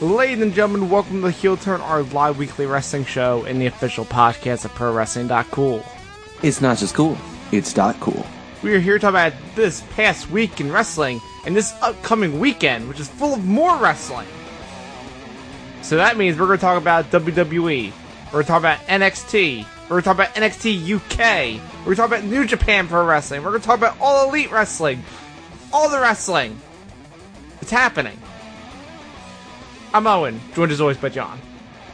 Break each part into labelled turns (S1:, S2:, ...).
S1: Ladies and gentlemen, welcome to the Heel Turn, our live weekly wrestling show and the official podcast of Pro ProWrestling.cool.
S2: It's not just cool, it's dot cool.
S1: We are here to talk about this past week in wrestling and this upcoming weekend, which is full of more wrestling. So that means we're going to talk about WWE, we're going to talk about NXT, we're going to talk about NXT UK, we're going to talk about New Japan Pro Wrestling, we're going to talk about All Elite Wrestling, all the wrestling. It's happening. I'm Owen, joined as always by John.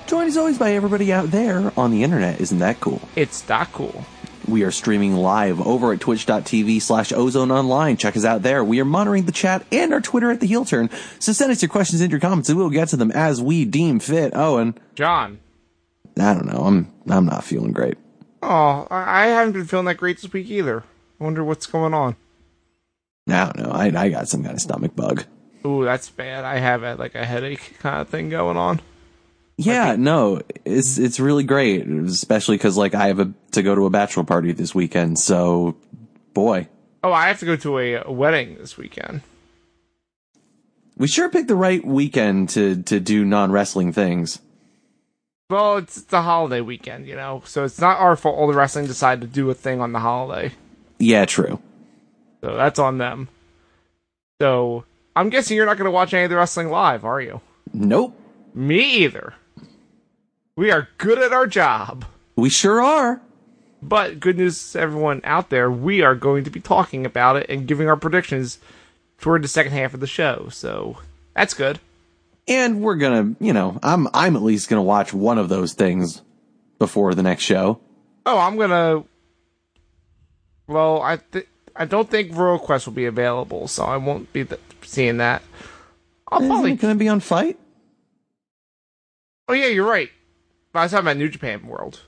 S2: Joined as always by everybody out there on the internet, isn't that cool?
S1: It's that cool.
S2: We are streaming live over at twitch.tv slash ozone online. Check us out there. We are monitoring the chat and our Twitter at the heel turn. So send us your questions and your comments and we'll get to them as we deem fit. Owen,
S1: John.
S2: I don't know. I'm, I'm not feeling great.
S1: Oh, I I haven't been feeling that great this week either. I wonder what's going on.
S2: I don't know. I, I got some kind of stomach bug.
S1: Ooh, that's bad. I have uh, like a headache kind of thing going on.
S2: Yeah, no, it's, it's really great, especially cause like I have a, to go to a bachelor party this weekend. So boy,
S1: Oh, I have to go to a wedding this weekend.
S2: we sure picked the right weekend to, to do non wrestling things.
S1: Well, it's, it's a holiday weekend, you know, so it's not our fault all the wrestling decided to do a thing on the holiday.
S2: Yeah, true.
S1: So that's on them. So I'm guessing you're not going to watch any of the wrestling live, are you?
S2: Nope.
S1: Me either. We are good at our job.
S2: We sure are.
S1: But good news to everyone out there, we are going to be talking about it and giving our predictions toward the second half of the show. So that's good.
S2: And we're gonna, you know, I'm I'm at least gonna watch one of those things before the next show.
S1: Oh, I'm gonna. Well, I th- I don't think Royal Quest will be available, so I won't be th- seeing that. I'll
S2: Isn't
S1: probably.
S2: it gonna be on Fight?
S1: Oh yeah, you're right. But I was talking about New Japan World.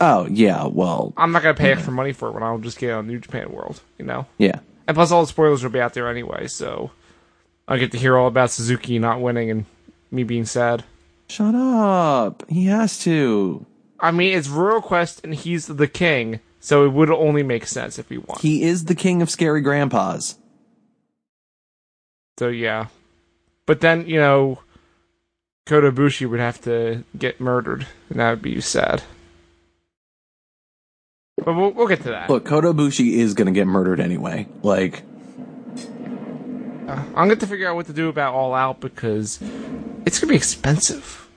S2: Oh yeah, well,
S1: I'm not gonna pay extra money for it when I'll just get it on New Japan World. You know.
S2: yeah,
S1: And plus, all the spoilers will be out there anyway, so I'll get to hear all about Suzuki not winning and me being sad.
S2: shut up. He has to.
S1: I mean, it's Royal Quest and he's the king, so it would only make sense if he won.
S2: He is the king of scary grandpas.
S1: So yeah, but then you know, Kota Ibushi would have to get murdered, and that would be sad. But we'll, we'll get to that.
S2: Look, Kota Ibushi is gonna get murdered anyway. Like,
S1: I'm going to figure out what to do about All Out because it's going to be expensive,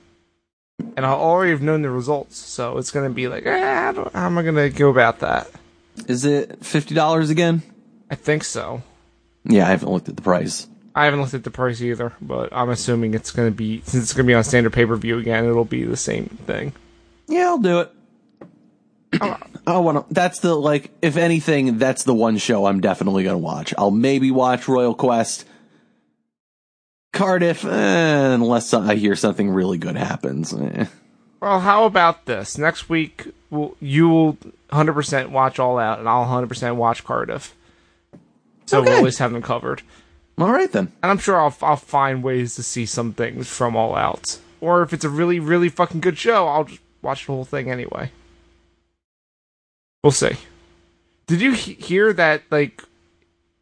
S1: and I already have known the results, so it's going to be like, ah, I don't- how am I going to go about that?
S2: is it fifty dollars again?
S1: I think so.
S2: Yeah, I haven't looked at the price.
S1: I haven't looked at the price either, but I'm assuming it's going to be since it's going to be on standard pay per view again, it'll be the same thing.
S2: Yeah, I'll do it. I want to. That's the like. If anything, that's the one show I'm definitely gonna watch. I'll maybe watch Royal Quest, Cardiff, eh, unless I hear something really good happens. Eh.
S1: Well, how about this? Next week, we'll, you will 100% watch All Out, and I'll 100% watch Cardiff. So we'll
S2: Okay.
S1: at least have them covered.
S2: All right then.
S1: And I'm sure I'll, I'll find ways to see some things from All Out. Or if it's a really, really fucking good show, I'll just watch the whole thing anyway. We'll see. Did you he- hear that, like,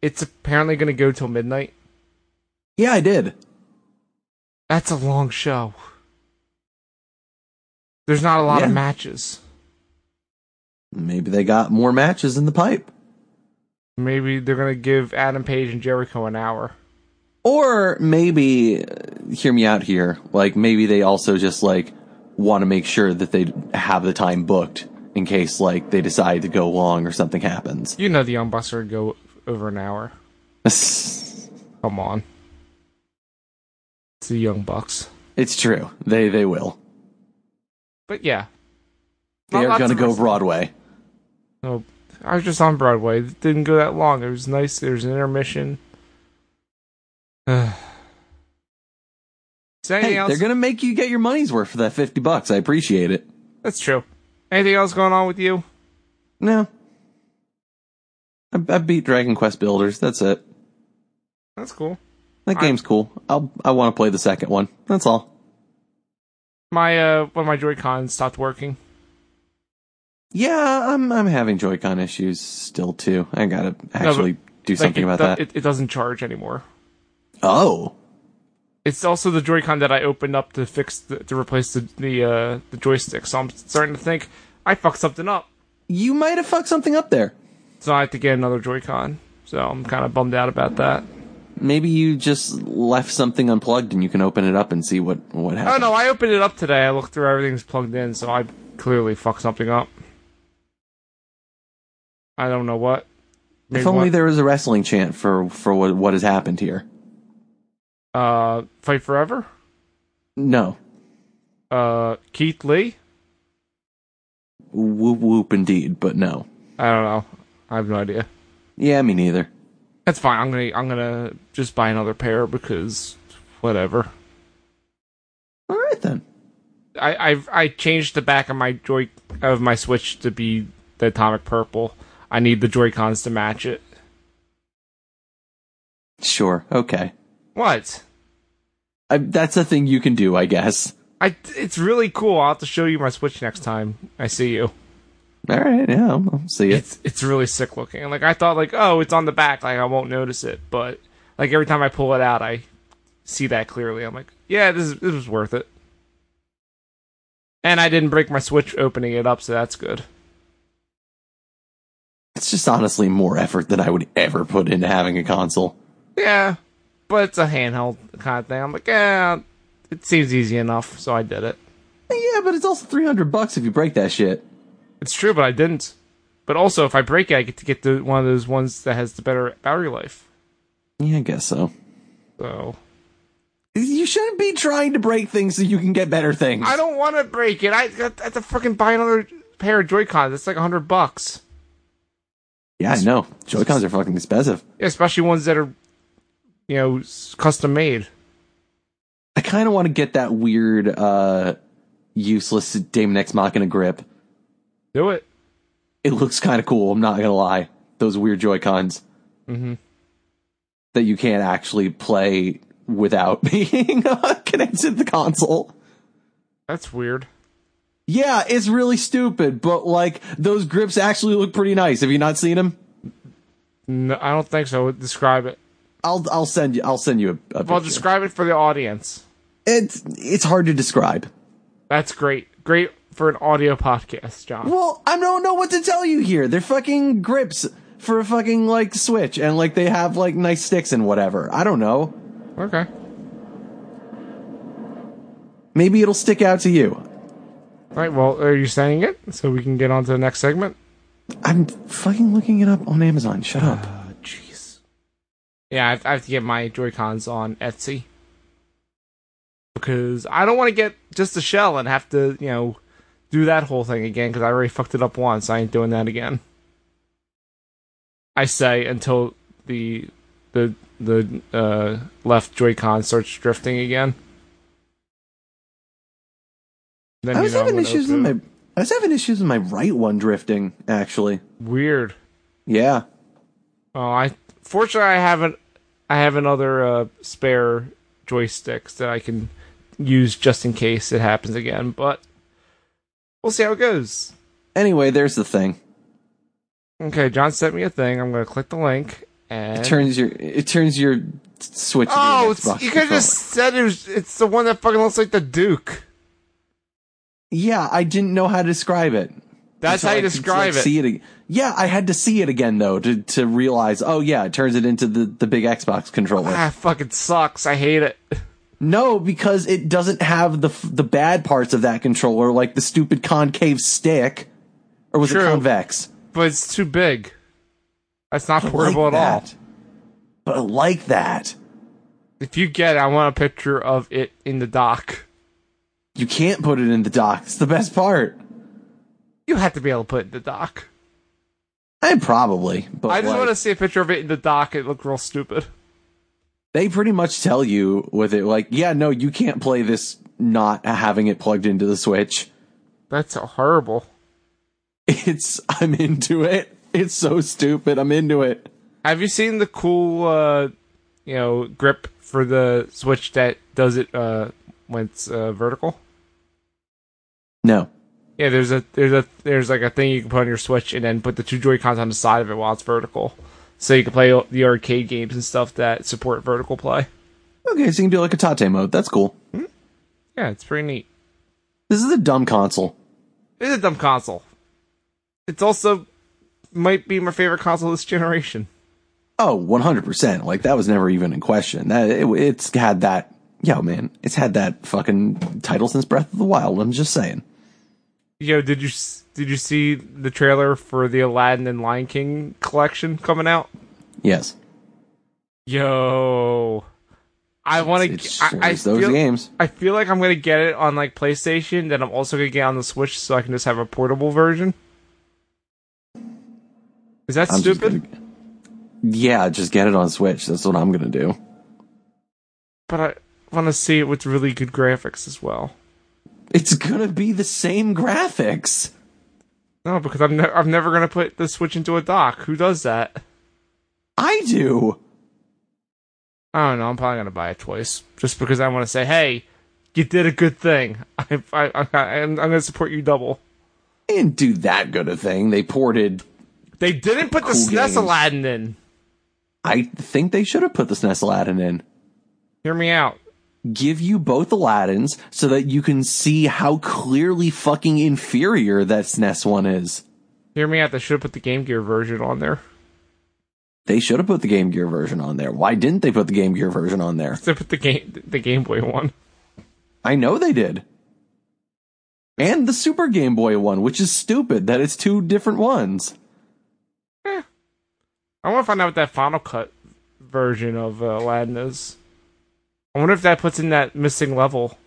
S1: it's apparently going to go till midnight?
S2: Yeah, I did.
S1: That's a long show. There's not a lot of
S2: Yeah.
S1: matches.
S2: Maybe they got more matches in the pipe,
S1: Maybe they're gonna give Adam Page and Jericho an hour.
S2: or maybe uh, hear me out here. Like maybe they also just like want to make sure that they have the time booked in case like they decide to go long or something happens.
S1: You know the Young Bucks are gonna go over an hour. Come on. It's the Young Bucks.
S2: It's true. They they will.
S1: But yeah.
S2: They
S1: Lots
S2: are going to
S1: of
S2: go
S1: wrestling.
S2: Broadway.
S1: No, I was just on Broadway. It didn't go that long. It was nice. There was an intermission. Is there anything
S2: Hey,
S1: else?
S2: they're going to make you get your money's worth for that 50 bucks. I appreciate it.
S1: That's true. Anything else going on with you?
S2: No. I, I beat Dragon Quest Builders. That's it.
S1: That's cool.
S2: That
S1: I-
S2: game's cool. I'll I want to play the second one. That's all.
S1: My uh, one of my Joy Cons stopped working.
S2: Yeah, I'm I'm having Joy-Con issues still too. I got to actually do
S1: Like,
S2: something
S1: it
S2: about
S1: do-
S2: that.
S1: It, it doesn't charge anymore.
S2: oh.
S1: It's also the Joy-Con that I opened up to fix the, to replace the the, uh, the joystick. So I'm starting to think I fucked something up.
S2: You might have fucked something up there.
S1: So I have to get another Joy-Con. So I'm kind of bummed out about that.
S2: Maybe you just left something unplugged and you can open it up and see what what happened.
S1: Oh no, I opened it up today. I looked through everything's plugged in, so I clearly fucked something up. I don't know what. Maybe
S2: if only
S1: what-
S2: there was a wrestling chant for for what, what has happened here.
S1: uh Fight Forever?
S2: No.
S1: Uh Keith Lee?
S2: Whoop whoop indeed, but no.
S1: I don't know. I have no idea.
S2: Yeah, me neither.
S1: That's fine. I'm gonna I'm gonna just buy another pair because whatever.
S2: All right then.
S1: I I've, I changed the back of my joy of my Switch to be the atomic purple. I need the Joy Cons to match it.
S2: Sure. Okay.
S1: What?
S2: I, that's a thing you can do, I guess.
S1: I it's really cool. I'll have to show you my Switch next time I see you.
S2: All right. Yeah, I'll, I'll see it.
S1: It's it's really sick looking. Like I thought, like oh, it's on the back. Like I won't notice it, but like every time I pull it out, I see that clearly. I'm like, yeah, this is this was worth it. And I didn't break my Switch opening it up, so that's good.
S2: It's just honestly more effort than I would ever put into having a console.
S1: Yeah, but it's a handheld kind of thing. I'm like, yeah, it seems easy enough, so I did it.
S2: Yeah, but it's also three hundred bucks if you break that shit.
S1: It's true, but I didn't. But also, if I break it, I get to get the one of those ones that has the better battery life.
S2: Yeah, I guess so.
S1: So
S2: You shouldn't be trying to break things so you can get better things.
S1: I don't want to break it. I got I have to fucking buy another pair of Joy Cons. It's like a hundred bucks,
S2: Yeah, I know. Joy Cons are fucking expensive.
S1: Yeah, especially ones that are, you know, s- custom made.
S2: I kind of want to get that weird, uh, useless Damon X Machina grip.
S1: Do it.
S2: It looks kind of cool. I'm not gonna lie. Those weird Joy Cons Mm-hmm.
S1: Mhm.
S2: that you can't actually play without being uh, connected to the console.
S1: That's weird.
S2: Yeah, it's really stupid, but like those grips actually look pretty nice. Have you not seen them?
S1: No, I don't think so. Describe it.
S2: I'll I'll send you I'll send you a, a
S1: Well,
S2: picture.
S1: describe it for the audience.
S2: it's it's hard to describe.
S1: That's great. Great for an audio podcast, John.
S2: Well, I don't know what to tell you here. They're fucking grips for a fucking like Switch, and like they have like nice sticks and whatever. I don't know.
S1: Okay.
S2: Maybe it'll stick out to you.
S1: All right. Well, are you saying it so we can get on to the next segment?
S2: I'm fucking looking it up on Amazon. Shut up.
S1: Oh, jeez. Yeah, I have, I have to get my Joy Cons on Etsy because I don't want to get just a shell and have to, you know, do that whole thing again because I already fucked it up once. I ain't doing that again. I say until the the the uh, left Joy-Con starts drifting again. Then
S2: I
S1: you
S2: was
S1: know I'm
S2: having
S1: gonna
S2: issues with
S1: open it.
S2: my I was having issues with my right one drifting actually.
S1: weird.
S2: Yeah.
S1: Oh, I fortunately I haven't. I have another uh, spare joysticks that I can use just in case it happens again. But we'll see how it goes.
S2: Anyway, there's the thing.
S1: Okay, John sent me a thing. I'm gonna click the link and.
S2: It turns your it turns your Switch. into an
S1: oh,
S2: Xbox
S1: it's, you could
S2: controller.
S1: just said it was, it's the one that fucking looks like the Duke.
S2: Yeah, I didn't know how to describe it.
S1: That's
S2: So
S1: how
S2: I
S1: you
S2: could,
S1: describe
S2: like,
S1: it.
S2: See it. ag- Yeah, I had to see it again though to to realize. Oh yeah, it turns it into the the big Xbox controller.
S1: Ah, fucking sucks. I hate it.
S2: no, because it doesn't have the f- the bad parts of that controller, like the stupid concave stick, or was
S1: True.
S2: it convex?
S1: But it's too big. That's not portable
S2: Like
S1: at all.
S2: that. But I like that.
S1: If you get it, I want a picture of it in the dock.
S2: You can't put it in the dock. It's the best part.
S1: You have to be able to put it in the dock.
S2: I probably, but
S1: I just
S2: like,
S1: want to see a picture of it in the dock. It looked real stupid.
S2: they pretty much tell you with it, like, yeah, no, you can't play this not having it plugged into the Switch.
S1: That's horrible.
S2: It's I'm into it. It's so stupid. I'm into it.
S1: Have you seen the cool, uh, you know, grip for the Switch that does it uh, when it's uh, vertical?
S2: No.
S1: Yeah, there's a there's a there's like a thing you can put on your Switch and then put the two Joy Cons on the side of it while it's vertical, so you can play the arcade games and stuff that support vertical play.
S2: Okay, so you can do like a Tate mode. That's cool.
S1: Yeah, it's pretty neat.
S2: This is a dumb console.
S1: It's a dumb console. It's also might be my favorite console this generation.
S2: Oh, 100%. Like that was never even in question. That it, it's had that yo man, it's had that fucking title since Breath of the Wild. I'm just saying.
S1: Yo, did you s- did you see the trailer for the Aladdin and Lion King collection coming out?
S2: Yes.
S1: Yo, I want
S2: It's
S1: to.
S2: one
S1: I, I
S2: of those
S1: feel
S2: games.
S1: I feel like I'm gonna get it on like PlayStation. Then I'm also gonna get it on the Switch, so I can just have a portable version. Is that
S2: I'm just
S1: stupid?
S2: gonna- yeah, just get it on Switch. That's what I'm going to do.
S1: But I want to see it with really good graphics as well.
S2: It's going to be the same graphics.
S1: No, because I'm ne- I'm never gonna put the Switch into a dock. Who does that?
S2: I do.
S1: I don't know. I'm probably gonna buy it twice just because I want to say, "Hey, you did a good thing. I, I, I, I'm, I'm gonna support you double."
S2: They didn't do that good a thing. They ported.
S1: They didn't put the
S2: Cool
S1: SNES
S2: games.
S1: Aladdin in.
S2: I think they should have put the SNES Aladdin in.
S1: Hear me out.
S2: Give you both Aladdins so that you can see how clearly fucking inferior that SNES one is.
S1: Hear me out. They should have put the Game Gear version on there.
S2: They should have put the Game Gear version on there. Why didn't they put the Game Gear version on there?
S1: They put the game the Game Boy one.
S2: I know they did. And the Super Game Boy one, which is stupid that it's two different ones.
S1: I want to find out what that Final Cut version of uh, Aladdin is. I wonder if that puts in that missing level.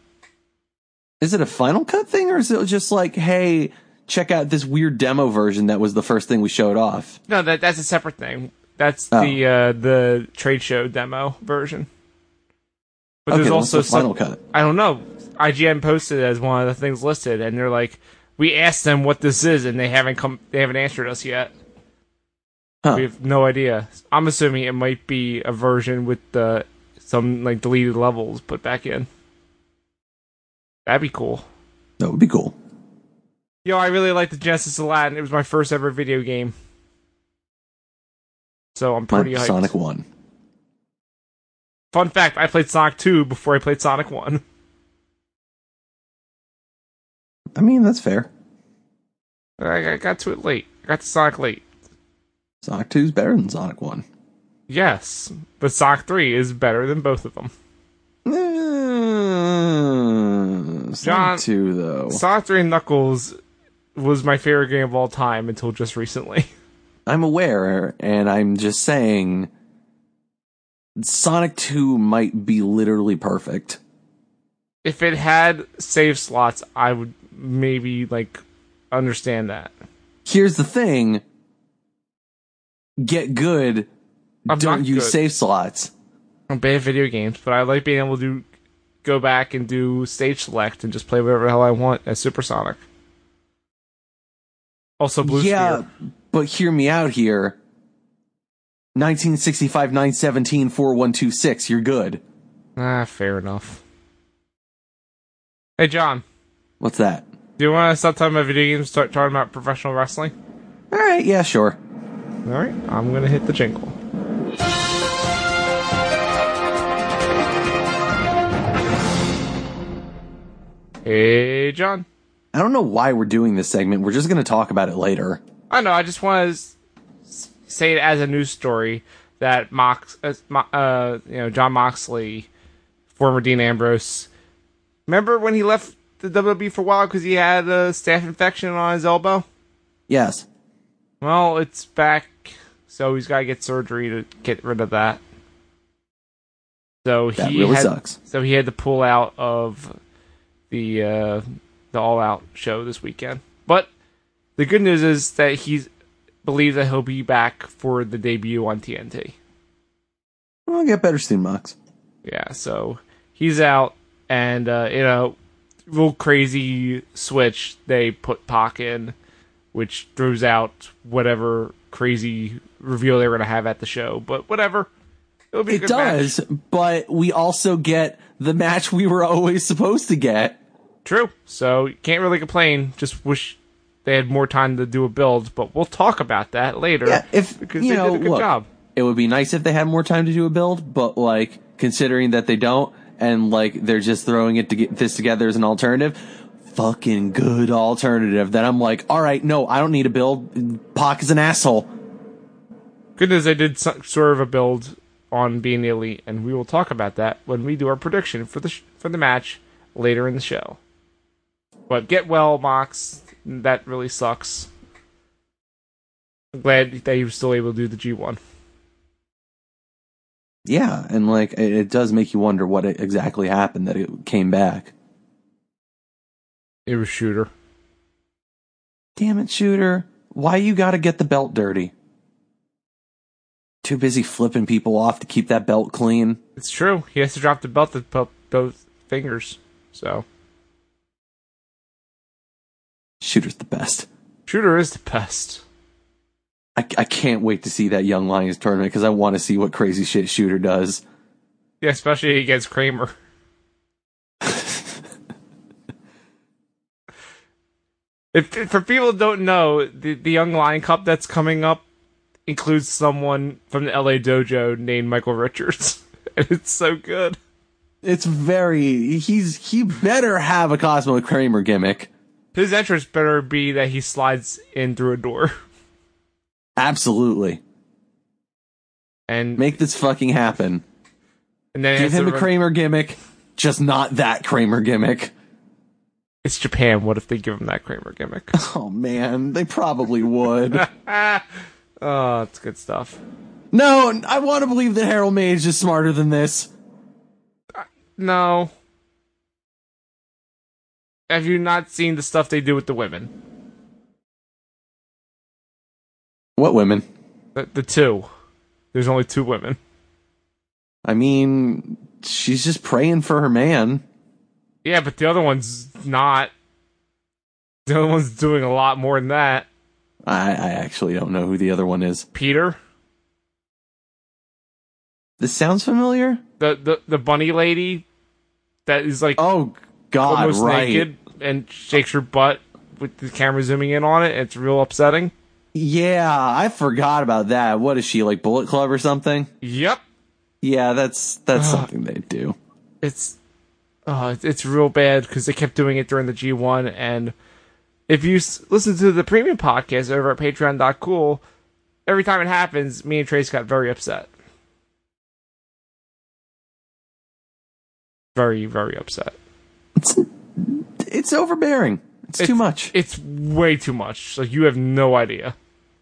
S2: Is it a Final Cut thing or is it just like, hey, check out this weird demo version that was the first thing we showed off?
S1: No, that that's a separate thing. That's
S2: Oh.
S1: the uh, the trade show demo version. But
S2: okay,
S1: there's
S2: what's
S1: also
S2: the Final
S1: some,
S2: Cut.
S1: I don't know. IGN posted it as one of the things listed, and they're like, we asked them what this is, and they haven't come. They haven't answered us yet.
S2: Huh.
S1: We have no idea. I'm assuming it might be a version with the some like deleted levels put back in. That'd be cool.
S2: That would be cool.
S1: Yo, I really liked the Genesis Aladdin. It was my first ever video game, so I'm
S2: My
S1: pretty hyped.
S2: Sonic 1.
S1: Fun fact: I played Sonic 2 before I played Sonic 1.
S2: I mean, that's fair.
S1: I I got to it late. I got to Sonic late.
S2: Sonic 2 is better than Sonic 1.
S1: Yes, but Sonic 3 is better than both of them.
S2: Uh, Mm, Sonic
S1: John-
S2: 2, though.
S1: Sonic 3 and Knuckles was my favorite game of all time until just recently.
S2: I'm aware, and I'm just saying Sonic 2 might be literally perfect.
S1: If it had save slots, I would maybe like understand that.
S2: Here's the thing get good,
S1: I'm
S2: don't
S1: not
S2: use
S1: good.
S2: save slots.
S1: I'm bad at video games, but I like being able to go back and do stage select and just play whatever the hell I want as Supersonic. Also, Blue
S2: yeah,
S1: Sphere.
S2: but hear me out here. 1965 917 4126, you're good.
S1: Ah, fair enough. Hey, John,
S2: What's that?
S1: do you want to stop talking about video games? Start talking about professional wrestling.
S2: All right, yeah, sure.
S1: All right, I'm gonna hit the jingle. Hey, John.
S2: I don't know why we're doing this segment. We're just going to talk about it later.
S1: I know. I just want to say it as a news story that Mox, uh, Mo- uh, you know, John Moxley, former Dean Ambrose. Remember when he left the WWE for a while because he had a staph infection on his elbow?
S2: Yes.
S1: Well, it's back, so he's got to get surgery to get rid of that. So
S2: That
S1: he
S2: really
S1: had,
S2: sucks.
S1: So he had to pull out of the uh, the All Out show this weekend. But the good news is that he believes that he'll be back for the debut on TNT.
S2: We'll get better soon, Mox.
S1: Yeah, so he's out, and uh, you know, real crazy switch they put Pac in, which throws out whatever crazy reveal they were gonna have at the show. But whatever, it'll be a
S2: It
S1: good match.
S2: does, but we also get the match we were always supposed to get.
S1: True. So you can't really complain. Just wish they had more time to do a build, but we'll talk about that later
S2: Yeah, if
S1: because
S2: you
S1: they
S2: know,
S1: did a good
S2: look,
S1: job.
S2: it would be nice if they had more time to do a build, but like considering that they don't and like they're just throwing it to get this together as an alternative, fucking good alternative that I'm like, all right, no, I don't need a build. Pac is an asshole.
S1: Good news, I did so- sort of a build on being the elite, and we will talk about that when we do our prediction for the sh- for the match later in the show. But get well, Mox. That really sucks. I'm glad that you were still able to do the G1.
S2: Yeah, and like it, it does make you wonder what it exactly happened that it came back.
S1: It was shooter.
S2: Damn it, shooter! Why you got to get the belt dirty? Too busy flipping people off to keep that belt clean.
S1: It's true. He has to drop the belt to put both fingers. So
S2: Shooter's the best.
S1: shooter is the best.
S2: I, I can't wait to see that Young Lions tournament because I want to see what crazy shit Shooter does.
S1: Yeah, especially against Kramer. if, if- for people who don't know, the the Young Lion Cup that's coming up includes someone from the LA Dojo named Michael Richards, and it's so good.
S2: It's very he's he better have a Cosmo Kramer gimmick.
S1: His entrance better be that he slides in through a door,
S2: Absolutely,
S1: and
S2: make this fucking happen.
S1: and then
S2: Give
S1: it's,
S2: him a Kramer gimmick, just not that Kramer gimmick.
S1: it's Japan. What if they give him that Kramer gimmick? Ah,
S2: Oh man, they probably would.
S1: oh, it's good stuff.
S2: no, I want to believe that Harold Mage is smarter than this.
S1: No. Have you not seen the stuff they do with the women?
S2: What women?
S1: The, the two. There's only two women.
S2: I mean, she's just praying for her man.
S1: Yeah, but the other one's not. The other one's doing a lot more than that.
S2: I, I actually don't know who the other one is.
S1: Peter,
S2: This sounds familiar.
S1: the the, the bunny lady that is like
S2: Oh God,
S1: almost
S2: right?
S1: naked and shakes her butt with the camera zooming in on it. It's real upsetting.
S2: Yeah, I forgot about that. What is she like, Bullet Club or something?
S1: Yep.
S2: Yeah, that's that's something they do.
S1: it's uh, it's real bad because they kept doing it during the G1. And if you s- listen to the premium podcast over at patreon.cool, every time it happens, me and Trace got very upset. Very, very upset.
S2: It's it's overbearing. It's, too much.
S1: It's way too much. Like, you have no idea.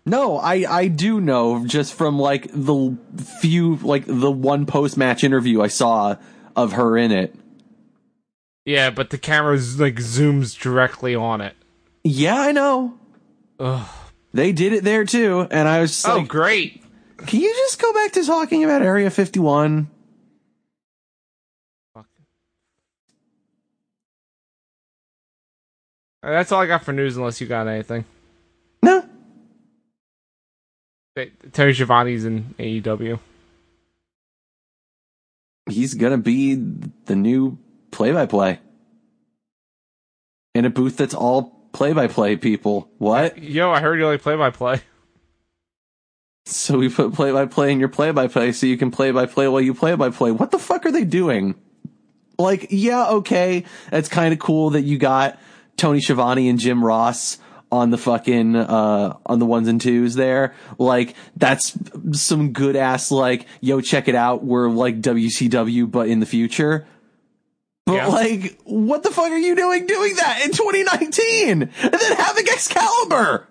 S2: no, I I do know just from like the few like the one post match interview I saw of her in it.
S1: Yeah, but the camera z- like zooms directly on it.
S2: Yeah, I know.
S1: Ugh.
S2: They did it there too, and I was just
S1: Oh,
S2: like,
S1: great!
S2: "Can you just go back to talking about Area 51?"
S1: Fuck. Uh, That's all I got for news, unless you got anything.
S2: No,
S1: They- Tony Giovanni's in E AEW.
S2: he's gonna be the new play-by-play in a booth that's all play-by-play people. What?
S1: Yo, I heard you like play by play.
S2: So we put play-by-play in your play-by-play, so you can play-by-play while you play-by-play. What the fuck are they doing? Like, yeah, okay, that's kind of cool that you got Tony Schiavone and Jim Ross on the fucking uh on the ones and twos there. Like, that's some good ass. Like, yo, check it out. We're like WCW, but in the future. But
S1: Yeah.
S2: like, what the fuck are you doing doing that in 2019? And then having Excalibur.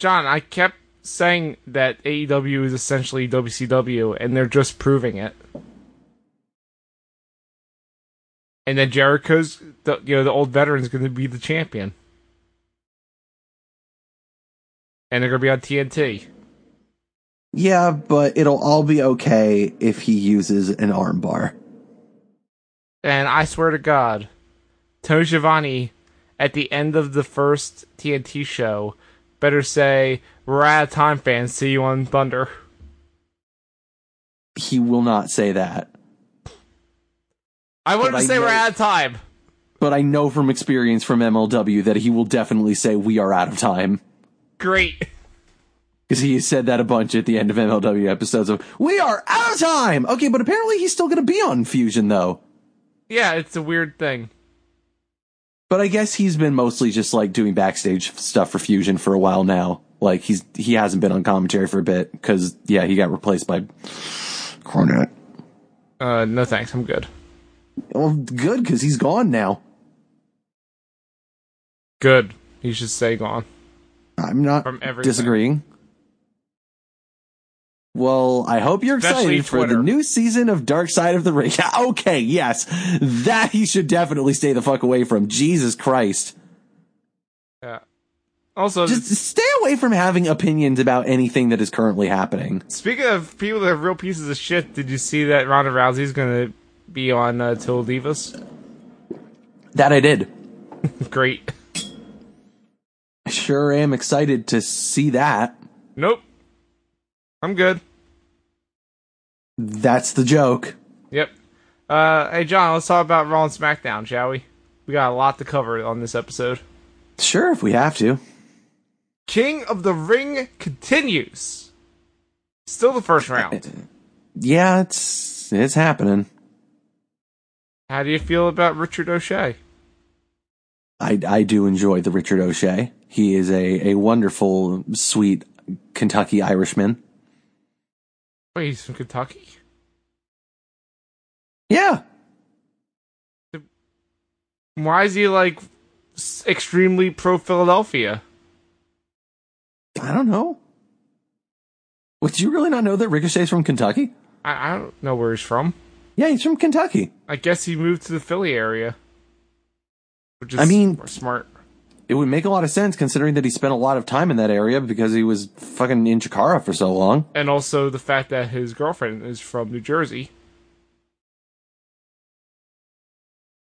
S1: John, I kept saying that AEW is essentially WCW, and they're just proving it. And then Jericho's, the, you know, the old veteran's going to be the champion, and they're going to be on TNT.
S2: Yeah, but it'll all be okay if he uses an armbar.
S1: And I swear to God, Tony Giovanni, at the end of the first TNT show, better say, We're out of time, fans. See you on Thunder.
S2: He will not say that.
S1: I wanted
S2: But
S1: to
S2: I
S1: say we're
S2: know-
S1: out of time.
S2: But I know from experience from MLW that he will definitely say we are out of time.
S1: Great.
S2: Because he said that a bunch at the end of MLW episodes of, we are out of time! Okay, but apparently he's still gonna be on Fusion though.
S1: Yeah, it's a weird thing.
S2: But I guess he's been mostly just like doing backstage stuff for Fusion for a while now. Like he's, he hasn't been on commentary for a bit because yeah, he got replaced by Cornet.
S1: Uh, no thanks, I'm good.
S2: Well, good because he's gone now.
S1: Good. You should stay gone.
S2: I'm not
S1: From everything.
S2: disagreeing. Well, I hope you're
S1: Especially
S2: excited for the
S1: Twitter.
S2: new season of Dark Side of the Ring. okay, yes. That he should definitely stay the fuck away from. Jesus Christ.
S1: Yeah. Also,
S2: Just stay away from having opinions about anything that is currently happening.
S1: speaking of people that are real pieces of shit, did you see that Ronda Rousey's gonna be on uh, Till Divas?
S2: That I did.
S1: Great.
S2: I Sure am excited to see that.
S1: Nope. I'm good.
S2: That's the joke.
S1: Yep. Uh, hey John, let's talk about Raw and SmackDown, shall we? We got a lot to cover on this episode.
S2: Sure, if we have to.
S1: King of the Ring continues. Still the first round.
S2: Yeah, it's it's happening.
S1: How do you feel about Richard O'Shea?
S2: I, I do enjoy the Richard O'Shea. He is a, a wonderful, sweet Kentucky Irishman.
S1: Wait, he's from Kentucky?
S2: Yeah.
S1: Why is he like s- extremely pro Philadelphia?
S2: I don't know. Would you really not know that Ricochet's from Kentucky?
S1: I, I don't know where he's from.
S2: Yeah, he's from Kentucky.
S1: I guess he moved to the Philly area. Which is
S2: I mean-
S1: more smart.
S2: It would make a lot of sense considering that he spent a lot of time in that area because he was fucking in Chikara for so long.
S1: And also the fact that his girlfriend is from New Jersey.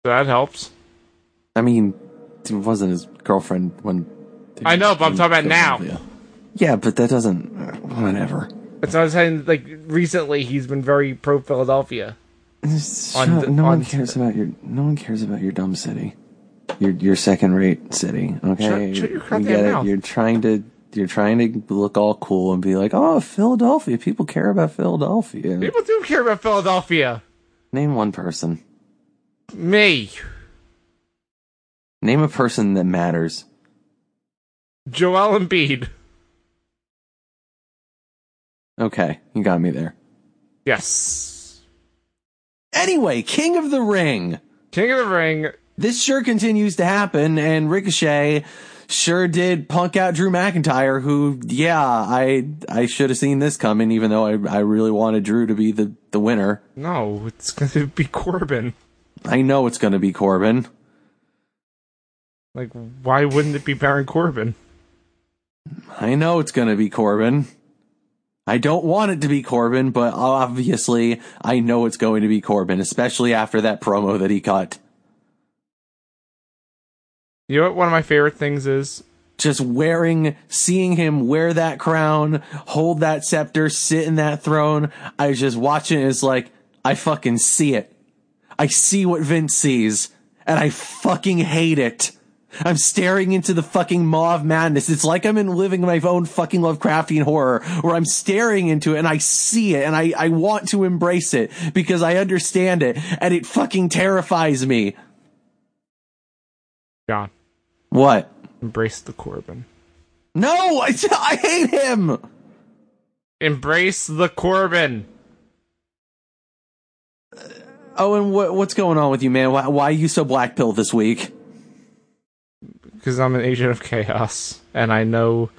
S1: So that helps.
S2: I mean, it wasn't his girlfriend when. they
S1: I know,
S2: were
S1: but I'm
S2: in
S1: talking about now.
S2: Philadelphia. Yeah, but that doesn't. uh, Whatever.
S1: That's what I was saying. Like recently, he's been very pro Philadelphia.
S2: Shut,
S1: the-
S2: no
S1: on-
S2: one cares about your. No one cares about your dumb city. Your your second rate city. Okay.
S1: shut your
S2: We
S1: goddamn
S2: get it.
S1: mouth.
S2: You're trying to. You're trying to look all cool and be like, oh, Philadelphia. People care about Philadelphia.
S1: People do care about Philadelphia.
S2: Name one person.
S1: Me,
S2: Name a person that matters.
S1: Joel Embiid.
S2: Okay, you got me there.
S1: Yes.
S2: Anyway, King of the Ring.
S1: King of the Ring.
S2: This sure continues to happen, and Ricochet sure did punk out Drew McIntyre, who, yeah, I I should have seen this coming, even though I, I really wanted Drew to be the, the winner.
S1: No, it's going to be Corbin.
S2: I know it's going to be Corbin.
S1: Like, why wouldn't it be Baron Corbin?
S2: I know it's going to be Corbin. I don't want it to be Corbin, but obviously I know it's going to be Corbin, especially after that promo that he cut.
S1: You know what? One of my favorite things is
S2: just wearing, seeing him wear that crown, hold that scepter, sit in that throne. I was just watching. It's like, I fucking see it. I see what Vince sees and I fucking hate it. I'm staring into the fucking maw of madness. It's like I'm in living my own fucking Lovecraftian horror where I'm staring into it and I see it and I, I want to embrace it because I understand it and it fucking terrifies me.
S1: John
S2: What?
S1: embrace the Corbin.
S2: No, I, I hate him.
S1: Embrace the Corbin.
S2: Oh, and what what's going on with you, man? Why, why are you so black pill this week?
S1: because I'm an agent of chaos, and I know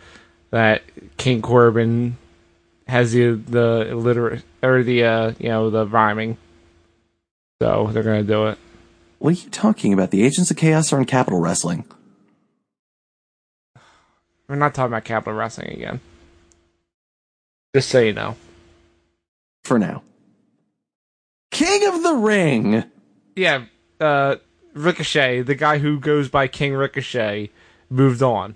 S1: that King Corbin has the the illiterate or the uh, you know the rhyming. So they're gonna do it.
S2: What are you talking about? The Agents of Chaos are in Capital Wrestling.
S1: We're not talking about Capital Wrestling again. Just so you know,
S2: For now. King of the Ring!
S1: yeah. Uh, Ricochet, the guy who goes by King Ricochet, moved on.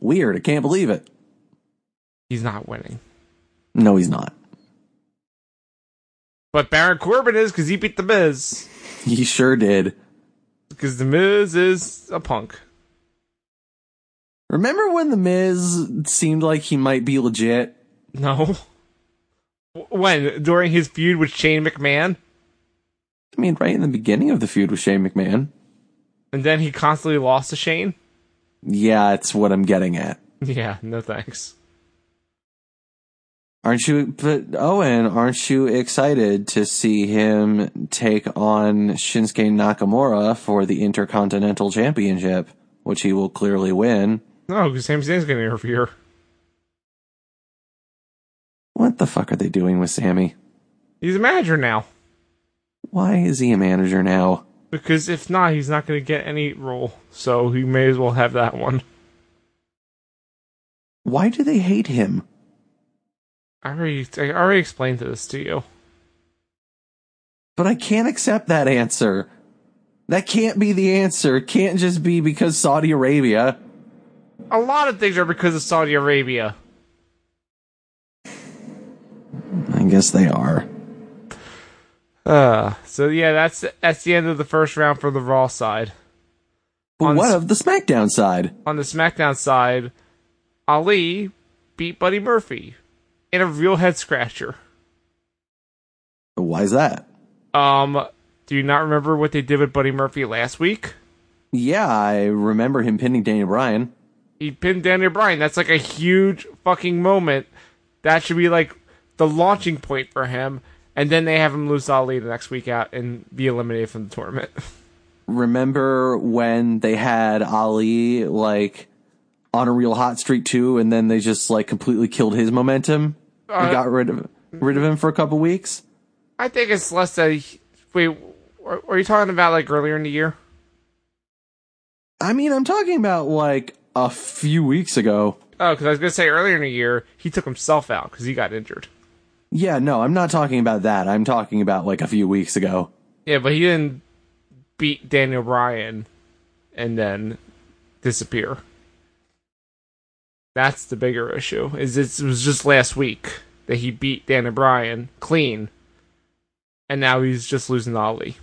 S2: Weird, I can't believe it.
S1: He's not winning,
S2: No, he's not.
S1: but Baron Corbin is because he beat the Miz.
S2: He sure did.
S1: Because the Miz is a punk.
S2: Remember when The Miz seemed like he might be legit?
S1: No. W- When? During his feud with Shane McMahon?
S2: I mean, right in the beginning of the feud with Shane McMahon.
S1: And then he constantly lost to Shane?
S2: Yeah, it's what I'm getting at.
S1: Yeah, no thanks.
S2: Aren't you, but Owen, aren't you excited to see him take on Shinsuke Nakamura for the Intercontinental Championship, which he will clearly win?
S1: No, because Sami Zayn's going to interfere.
S2: What the fuck are they doing with Sammy?
S1: He's a manager now.
S2: Why is he a manager now?
S1: Because if not, he's not going to get any role. So he may as well have that one.
S2: Why do they hate him?
S1: I already, I already explained this to you.
S2: But I can't accept that answer. That can't be the answer. It can't just be because Saudi Arabia.
S1: A lot of things are because of Saudi Arabia.
S2: I guess they are.
S1: Uh, so yeah, that's that's the end of the first round for the Raw side.
S2: But
S1: On
S2: what
S1: s-
S2: of the SmackDown side?
S1: On the SmackDown side, Ali beat Buddy Murphy in a real head scratcher.
S2: Why's that?
S1: Um, do you not remember what they did with Buddy Murphy last week?
S2: Yeah, I remember him pinning Daniel Bryan.
S1: He pinned Daniel Bryan. That's like a huge fucking moment. That should be like the launching point for him. And then they have him lose to Ali the next week out and be eliminated from the tournament.
S2: Remember when they had Ali like on a real hot streak too, and then they just like completely killed his momentum and
S1: Uh,
S2: got rid of rid of him for a couple weeks.
S1: I think it's less that. He, wait, are are you talking about like earlier in the year?
S2: I mean, I'm talking about like a few weeks ago.
S1: Oh, because I was gonna say earlier in the year he took himself out because he got injured.
S2: Yeah, no, I'm not talking about that. I'm talking about like a few weeks ago.
S1: Yeah, but he didn't beat Daniel Bryan and then disappear. That's the bigger issue. Is it's- it was just last week that he beat Daniel Bryan clean, and now he's just losing to Ali.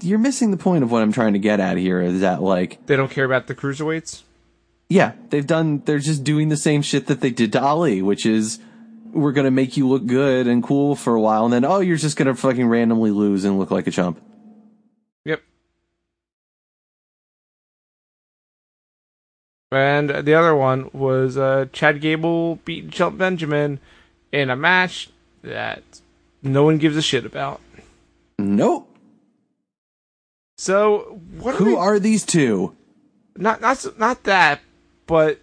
S2: You're missing the point of what I'm trying to get at here is that like,
S1: They don't care about the cruiserweights.
S2: yeah, they've done, they're just doing the same shit that they did to Ali, which is we're going to make you look good and cool for a while. And then, oh, you're just going to fucking randomly lose and look like a chump.
S1: Yep. And the other one was uh, Chad Gable beat Shelton Benjamin in a match that no one gives a shit about.
S2: Nope.
S1: So what are,
S2: Who
S1: they,
S2: are these two?
S1: not not s- not that, but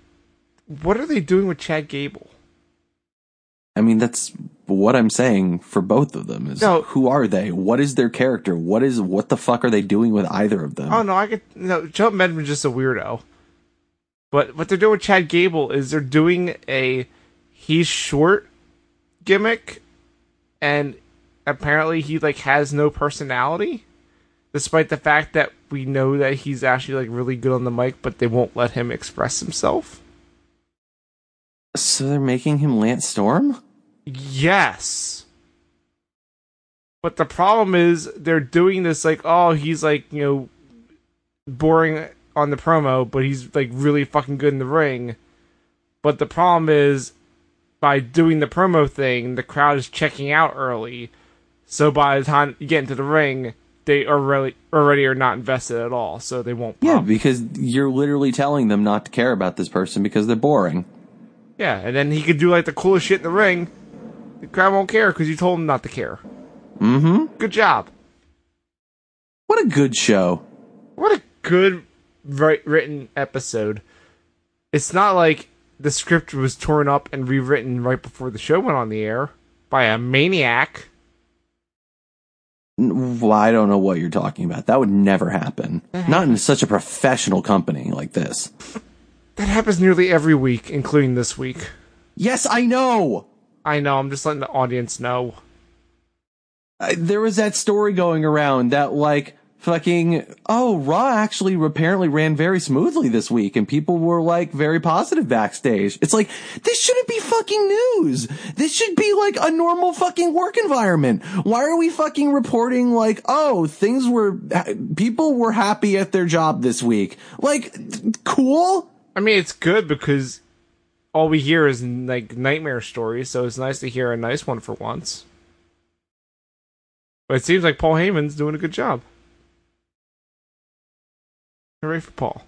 S1: what are they doing with Chad Gable?
S2: I mean, that's what I'm saying for both of them is
S1: No.
S2: who are they? What is their character? What is, what the fuck are they doing with either of them?
S1: Oh no, I could no. Shelton Benjamin's just a weirdo. But what they're doing with Chad Gable is they're doing a he's short gimmick, and apparently he like has no personality, despite the fact that we know that he's actually like really good on the mic, but they won't let him express himself.
S2: So they're making him Lance Storm?
S1: Yes. But the problem is they're doing this like, oh, he's like, you know, boring on the promo, but he's like really fucking good in the ring. But the problem is by doing the promo thing, the crowd is checking out early. So by the time you get into the ring, they are really already are not invested at all, so they won't
S2: Yeah,
S1: pop.
S2: because you're literally telling them not to care about this person because they're boring.
S1: Yeah, and then he could do like the coolest shit in the ring. The crowd won't care because you told him not to care.
S2: hmm
S1: Good job.
S2: What a good show.
S1: What a good wri- written episode. It's not like the script was torn up and rewritten right before the show went on the air by a maniac.
S2: N- Well, I don't know what you're talking about. That would never happen. Not in such a professional company like this.
S1: That happens nearly every week, including this week.
S2: Yes, I know.
S1: I know, I'm just letting the audience know.
S2: I, there was that story going around that like fucking oh raw actually apparently ran very smoothly this week and people were like very positive backstage it's like this shouldn't be fucking news this should be like a normal fucking work environment why are we fucking reporting like oh things were people were happy at their job this week like th- cool
S1: I mean, it's good because all we hear is like nightmare stories, so it's nice to hear a nice one for once. But it seems like Paul Heyman's doing a good job. Hooray for Paul.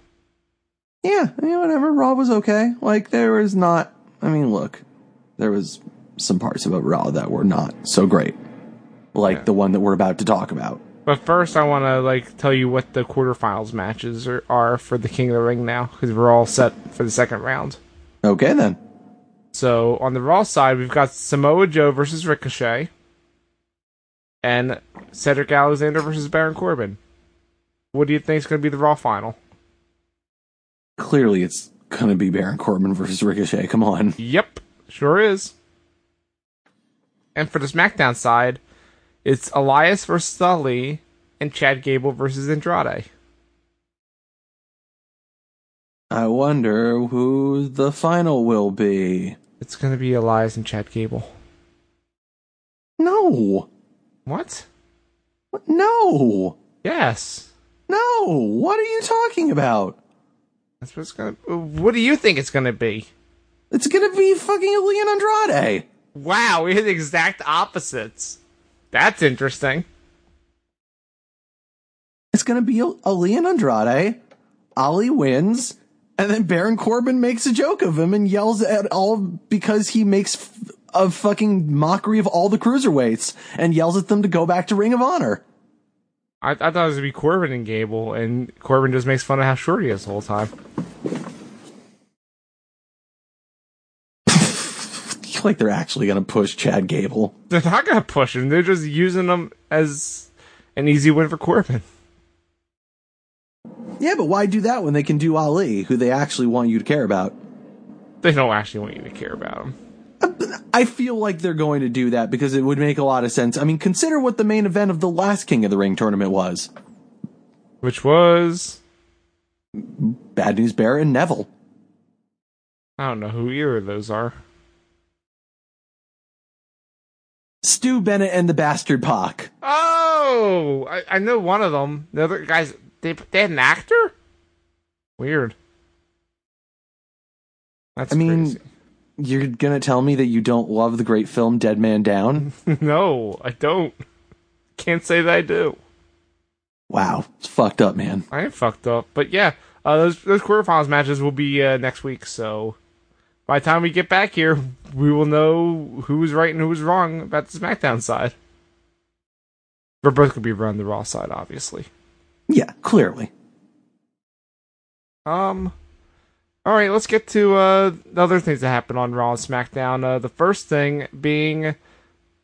S2: yeah I mean, whatever raw was okay like there was not i mean look there was some parts about raw that were not so great like the one that we're about to talk about
S1: But first, I want to like tell you what the quarterfinals matches are, are for the King of the Ring now, because we're all set for the second round.
S2: okay then
S1: So on the Raw side, we've got Samoa Joe versus Ricochet, and Cedric Alexander versus Baron Corbin. What do you think is going to be the Raw final?
S2: clearly it's gonna be Baron Corbin versus Ricochet. Come on.
S1: Yep, sure is. And for the SmackDown side, it's Elias versus Ali and Chad Gable versus Andrade.
S2: I wonder who the final will be.
S1: It's going to be Elias and Chad Gable.
S2: No.
S1: What?
S2: No.
S1: Yes.
S2: No. What are you talking about?
S1: That's what it's going to What do you think it's going to be?
S2: It's gonna be fucking Leon Andrade.
S1: Wow, we had the exact opposites. That's interesting.
S2: It's gonna be a Leon Andrade. Ali wins, and then Baron Corbin makes a joke of him and yells at all because he makes f- a fucking mockery of all the cruiserweights and yells at them to go back to Ring of Honor.
S1: I, I thought it was going to be Corbin and Gable, and Corbin just makes fun of how short he is the whole time.
S2: Like they're actually gonna push Chad Gable.
S1: They're not going to push him, they're just using him as an easy win for Corbin.
S2: Yeah, but why do that when they can do Ali, who they actually want you to care about?
S1: They don't actually want you to care about him.
S2: I feel like they're going to do that because it would make a lot of sense. I mean, consider what the main event of the last King of the Ring tournament was.
S1: Which was
S2: Bad News Bear and Neville.
S1: I don't know who either of those are.
S2: Stu Bennett and the Bastard Pac.
S1: Oh, I, I know one of them. The other guys, they they had an actor. Weird. That's
S2: I mean- You're gonna tell me that you don't love the great film Dead Man Down?
S1: crazy. no, I don't. Can't say that I do.
S2: Wow, it's fucked up, man.
S1: I am fucked up. But yeah, uh, those those quarterfinals matches will be uh, next week. So by the time we get back here, we will know who was right and who was wrong about the SmackDown side. We're both gonna be around the Raw side, obviously.
S2: Yeah, clearly.
S1: Um. All right, let's get to uh, the other things that happened on Raw and SmackDown. Uh, the first thing being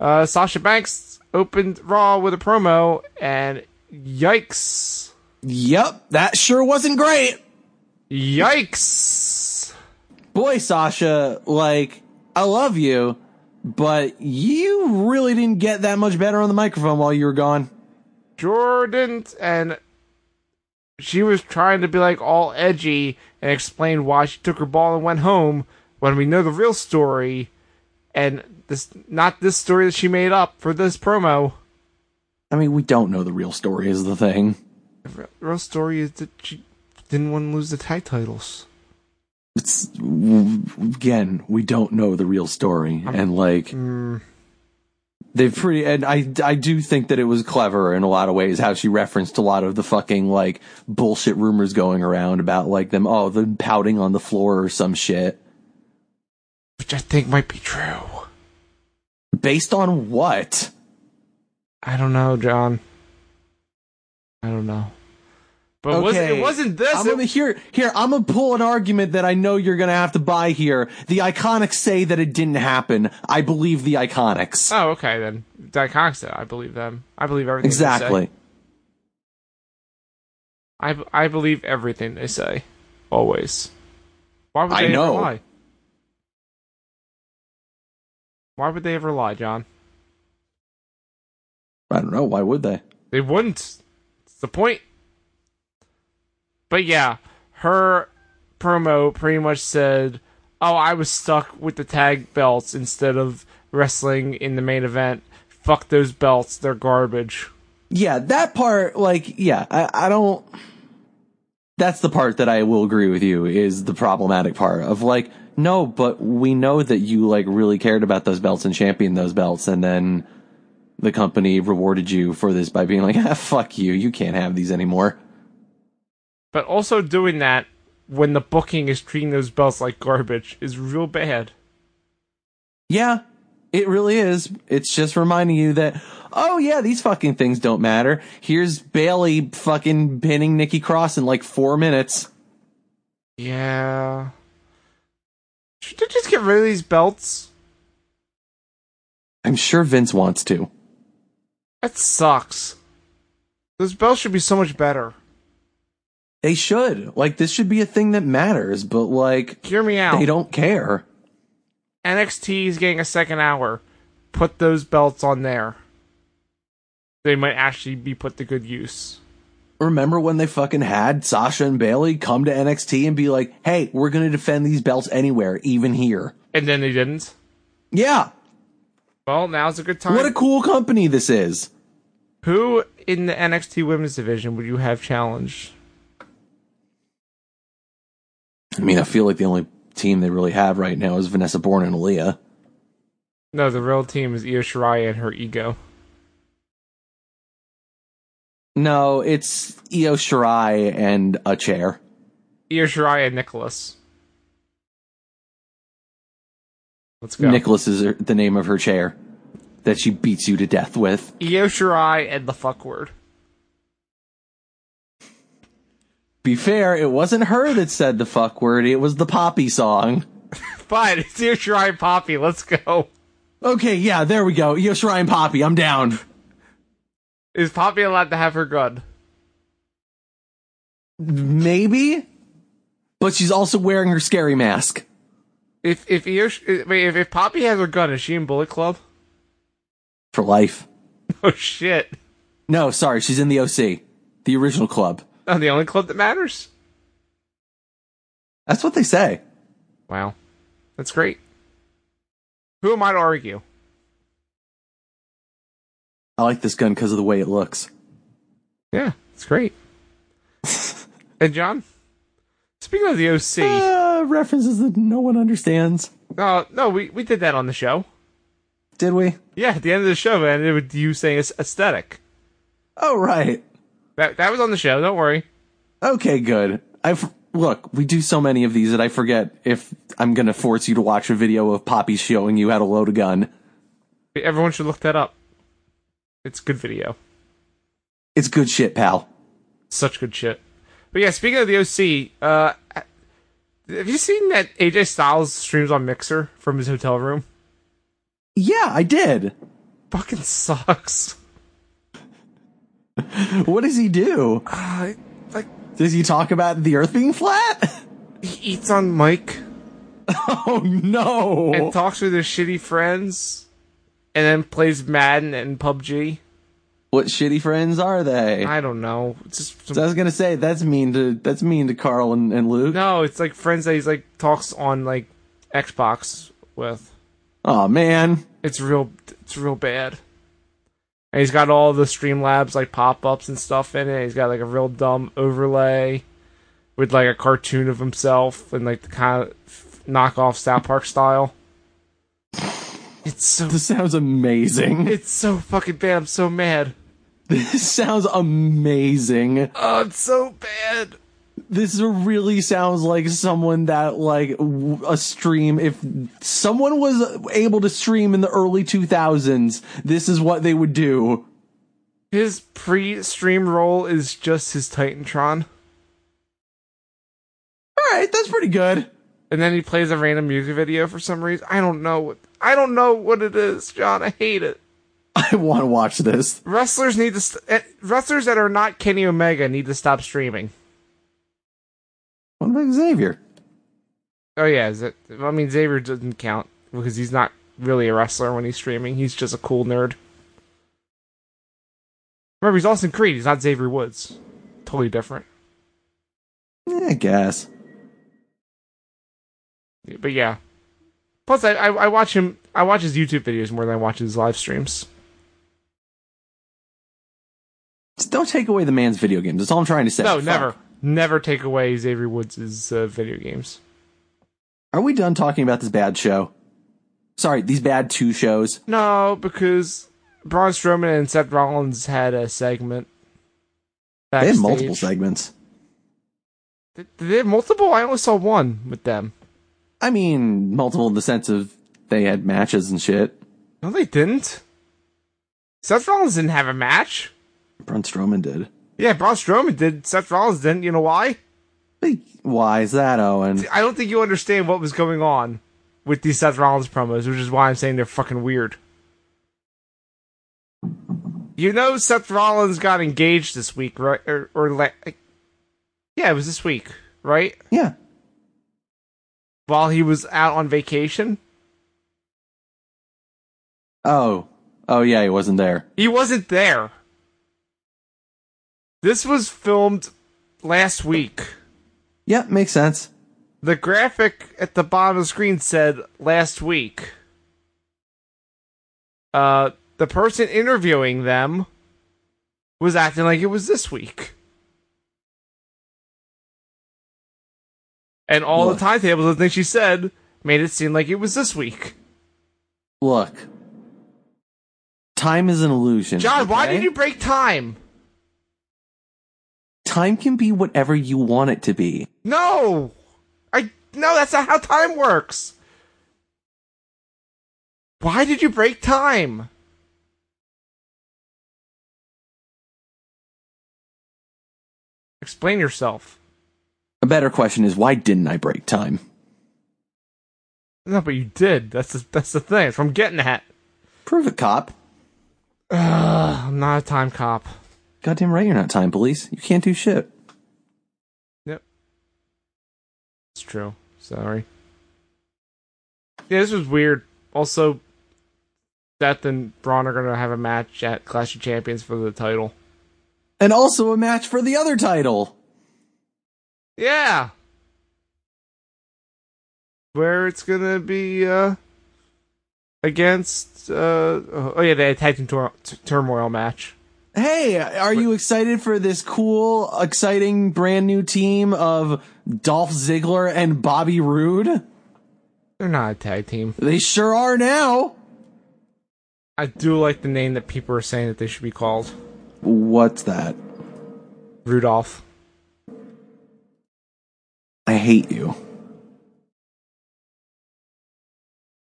S1: uh, Sasha Banks opened Raw with a promo, and yikes,
S2: Yep, that sure wasn't great.
S1: yikes.
S2: boy, Sasha, like, I love you, but you really didn't get that much better on the microphone while you were gone.
S1: Jordan and she was trying to be like all edgy and explain why she took her ball and went home when we know the real story and this not this story that she made up for this promo.
S2: I mean, we don't know the real story is the thing.
S1: The re- real story is that she didn't want to lose the tag titles.
S2: It's, w- again, we don't know the real story. and like,
S1: Mm.
S2: they've pretty, and I, I do think that it was clever in a lot of ways how she referenced a lot of the fucking like bullshit rumors going around about like them, oh, them pouting on the floor or some shit.
S1: Which I think might be true.
S2: Based on what?
S1: I don't know, John. I don't know. But it wasn't, it
S2: Okay.
S1: wasn't this.
S2: I'm
S1: it-
S2: gonna here here. I'm gonna pull an argument that I know you're gonna have to buy here. The iconics say that it didn't happen. I believe the iconics.
S1: oh, okay, then. Diconic said, I believe them. I believe everything. they say.
S2: exactly.
S1: I, b- I believe everything they say. Always. Why would they
S2: I
S1: ever
S2: know.
S1: lie? Why would they ever lie, John?
S2: I don't know. Why would they?
S1: They wouldn't. It's It's the point. But yeah, her promo pretty much said, "Oh, I was stuck with the tag belts instead of wrestling in the main event. Fuck those belts, they're garbage."
S2: Yeah, that part, like, yeah, I, I don't. That's the part that I will agree with you is the problematic part of like, no, but we know that you like really cared about those belts and championed those belts, and then the company rewarded you for this by being like, ah, fuck you, you can't have these anymore.
S1: But also doing that when the booking is treating those belts like garbage is real bad.
S2: Yeah, it really is. It's just reminding you that, oh yeah, these fucking things don't matter. Here's Bailey fucking pinning Nikki Cross in like four minutes.
S1: Yeah. Should they just get rid of these belts?
S2: I'm sure Vince wants to.
S1: That sucks. Those belts should be so much better.
S2: They should. Like, this should be a thing that matters, but like,
S1: Hear me out.
S2: they don't care.
S1: NXT is getting a second hour. Put those belts on there. They might actually be put to good use.
S2: Remember when they fucking had Sasha and Bailey come to NXT and be like, hey, we're gonna defend these belts anywhere, even here.
S1: And then they didn't.
S2: Yeah.
S1: Well, now's a good time.
S2: What a cool company this is.
S1: Who in the NXT women's division would you have challenged?
S2: I mean, I feel like the only team they really have right now is Vanessa Bourne and Aaliyah.
S1: No, the real team is Io Shirai and her ego.
S2: No, it's Io Shirai and a chair.
S1: Io Shirai and Nicholas. Let's go.
S2: Nicholas is her- the name of her chair that she beats you to death with.
S1: Io Shirai and the fuck word.
S2: Be fair, it wasn't her that said the fuck word, it was the poppy song.
S1: Fine, it's Io Shirai and Poppy. Let's go.
S2: Okay, yeah, there we go. Io Shirai and Poppy, I'm down.
S1: Is Poppy allowed to have her gun?
S2: Maybe? But she's also wearing her scary mask.
S1: If if Io, Sh- wait, if, if Poppy has her gun, is she in Bullet Club?
S2: For life.
S1: Oh shit!
S2: No, sorry, she's in the OC. The original club.
S1: Oh, the only club that matters.
S2: That's what they say.
S1: Wow, that's great. Who am I to argue?
S2: I like this gun because of the way it looks.
S1: Yeah, it's great. and John, speaking of the OC,
S2: Uh, references that no one understands.
S1: uh, no, we we did that on the show.
S2: Did we?
S1: Yeah, at the end of the show, man, it was you saying it's aesthetic.
S2: Oh, right.
S1: That that was on the show. Don't worry.
S2: Okay, good. I f- look. We do so many of these that I forget if I'm gonna force you to watch a video of Poppy showing you how to load a gun.
S1: Everyone should look that up. It's a good video.
S2: It's good shit, pal.
S1: Such good shit. But yeah, speaking of the OC, uh, have you seen that AJ Styles streams on Mixer from his hotel room?
S2: Yeah, I did.
S1: Fucking sucks.
S2: What does he do?
S1: Uh, like
S2: Does he talk about the Earth being flat?
S1: he eats on Mike
S2: oh no!
S1: and talks with his shitty friends, and then plays Madden and PUBG.
S2: what shitty friends are they?
S1: I don't know. It's just some-
S2: So I was gonna say that's mean to that's mean to Carl and, and Luke.
S1: no, it's like friends that he's like talks on like Xbox with.
S2: Oh man,
S1: It's real. It's real bad. And he's got all the Streamlabs like pop ups and stuff in it. He's got like a real dumb overlay with like a cartoon of himself and like the kind of knockoff South Park style. It's so
S2: this sounds amazing.
S1: it's so fucking bad. I'm so mad.
S2: this sounds amazing.
S1: Oh, it's so bad.
S2: this really sounds like someone that like w- a stream if someone was able to stream in the early 2000s this is what they would do
S1: His pre-stream role is just his Titantron,
S2: all right that's pretty good
S1: and then he plays a random music video for some reason. I don't know what I don't know what it is, John. I hate it.
S2: i want to watch this
S1: wrestlers need to st- eh, wrestlers that are not Kenny Omega need to stop streaming.
S2: what about xavier
S1: Oh yeah, is it, I mean Xavier doesn't count because he's not really a wrestler when he's streaming. He's just a cool nerd. Remember, he's Austin Creed. He's not Xavier Woods. Totally different.
S2: Eh, I guess.
S1: But yeah. Plus, I, I I watch him. I watch his YouTube videos more than I watch his live streams.
S2: Just don't take away the man's video games. That's all I'm trying to say.
S1: no,
S2: Fuck.
S1: never, never take away Xavier Woods' uh, video games.
S2: Are we done talking about this bad show? Sorry, these bad two shows.
S1: No, because Braun Strowman and Seth Rollins had a segment.
S2: They had multiple
S1: backstage.
S2: segments.
S1: Did did they have multiple? I only saw one with them.
S2: I mean, multiple in the sense of they had matches and shit.
S1: No, they didn't. Seth Rollins didn't have a match.
S2: Braun Strowman did.
S1: Yeah, Braun Strowman did. Seth Rollins didn't. You know why?
S2: Like, Why is that, Owen?
S1: I don't think you understand what was going on with these Seth Rollins promos, which is why I'm saying they're fucking weird. You know, Seth Rollins got engaged this week, right? Or, or la- yeah, it was this week, right?
S2: Yeah.
S1: While he was out on vacation,
S2: Oh. Oh yeah, he wasn't there.
S1: he wasn't there. This was filmed last week.
S2: Yeah, makes sense.
S1: The graphic at the bottom of the screen said last week. Uh, the person interviewing them was acting like it was this week. And all
S2: Look.
S1: the timetables and things she said made it seem like it was this week.
S2: Look. Time is an illusion.
S1: John, why
S2: okay?
S1: did you break time?
S2: Time can be whatever you want it to be.
S1: No! I no, that's not how time works. Why did you break time? Explain yourself.
S2: A better question is why didn't I break time?
S1: No, but you did. That's the, that's the thing. That's what I'm getting at.
S2: Prove it, cop.
S1: Ugh, I'm not a time cop.
S2: Goddamn right you're not time police. You can't do shit.
S1: Yep. It's true. Sorry. Yeah, this was weird. Also, Seth and Braun are gonna have a match at Clash of Champions for the title.
S2: And also a match for the other title.
S1: Yeah. Where it's gonna be uh against uh oh yeah, they had tag team tur- t- turmoil match.
S2: Hey, are you excited for this cool, exciting brand new team of Dolph Ziggler and Bobby Roode?
S1: They're not a tag team.
S2: They sure are now.
S1: I do like the name that people are saying that they should be called.
S2: What's that?
S1: Rudolph.
S2: I hate you.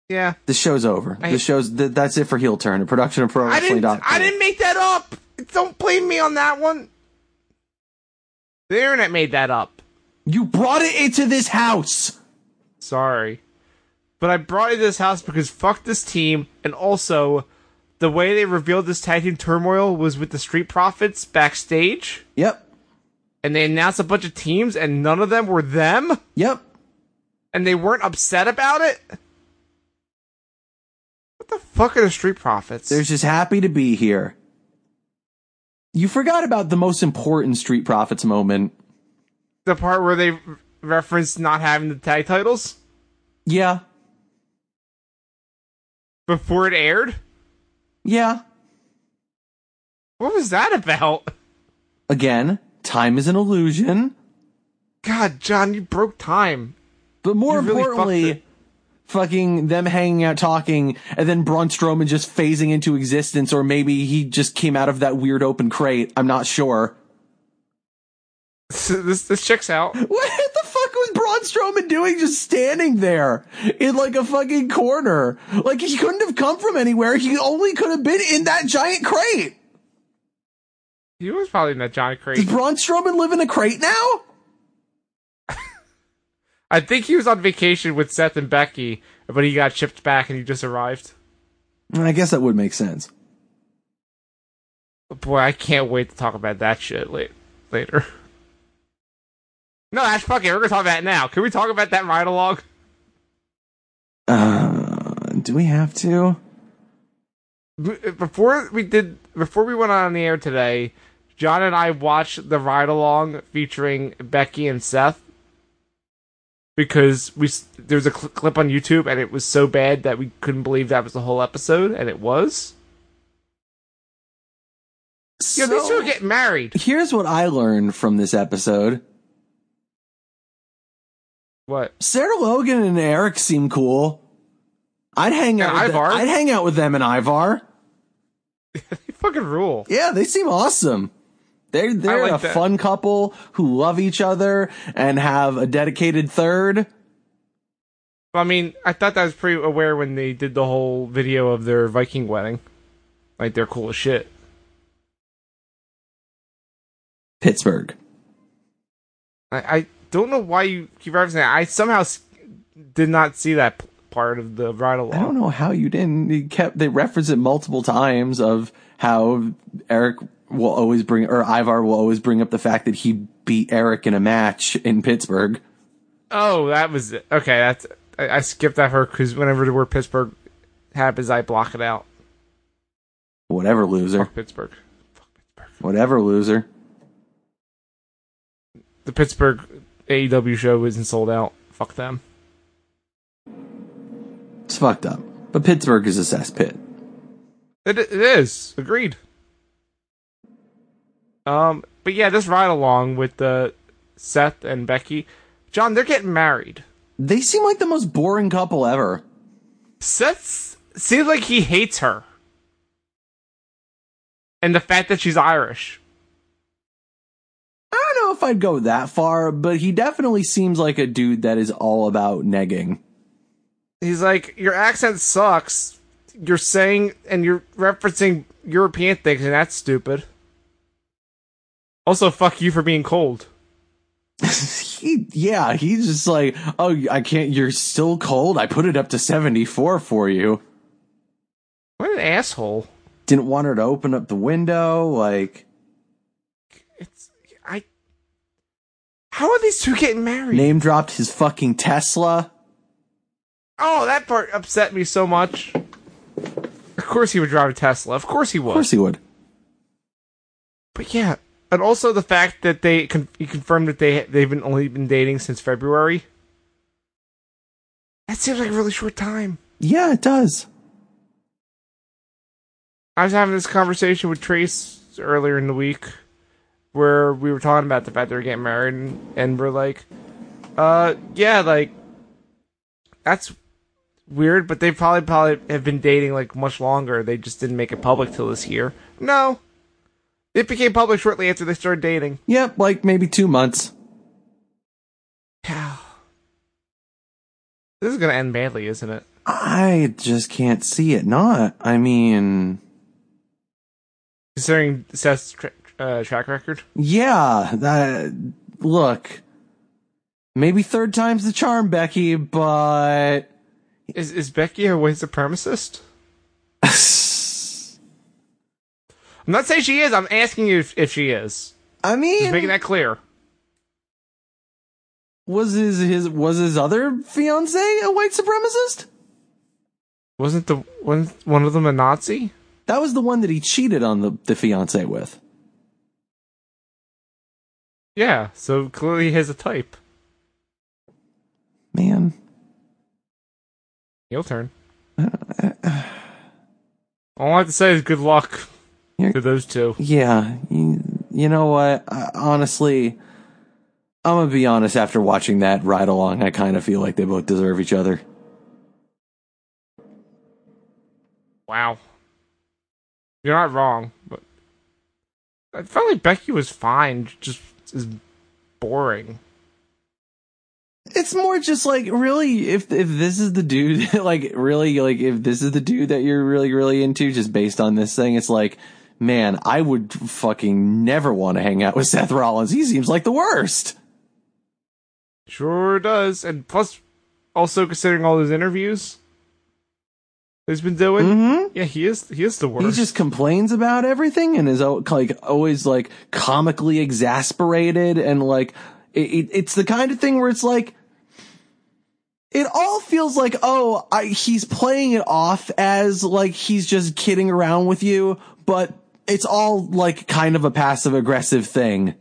S1: Yeah.
S2: The show's over.
S1: I-
S2: the show's th- that's it for heel turn. A production of pro
S1: I
S2: wrestling.
S1: didn't. I didn't make that up. Don't blame me on that one. The internet made that up.
S2: You brought it into this house.
S1: Sorry, but I brought you this house because fuck this team, and also the way they revealed this tag team turmoil was with the Street Profits backstage,
S2: Yep.
S1: and they announced a bunch of teams, and none of them were them,
S2: Yep.
S1: and they weren't upset about it. What the fuck are the Street Profits?
S2: They're just happy to be here. You forgot about the most important Street Profits moment.
S1: the part where they re- referenced not having the tag titles
S2: Yeah.
S1: before it aired.
S2: Yeah.
S1: What was that about?
S2: Again, time is an illusion.
S1: God, John, you broke time.
S2: But more
S1: You really fucked
S2: importantly,
S1: it.
S2: fucking them hanging out talking and then Braun Strowman just phasing into existence, or maybe he just came out of that weird open crate. I'm not sure.
S1: This this checks out.
S2: What the fuck was Braun Strowman doing just standing there in like a fucking corner? Like he couldn't have come from anywhere. He only could have been in that giant crate.
S1: He was probably in that John
S2: Does
S1: Crate.
S2: Braun Strowman live in a crate now?
S1: I think he was on vacation with Seth and Becky, but he got shipped back and he just arrived.
S2: I guess that would make sense.
S1: Boy, I can't wait to talk about that shit late, later. No, that's fucking. We're gonna talk about it now. Can we talk about that ride along?
S2: Uh, do we have to?
S1: Before we did, before we went on the air today, John and I watched the ride along featuring Becky and Seth because we s- there was a cl- clip on YouTube and it was so bad that we couldn't believe that was the whole episode, and it was. Yo, these two
S2: So-
S1: are getting married.
S2: Here's what I learned from this episode.
S1: What?
S2: Sarah Logan and Eric seem cool. I'd hang out.
S1: And
S2: with the-
S1: Ivar?
S2: I'd hang out with them and Ivar.
S1: They fucking rule.
S2: Yeah, they seem awesome. They're they're
S1: like
S2: a
S1: that.
S2: fun couple who love each other and have a dedicated third.
S1: I mean, I thought that was pretty aware when they did the whole video of their Viking wedding. Like they're cool as shit.
S2: Pittsburgh.
S1: I, I don't know why you keep referencing that. I somehow s- did not see that p- part of the ride along.
S2: I don't know how you didn't. You kept they referenced it multiple times of how Eric will always bring or Ivar will always bring up the fact that he beat Eric in a match in Pittsburgh.
S1: Oh, that was it. okay. That's I, I skipped that part because whenever the word Pittsburgh happens, I block it out.
S2: Whatever loser.
S1: Pittsburgh, Fuck Pittsburgh.
S2: Whatever loser.
S1: The Pittsburgh AEW show isn't sold out. Fuck them.
S2: It's fucked up. But Pittsburgh is a cesspit.
S1: It, it is agreed. Um, but yeah, this ride along with uh, Seth and Becky, John, they're getting married.
S2: They seem like the most boring couple ever.
S1: Seth seems like he hates her, and the fact that she's Irish.
S2: I don't know if I'd go that far, but he definitely seems like a dude that is all about negging.
S1: He's like, your accent sucks. You're saying and you're referencing European things, and that's stupid. Also, fuck you for being cold.
S2: he, yeah, he's just like, oh, I can't, you're still cold. I put it up to 74 for you.
S1: What an asshole.
S2: Didn't want her to open up the window. Like,
S1: It's I. How are these two getting married?
S2: name dropped his fucking Tesla.
S1: oh, that part upset me so much. Of course he would drive a Tesla. Of course he would.
S2: Of course he would.
S1: But yeah, and also the fact that they con- he confirmed that they they've been only been dating since February. That seems like a really short time.
S2: Yeah, it does.
S1: I was having this conversation with Trace earlier in the week where we were talking about the fact they were getting married and, and we're like, uh, yeah, like, that's weird, but they probably, probably have been dating like much longer. They just didn't make it public till this year. No. It became public shortly after they started dating.
S2: Yep, like maybe two months.
S1: Yeah. This is going to end badly, isn't it?
S2: I just can't see it not. I mean,
S1: Considering Seth's tra- uh, track record.
S2: Yeah, that look. Maybe third time's the charm, Becky, but
S1: Is, is Becky a white supremacist?
S2: I
S1: I'm not saying she is. I'm asking you if, if she is. Just making
S2: mean,
S1: that clear.
S2: was his his was his other fiance a white supremacist?
S1: Wasn't the one one of them a Nazi?
S2: That was the one that he cheated on the the fiance with.
S1: Yeah. So clearly he has a type.
S2: Man,
S1: Heel turn. All I have to say is good luck
S2: You're-
S1: to those two.
S2: yeah, you, you know what? I, honestly, I'm gonna be honest. After watching that ride along, I kind of feel like they both deserve each other.
S1: Wow. You're not wrong, but I felt like Becky was fine. Just is boring.
S2: It's more just like really if if this is the dude like really like if this is the dude that you're really really into just based on this thing it's like man I would fucking never want to hang out with Seth Rollins he seems like the worst
S1: Sure does. And plus, also considering all those interviews he's been doing.
S2: mm-hmm.
S1: Yeah, he is. He is the worst.
S2: he just complains about everything and is al- like always like comically exasperated and like it, it, it's the kind of thing where it's like it all feels like oh I, he's playing it off as like he's just kidding around with you but it's all like kind of a passive aggressive thing.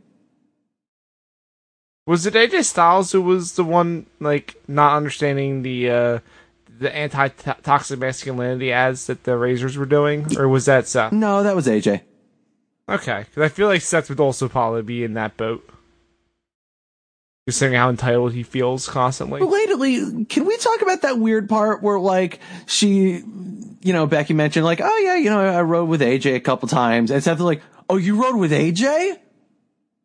S1: Was it AJ Styles who was the one like not understanding the uh the anti toxic masculinity ads that the Razors were doing, or was that Seth?
S2: No, that was AJ.
S1: Okay, because I feel like Seth would also probably be in that boat, considering how entitled he feels constantly.
S2: Relatedly, can we talk about that weird part where like she, you know, Becky mentioned like, oh yeah, you know, I rode with AJ a couple times, and Seth's like, oh, you rode with AJ?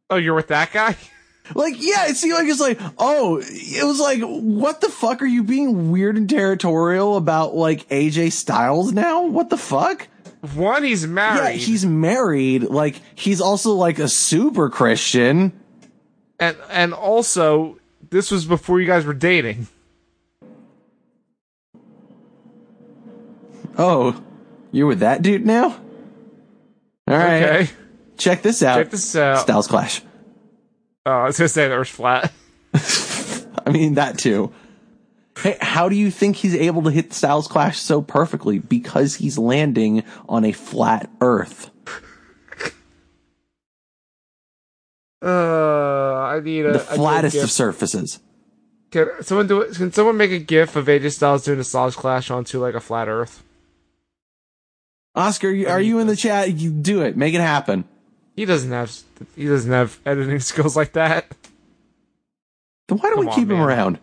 S1: Oh, you're with that guy?
S2: Like, yeah, it seemed like it's like, oh, it was like, what the fuck are you being weird and territorial about like AJ Styles now? What the fuck?
S1: One, he's
S2: Yeah,
S1: married,
S2: he's married. Like, he's also like a super Christian.
S1: and and also this was before you guys were dating.
S2: Oh, you're with that dude now? All right. Uh,
S1: Okay,
S2: Check this out.
S1: check this out.
S2: Styles Clash.
S1: Oh, I was gonna say the Earth's flat.
S2: I mean, that too. Hey, how do you think he's able to hit Styles Clash so perfectly? Because he's landing on a flat earth.
S1: Uh, I need a
S2: The
S1: I need a
S2: flattest
S1: gift.
S2: of surfaces.
S1: Can someone do it? Can someone make a gif of AJ Styles doing a Styles Clash onto like a flat Earth?
S2: Oscar, you- are you in
S1: uh,
S2: the chat? You do it. Make it happen.
S1: He doesn't have he doesn't have editing skills like that.
S2: Then why don't
S1: Come
S2: we
S1: on,
S2: keep him
S1: man.
S2: around?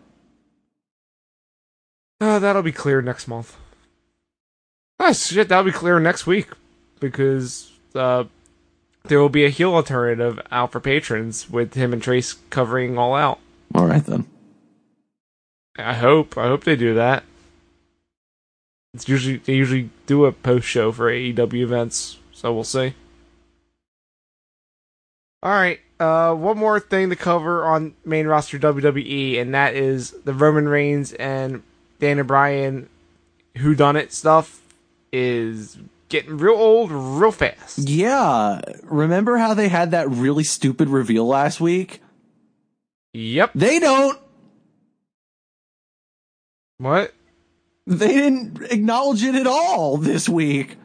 S1: Uh, that'll be clear next month. Ah, shit, that'll be clear next week because uh, there will be a heel alternative out for patrons with him and Trace covering all out.
S2: All right then.
S1: I hope. I hope they do that. It's usually they usually do a post show for AEW events, so we'll see. All right, uh, one more thing to cover on main roster WWE, and that is the Roman Reigns and Daniel Bryan who done it stuff is getting real old real fast.
S2: Yeah. Remember how they had that really stupid reveal last week?
S1: Yep.
S2: They don't.
S1: What?
S2: They didn't acknowledge it at all this week.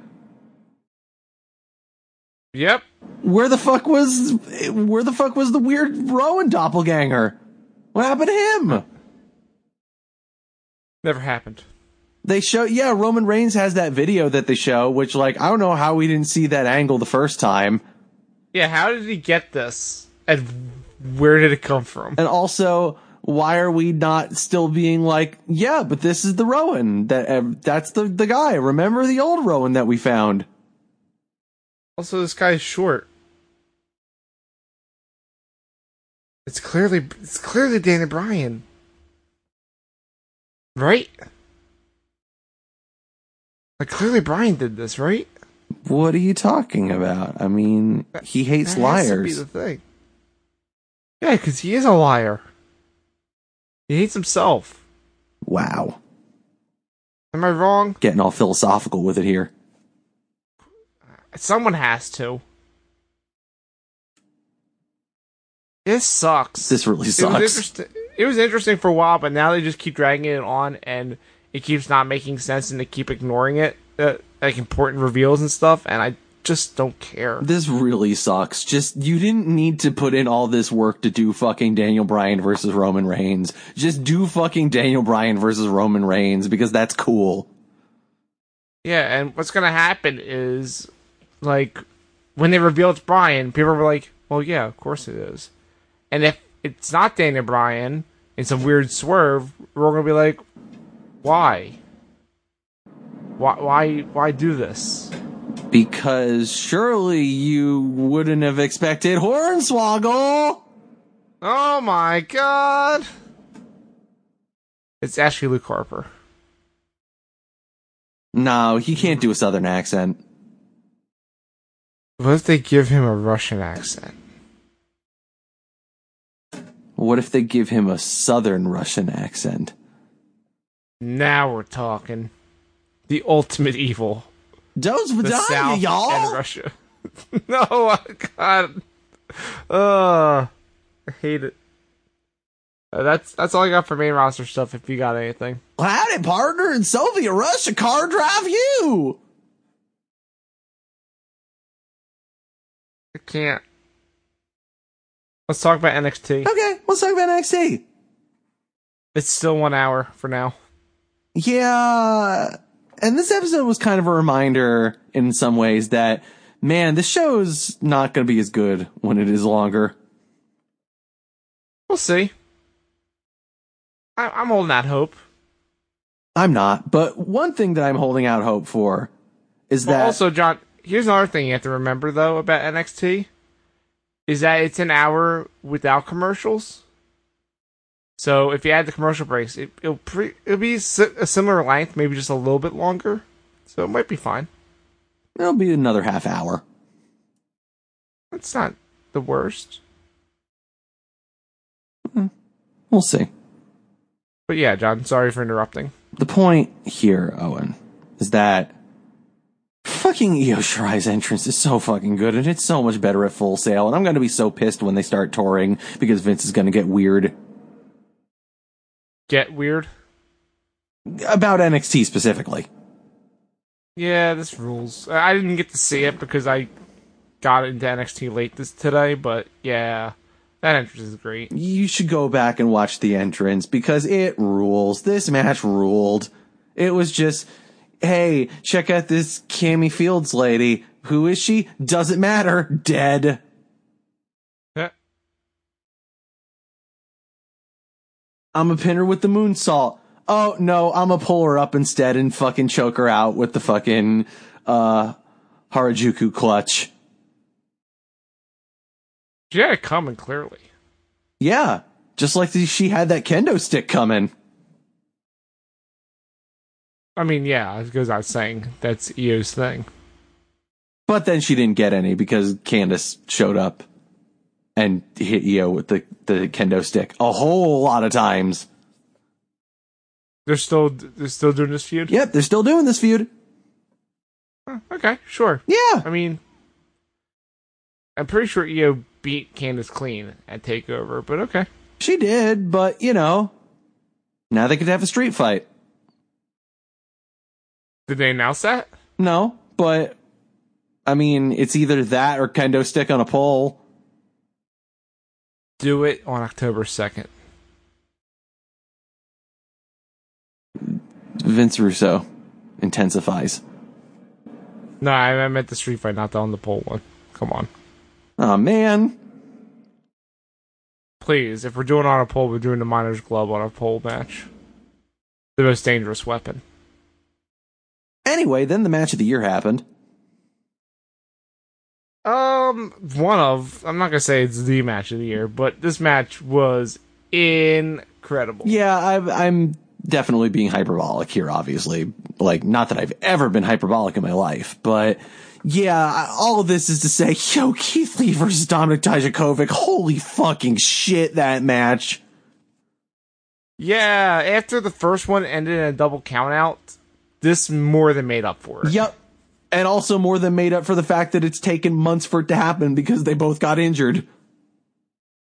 S1: Yep.
S2: Where the fuck was where the fuck was the weird Rowan doppelganger? What happened to him?
S1: Never happened.
S2: They show yeah, Roman Reigns has that video that they show, which like I don't know how we didn't see that angle the first time.
S1: Yeah. How did he get this? And where did it come from?
S2: And also, why are we not still being like, yeah, but this is the Rowan that uh, that's the the guy. Remember the old Rowan that we found?
S1: Also, this guy's short. It's clearly it's clearly Dana Bryan, right? Like clearly Bryan did this, right?
S2: What are you talking about? I mean, he hates
S1: That has to be
S2: liars.
S1: the thing. Yeah, because he is a liar. He hates himself.
S2: wow,
S1: Am I wrong?
S2: getting all philosophical with it here.
S1: Someone has to. This sucks.
S2: This really
S1: It was,
S2: sucks.
S1: interesting. it was interesting for a while, but now they just keep dragging it on, and it keeps not making sense, and they keep ignoring it, uh, like important reveals and stuff. And I just don't care.
S2: This really sucks. Just you didn't need to put in all this work to do fucking Daniel Bryan versus Roman Reigns. Just do fucking Daniel Bryan versus Roman Reigns because that's cool.
S1: Yeah, and what's gonna happen is, like, when they reveal it's Brian, people were like, "Well, yeah, of course it is." And if it's not Daniel Bryan in some weird swerve, we're gonna be like, "Why? Why? Why? Why do this?"
S2: Because surely you wouldn't have expected Hornswoggle.
S1: Oh my god! It's actually Luke Harper.
S2: No, he can't do a southern accent.
S1: What if they give him a Russian accent?
S2: What if they give him a southern Russian accent?
S1: Now we're talking. The ultimate evil.
S2: Those
S1: The
S2: Vidania,
S1: South and
S2: y'all.
S1: Russia. no, oh, God. Uh, I hate it. Uh, that's that's all I got for main roster stuff. If you got anything,
S2: Howdy, partner in Soviet Russia. Car drive you.
S1: can't. Let's talk about NXT.
S2: Okay, let's talk about NXT.
S1: It's still one hour for now.
S2: Yeah. And this episode was kind of a reminder in some ways that, man, this show's not going to be as good when it is longer.
S1: We'll see. I- I'm holding out hope.
S2: I'm not. But one thing that I'm holding out hope for is
S1: Well,
S2: that.
S1: also, John, here's another thing you have to remember though about NXT is that it's an hour without commercials. So if you add the commercial breaks, it, it'll pre- it'll be si- a similar length, maybe just a little bit longer. So it might be fine.
S2: It'll be another half hour.
S1: It's not the worst.
S2: We'll see.
S1: But yeah, John, sorry for interrupting.
S2: The point here, Owen, is that fucking Io Shirai's entrance is so fucking good and it's so much better at full sale. And I'm going to be so pissed when they start touring because Vince is going to get weird
S1: Get weird.
S2: about NXT specifically.
S1: Yeah, this rules. I I didn't get to see it because I got into NXT late this today, but yeah, that entrance is great.
S2: You should go back and watch the entrance because it rules. This match ruled. It was just, hey, check out this Cammy Fields lady. Who is she? Doesn't matter. Dead.
S1: Yeah.
S2: I'm a pin her with the moonsault. Oh no, I'm a pull her up instead and fucking choke her out with the fucking uh Harajuku clutch.
S1: She had it coming clearly.
S2: Yeah, just like the, she had that kendo stick coming.
S1: I mean, yeah, it goes out saying that's EO's thing.
S2: But then she didn't get any because Candace showed up and hit Io with the, the kendo stick a whole lot of times.
S1: They're still they're still doing this feud.
S2: Yep, they're still doing this feud.
S1: Huh, Okay, sure.
S2: Yeah.
S1: I mean, I'm pretty sure EO beat Candace clean at Takeover, but okay.
S2: She did, but you know, now they could have a street fight.
S1: Did they announce that?
S2: No, but I mean, it's either that or kendo stick on a pole.
S1: Do it on October second.
S2: Vince Russo intensifies.
S1: No, I I meant the street fight, not the on the pole one. Come on,
S2: Oh man.
S1: please. If we're doing on a pole, we're doing the Miner's Glove on a pole match. The most dangerous weapon.
S2: Anyway, then the match of the year happened.
S1: Um, one of I'm not gonna say it's the match of the year, but this match was incredible.
S2: Yeah, I've, I'm definitely being hyperbolic here, obviously. Like, not that I've ever been hyperbolic in my life, but yeah, I- all of this is to say, yo, Keith Lee versus Dominic Dijakovic, holy fucking shit, that match.
S1: Yeah, after the first one ended in a double count out, this more than made up for it.
S2: Yep. And also more than made up for the fact that it's taken months for it to happen because they both got injured.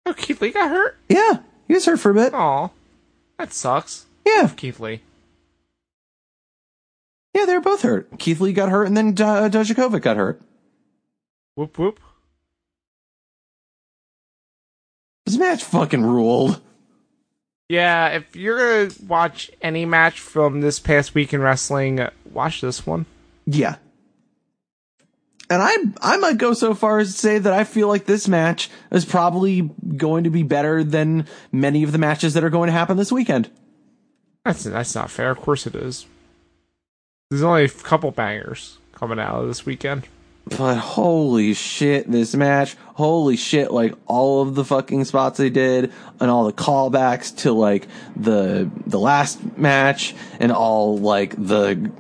S1: Oh, Keith Lee got hurt?
S2: Yeah, he was hurt for a bit.
S1: Aw. That sucks.
S2: Yeah,
S1: Keith Lee.
S2: yeah, they were both hurt. Keith Lee got hurt and then uh, Dijakovic got hurt.
S1: Whoop whoop.
S2: This match fucking ruled.
S1: Yeah, if you're gonna watch any match from this past week in wrestling, uh, watch this one.
S2: Yeah. And I I might go so far as to say that I feel like this match is probably going to be better than many of the matches that are going to happen this weekend.
S1: That's that's not fair. Of course it is. There's only a couple bangers coming out of this weekend.
S2: But holy shit, this match. Holy shit, like all of the fucking spots they did and all the callbacks to like the the last match and all like the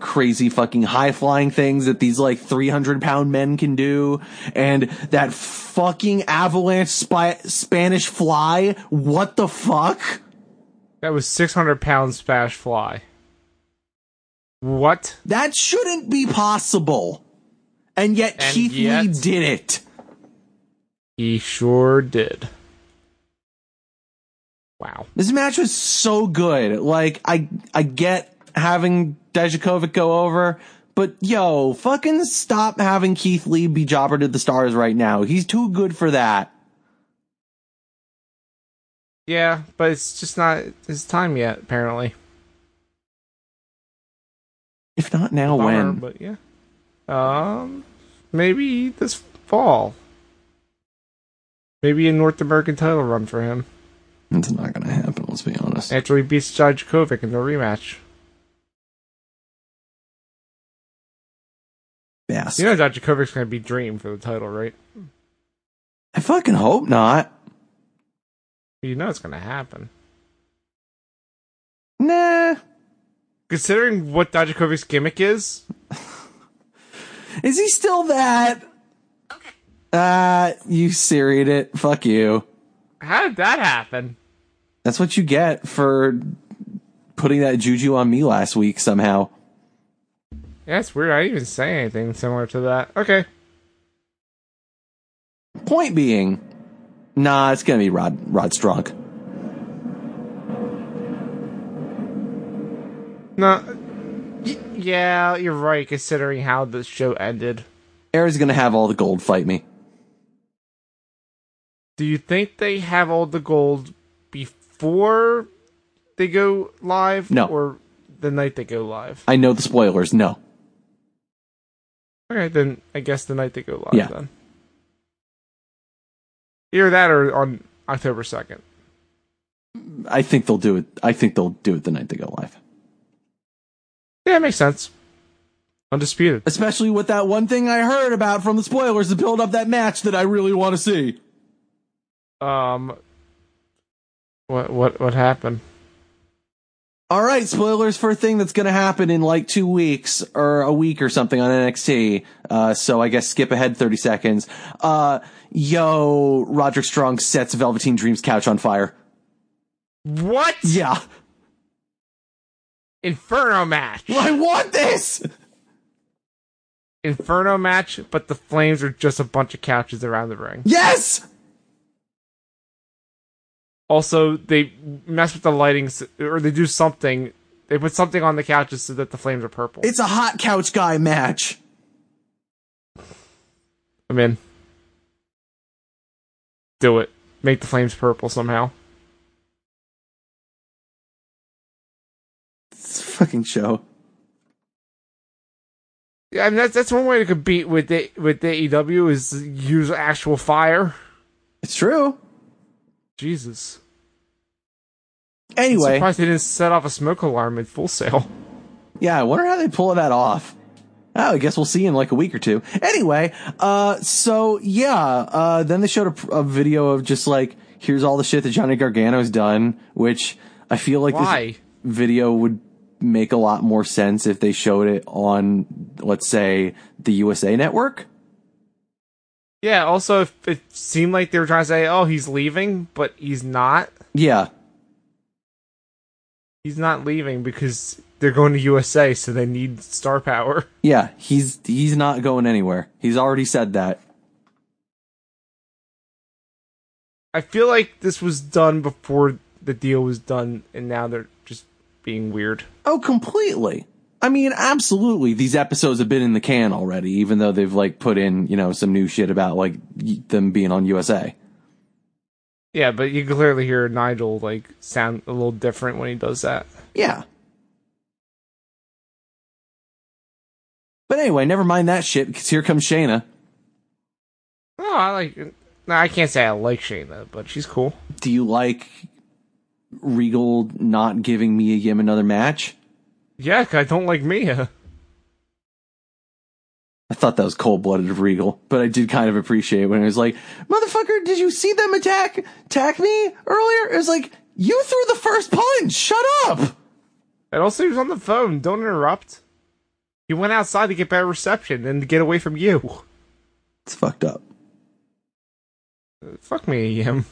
S2: crazy fucking high flying things that these like 300 pound men can do and that fucking avalanche spy- Spanish fly. What the fuck?
S1: That was 600 pound splash fly. What?
S2: That shouldn't be possible. And yet
S1: And
S2: Keith Lee
S1: yet-
S2: did it.
S1: He sure did. Wow.
S2: This match was so good. Like I I get having Dijakovic go over, But yo, fucking stop having Keith Lee be jobber to the stars right now. He's too good for that.
S1: Yeah, but it's just not his time yet, apparently.
S2: If not now,
S1: Bummer,
S2: when?
S1: But yeah. Um, maybe this fall. Maybe a North American title run for him
S2: It's not gonna happen. Let's be honest.
S1: after he beats Judge Kovic in the rematch.
S2: Yes.
S1: You know, Judge Kovic's gonna be Dream for the title, right?
S2: I fucking hope not.
S1: You know it's gonna happen.
S2: Nah.
S1: Considering what Dijakovic's gimmick is,
S2: Is he still that? Ah, you seried it. Fuck you.
S1: how did that happen?
S2: That's what you get for putting that juju on me last week somehow.
S1: Yeah, it's weird. I didn't even say anything similar to that. Okay.
S2: Point being, nah, it's gonna be Rod Rod Strunk.
S1: No. y- Yeah, you're right, considering how the show ended.
S2: Era's gonna have all the gold fight me.
S1: Do you think they have all the gold before they go live?
S2: No.
S1: Or the night they go live?
S2: I know the spoilers. No.
S1: Okay, then I guess the night they go live
S2: Yeah.
S1: then. Either that or on October 2nd.
S2: I think they'll do it. I think they'll do it the night they go live.
S1: Yeah, it makes sense. Undisputed.
S2: Especially with that one thing I heard about from the spoilers to build up that match that I really want to see.
S1: Um. What what what happened?
S2: All right, spoilers for a thing that's going to happen in like two weeks or a week or something on NXT. Uh, so I guess skip ahead 30 seconds. Uh, yo, Roderick Strong sets Velveteen Dream's couch on fire.
S1: What?
S2: Yeah.
S1: Inferno match.
S2: I want this!
S1: Inferno match, but the flames are just a bunch of couches around the ring.
S2: Yes!
S1: Also, they mess with the lighting, s- or they do something. They put something on the couches so that the flames are purple.
S2: It's a hot couch guy match.
S1: I'm in. Do it. Make the flames purple somehow.
S2: It's a fucking show.
S1: Yeah, I mean that's that's one way to compete with the, with the AEW is use actual fire.
S2: It's true.
S1: Jesus.
S2: Anyway.
S1: Surprised they didn't set off a smoke alarm in full sale.
S2: Yeah, I wonder how they pull that off. Oh, I guess we'll see in like a week or two. Anyway, uh, so yeah, uh, then they showed a, pr- a video of just like, here's all the shit that Johnny Gargano's done, which I feel like
S1: Why?
S2: this video would make a lot more sense if they showed it on, let's say, the USA network.
S1: Yeah, also, if it seemed like they were trying to say, oh, he's leaving, but he's not.
S2: Yeah.
S1: He's not leaving because they're going to USA, so they need star power.
S2: Yeah. He's, he's not going anywhere. He's already said that.
S1: I feel like this was done before the deal was done, and now they're just being weird.
S2: Oh, completely. I mean, absolutely. These episodes have been in the can already, even though they've like put in, you know, some new shit about like y- them being on USA.
S1: Yeah, but you can clearly hear Nigel like sound a little different when he does that.
S2: Yeah. But anyway, never mind that shit because here comes Shayna.
S1: Oh, I like. No, I can't say I like Shayna, but she's cool.
S2: Do you like Regal not giving Mia Yim another match?
S1: Yeah, 'cause I don't like Mia.
S2: I thought that was cold blooded of Regal, but I did kind of appreciate when it was like, motherfucker, did you see them attack, attack me earlier? It was like, you threw the first punch. Shut up.
S1: And also, he was on the phone. Don't interrupt. He went outside to get better reception and to get away from you.
S2: It's fucked up.
S1: Fuck me, him.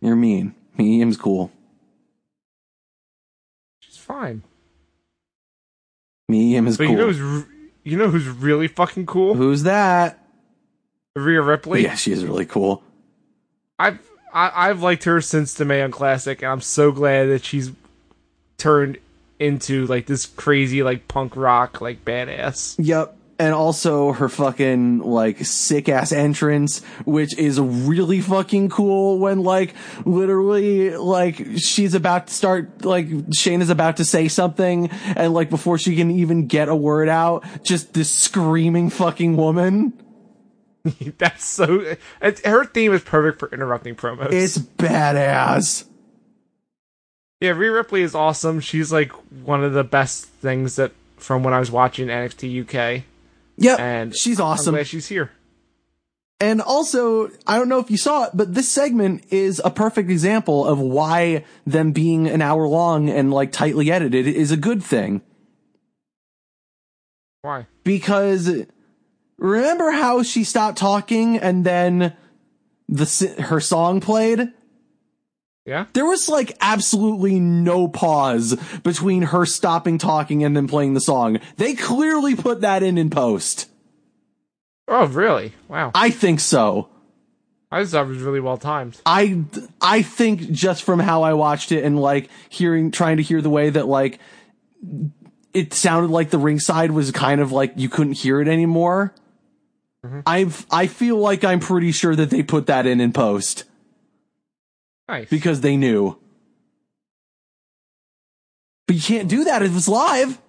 S2: You're mean. Medium's cool.
S1: She's fine.
S2: Medium is
S1: But
S2: cool.
S1: you know who's r- you know who's really fucking cool?
S2: Who's that?
S1: Rhea Ripley.
S2: Yeah, she is really cool.
S1: I've I, I've liked her since the Mayon Classic, and I'm so glad that she's turned into like this crazy like punk rock like badass.
S2: Yep. And also her fucking like sick ass entrance, which is really fucking cool when like literally like she's about to start like Shane is about to say something and like before she can even get a word out, just this screaming fucking woman.
S1: That's so. It's, her theme is perfect for interrupting promos.
S2: It's badass.
S1: yeah, Rhea Ripley is awesome. She's like one of the best things that from when I was watching NXT UK,
S2: Yep.
S1: and
S2: she's
S1: I'm
S2: awesome.
S1: glad she's here.
S2: And also, I don't know if you saw it, but this segment is a perfect example of why them being an hour long and like tightly edited is a good thing.
S1: Why?
S2: Because remember how she stopped talking and then the si- her song played?
S1: Yeah,
S2: There was like absolutely no pause between her stopping talking and then playing the song. They clearly put that in in post.
S1: Oh, really? Wow.
S2: I think so.
S1: I just thought it was really well timed.
S2: I I think just from how I watched it and like hearing trying to hear the way that like it sounded like the ringside was kind of like you couldn't hear it anymore. I've I feel like I'm pretty sure that they put that in in post
S1: Nice.
S2: because they knew. But you can't do that if it's live.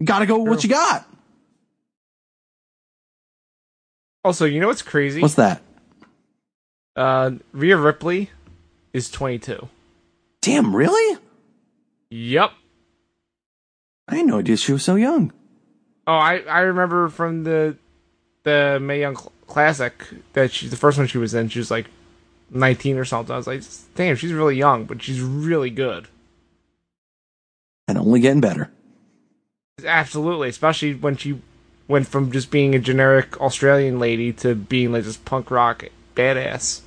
S2: You gotta go with what
S1: True.
S2: you got.
S1: also, you know what's crazy?
S2: What's that?
S1: Uh, Rhea Ripley is 22.
S2: Damn, really?
S1: Yep.
S2: I had no idea she was so young.
S1: Oh, I, I remember from the the Mae Young Cl- Classic that she the first one she was in. She was like 19 or something. I was like, damn, she's really young, but she's really good.
S2: And only getting better.
S1: Absolutely, especially when she went from just being a generic Australian lady to being like this punk rock badass.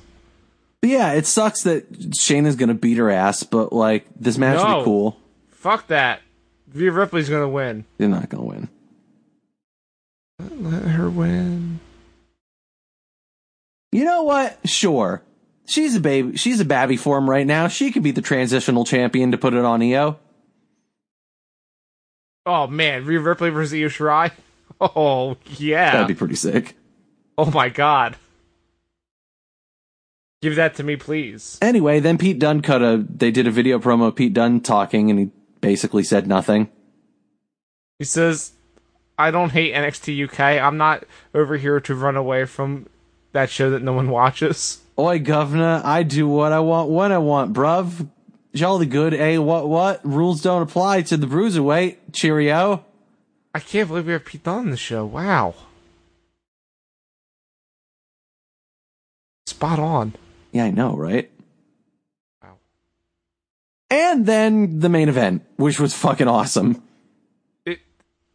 S2: But yeah, it sucks that Shayna's gonna beat her ass, but like this match would
S1: No.
S2: be cool.
S1: Fuck that. Rhea Ripley's gonna win.
S2: They're not gonna win.
S1: Let her win.
S2: You know what? Sure. She's a baby she's a babby form right now. She could be the transitional champion to put it on E EO.
S1: Oh man, Rhea Ripley versus Io Shirai. Oh yeah.
S2: That'd be pretty sick.
S1: oh my god. Give that to me, please.
S2: Anyway, then Pete Dunne cut a they did a video promo of Pete Dunne talking and he basically said nothing.
S1: He says, "I don't hate NXT UK. I'm not over here to run away from that show that no one watches."
S2: Oi governor, I do what I want when I want, bruv. Y'all the good, eh? What what? Rules don't apply to the bruiserweight. Cheerio.
S1: I can't believe we have Pete Dunne on the show. Wow. Spot on.
S2: Yeah, I know, right?
S1: Wow.
S2: And then the main event, which was fucking awesome.
S1: It,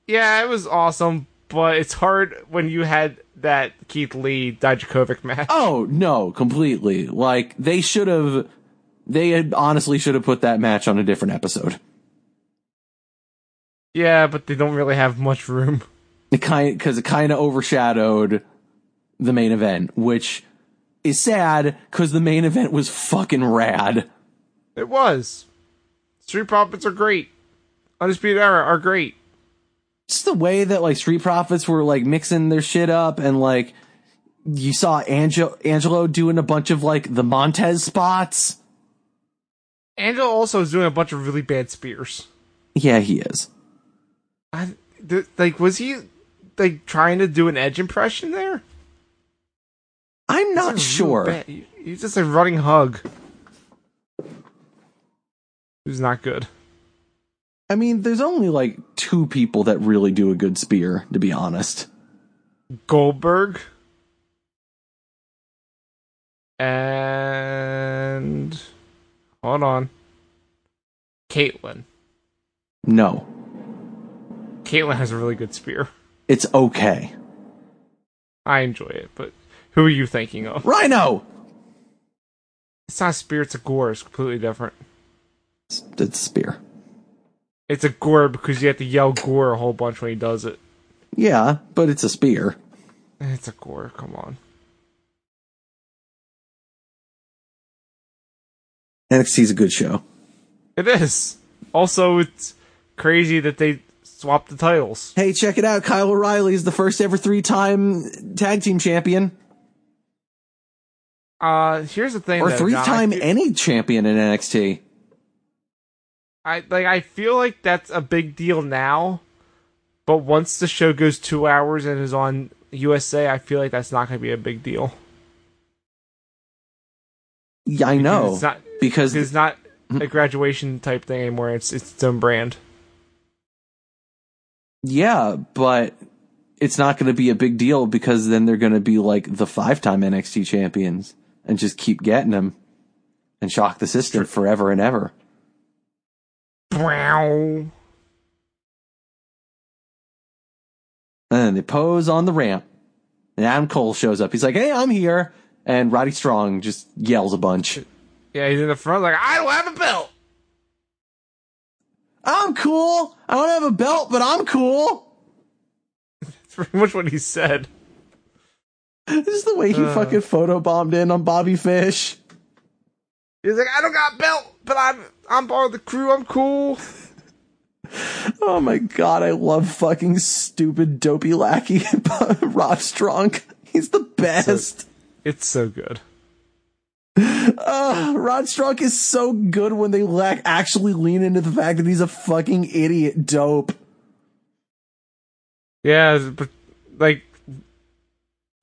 S1: yeah, it was awesome, but it's hard when you had that Keith Lee Dijakovic match.
S2: Oh, no, completely. Like, they should have, they had honestly should have put that match on a different episode.
S1: Yeah, but they don't really have much room.
S2: It kind, cause it kind of overshadowed the main event, which is sad cause the main event was fucking rad.
S1: It was. Street Profits are great. Undisputed Era are great.
S2: just the way that like Street Profits were like mixing their shit up and like you saw Angelo Angelo doing a bunch of like the Montez spots.
S1: Angel also is doing a bunch of really bad spears.
S2: Yeah, he is.
S1: I, th- like, was he like trying to do an edge impression there?
S2: I'm not
S1: That's a real
S2: sure.
S1: bad- he- He's just a running hug. Who's not good?
S2: I mean, there's only like two people that really do a good spear, to be honest.
S1: Goldberg and hold on, Caitlyn.
S2: No,
S1: Caitlyn has a really good spear.
S2: it's okay.
S1: I enjoy it, but who are you thinking of?
S2: Rhino.
S1: It's not a spear; it's a gore. It's completely different.
S2: It's, it's spear.
S1: It's a gore because you have to yell gore a whole bunch when he does it.
S2: Yeah, but it's a spear.
S1: It's a gore. Come on.
S2: NXT's a good show.
S1: It is. Also, it's crazy that they swapped the titles.
S2: Hey, check it out. Kyle O'Reilly is the first ever three time tag team champion
S1: Uh, here's the thing,
S2: or
S1: though,
S2: three
S1: John, I
S2: time
S1: fe-
S2: any champion in NXT.
S1: I like. I feel like that's a big deal now, but once the show goes two hours and is on USA, I feel like that's not going to be a big deal.
S2: Yeah, I
S1: Because
S2: know.
S1: it's not-
S2: because
S1: It's not a graduation type thing anymore. It's it's its own brand.
S2: Yeah, but it's not going to be a big deal because then they're going to be like the five time NXT champions and just keep getting them and shock the system forever and ever.
S1: Wow.
S2: And then they pose on the ramp. And Adam Cole shows up. He's like, hey, I'm here. And Roddy Strong just yells a bunch.
S1: Yeah, he's in the front like I don't have a belt.
S2: I'm cool. I don't have a belt, but I'm cool.
S1: That's pretty much what he said.
S2: This is the way he fucking photobombed in on Bobby Fish.
S1: He's like I don't got a belt, but I'm I'm part of the crew. I'm cool.
S2: Oh my god, I love fucking stupid dopey lackey Rob Strong. He's the best.
S1: It's so good.
S2: Ugh, Ah, Rod Strong is so good when they lack actually lean into the fact that he's a fucking idiot dope.
S1: Yeah, but like,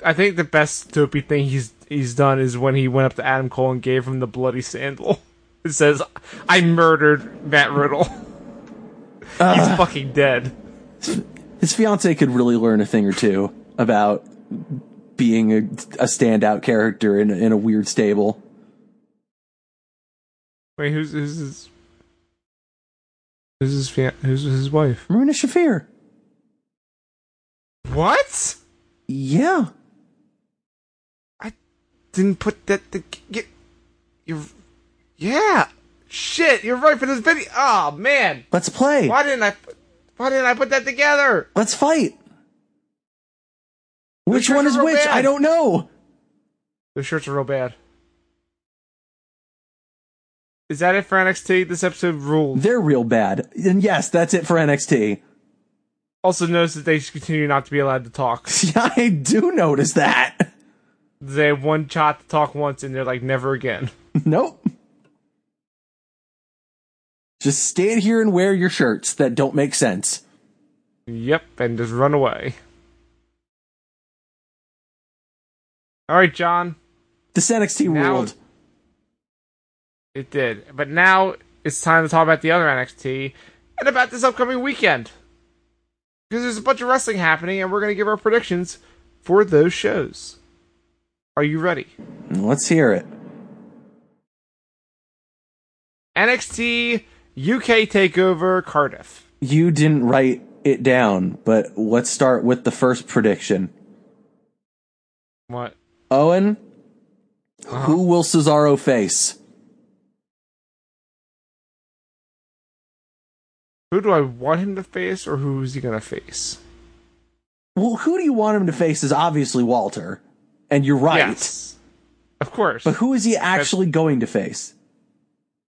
S1: I think the best dopey thing he's he's done is when he went up to Adam Cole and gave him the bloody sandal. It says, "I murdered Matt Riddle. he's fucking dead."
S2: His fiance could really learn a thing or two about being a, a standout character in, in a weird stable.
S1: Wait, who's who's his? Who's his fian- Who's his wife?
S2: Marina Shafir.
S1: What?
S2: Yeah.
S1: I didn't put that. The get you. Yeah. Shit, you're right for this video. Oh man,
S2: Let's play.
S1: why didn't I? put- Why didn't I put that together?
S2: Let's fight. Which
S1: Those
S2: one is
S1: shirts are
S2: which?
S1: bad.
S2: I don't know.
S1: Those shirts are real bad. Is that it for NXT? This episode ruled.
S2: They're real bad. And yes, that's it for NXT.
S1: Also, notice that they should continue not to be allowed to talk.
S2: Yeah, I do notice that.
S1: They have one shot to talk once, and they're like, never again.
S2: Nope. Just stand here and wear your shirts that don't make sense.
S1: Yep, and just run away. All right, John.
S2: This NXT
S1: Now-
S2: world.
S1: It did. But now it's time to talk about the other NXT and about this upcoming weekend. Because there's a bunch of wrestling happening, and we're going to give our predictions for those shows. Are you ready?
S2: Let's hear it.
S1: NXT UK Takeover Cardiff.
S2: You didn't write it down, but let's start with the first prediction.
S1: What?
S2: Owen, who will Cesaro face?
S1: Who do I want him to face, or who is he gonna face?
S2: Well, who do you want him to face is obviously Walter, and you're right.
S1: Yes, of course.
S2: But who is he actually going to face?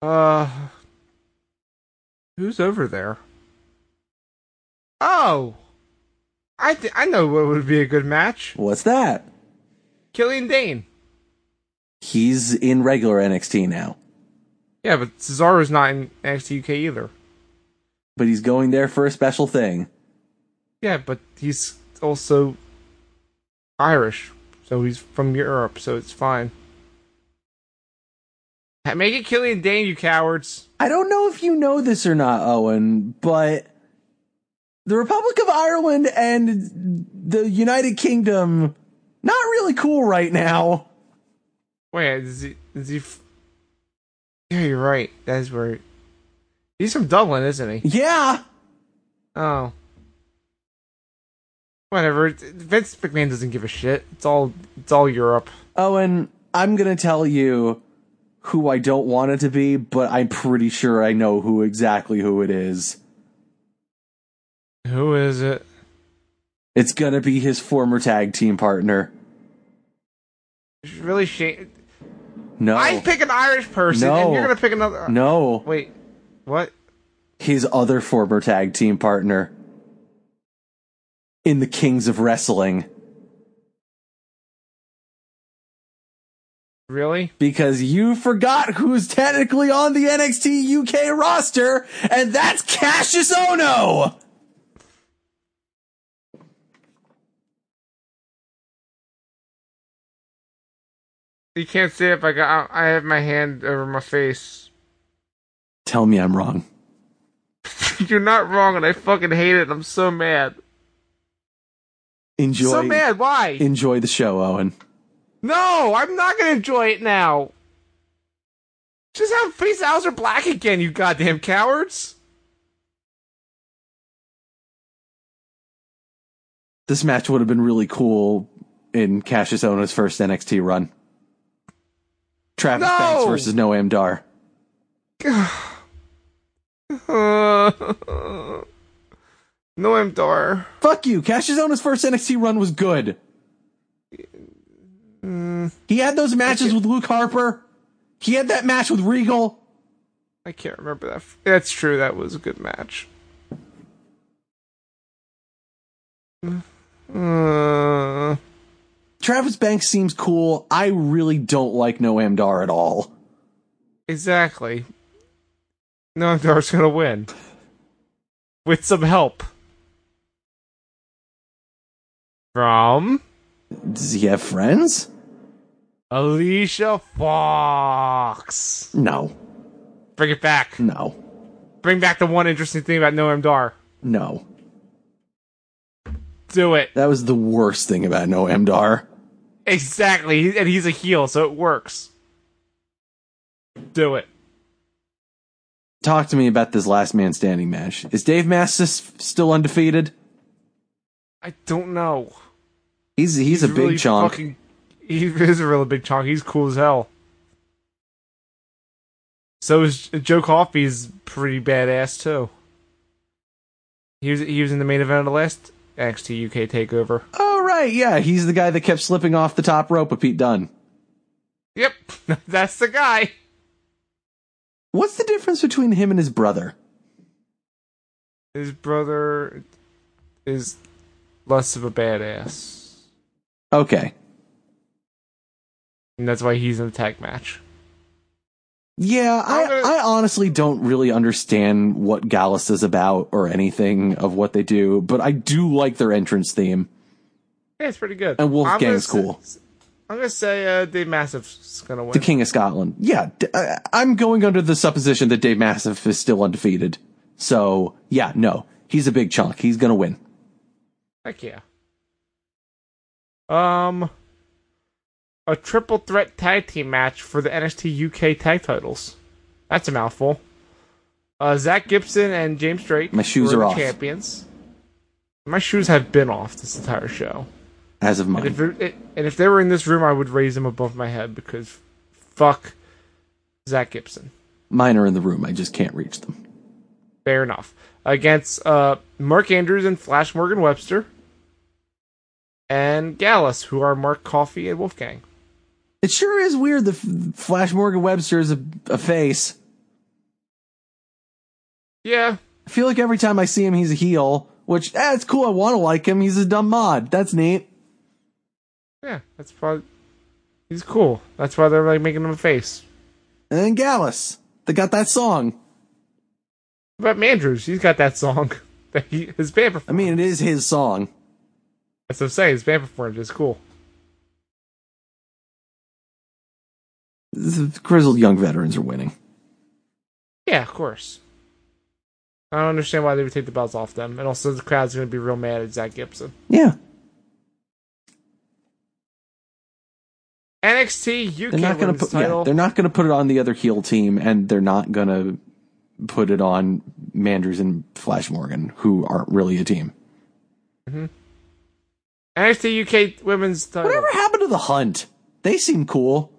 S1: uh, who's over there? Oh, I th- I know what would be a good match.
S2: What's that?
S1: Killian Dane.
S2: He's in regular NXT now,
S1: Yeah, but Cesaro's not in NXT UK either.
S2: but he's going there for a special thing.
S1: Yeah, but he's also Irish, so he's from Europe, so it's fine. Ha- Make it Killian Dane, you cowards.
S2: I don't know if you know this or not, Owen, but the Republic of Ireland and the United Kingdom not really cool right now.
S1: Wait, is he? Is he f- yeah, you're right. That's where. He's from Dublin, isn't he?
S2: Yeah,
S1: Oh. Whatever. it's- Vince McMahon doesn't give a shit. It's all. It's all Europe.
S2: Owen, I'm gonna tell you who I don't want it to be, but I'm pretty sure I know who exactly who it is.
S1: Who is it?
S2: It's gonna be his former tag team partner.
S1: It's really shame.
S2: No,
S1: I pick an Irish person, and
S2: No.
S1: you're gonna pick another.
S2: no,
S1: Wait. What?
S2: his other former tag team partner in the Kings of Wrestling
S1: Really?
S2: because you forgot who's technically on the NXT UK roster, and that's Cassius Ono.
S1: You can't see it, but I, got, I have my hand over my face.
S2: Tell me I'm wrong.
S1: You're not wrong, and I fucking hate it. I'm so mad.
S2: Enjoy.
S1: So mad. Why?
S2: Enjoy the show, Owen.
S1: no, I'm not gonna enjoy it now. Just have face owls are black again, you goddamn cowards.
S2: This match would have been really cool in Cassius Ono's first NXT run. Travis
S1: No!
S2: Banks versus Noam Dar.
S1: Noam Dar.
S2: Fuck you. Cassius Ono's first NXT run was good. He had those matches with Luke Harper. He had that match with Regal.
S1: I can't remember that. f- That's true. That was a good match. Uh,
S2: Travis Banks seems cool. I really don't like Noam Dar at all.
S1: exactly. Noam Dar's gonna win with some help from
S2: Does he have friends?
S1: Alicia Fox.
S2: No.
S1: Bring it back.
S2: No.
S1: Bring back the one interesting thing about Noam Dar.
S2: No.
S1: Do it.
S2: That was the worst thing about Noam Dar.
S1: Exactly, he- and he's a heel, so it works. Do it.
S2: Talk to me about this last man standing match. Is Dave Mastis still undefeated?
S1: I don't know.
S2: He's he's, a big
S1: really
S2: chunk.
S1: fucking- he is a really big chunk. He's cool as hell. So is Joe Coffey's pretty badass too. He was he was in the main event of the last NXT UK Takeover.
S2: Oh right, yeah, he's the guy that kept slipping off the top rope with Pete Dunne.
S1: Yep, that's the guy.
S2: What's the difference between him and his brother?
S1: His brother is less of a badass,
S2: Okay.
S1: and that's why he's in the tag match.
S2: Yeah, I,
S1: I'm gonna-
S2: I honestly don't really understand what Gallus is about or anything of what they do, but I do like their entrance theme.
S1: Yeah, it's pretty good.
S2: And Wolfgang's
S1: I'm gonna
S2: cool.
S1: s- I'm gonna say uh, Dave Massive's gonna win.
S2: The King of Scotland. Yeah, d- I, am going under the supposition that Dave Massif is still undefeated. So, yeah, no. He's a big chunk. He's going to win.
S1: Heck yeah. Um, a triple threat tag team match for the NXT UK tag titles. That's a mouthful. Uh, Zach Gibson and James Drake.
S2: My shoes
S1: were
S2: are
S1: the
S2: off.
S1: Champions. My shoes have been off this entire show.
S2: As of
S1: And if
S2: mine.
S1: it, it- and if they were in this room, I would raise them above my head because fuck Zach Gibson.
S2: Mine are in the room. I just can't reach them.
S1: Fair enough. Against uh, Mark Andrews and Flash Morgan Webster. And Gallus, who are Mark Coffey and Wolfgang.
S2: It sure is weird that F- Flash Morgan Webster is a, a face.
S1: Yeah,
S2: I feel like every time I see him, he's a heel, which, eh, it's cool. I want to like him. He's a dumb mod. That's neat.
S1: yeah, that's probably he's cool. That's why they're like making him a face.
S2: And then Gallus. They got that song.
S1: What about Mandrews? He's got that song that he his band.
S2: I
S1: Perform-
S2: mean, it is his song.
S1: that's what I'm saying. His band performance is cool.
S2: The grizzled young veterans are winning.
S1: Yeah, of course. I don't understand why they would take the belts off them, and also the crowd's gonna be real mad at Zach Gibson.
S2: Yeah.
S1: NXT UK
S2: They're not going to
S1: Women's
S2: put.
S1: title.
S2: Yeah, they're not going to put it on the other heel team, and they're not going to put it on Mandrews and Flash Morgan, who aren't really a team.
S1: NXT UK Women's title.
S2: Whatever happened to the Hunt? They seem cool.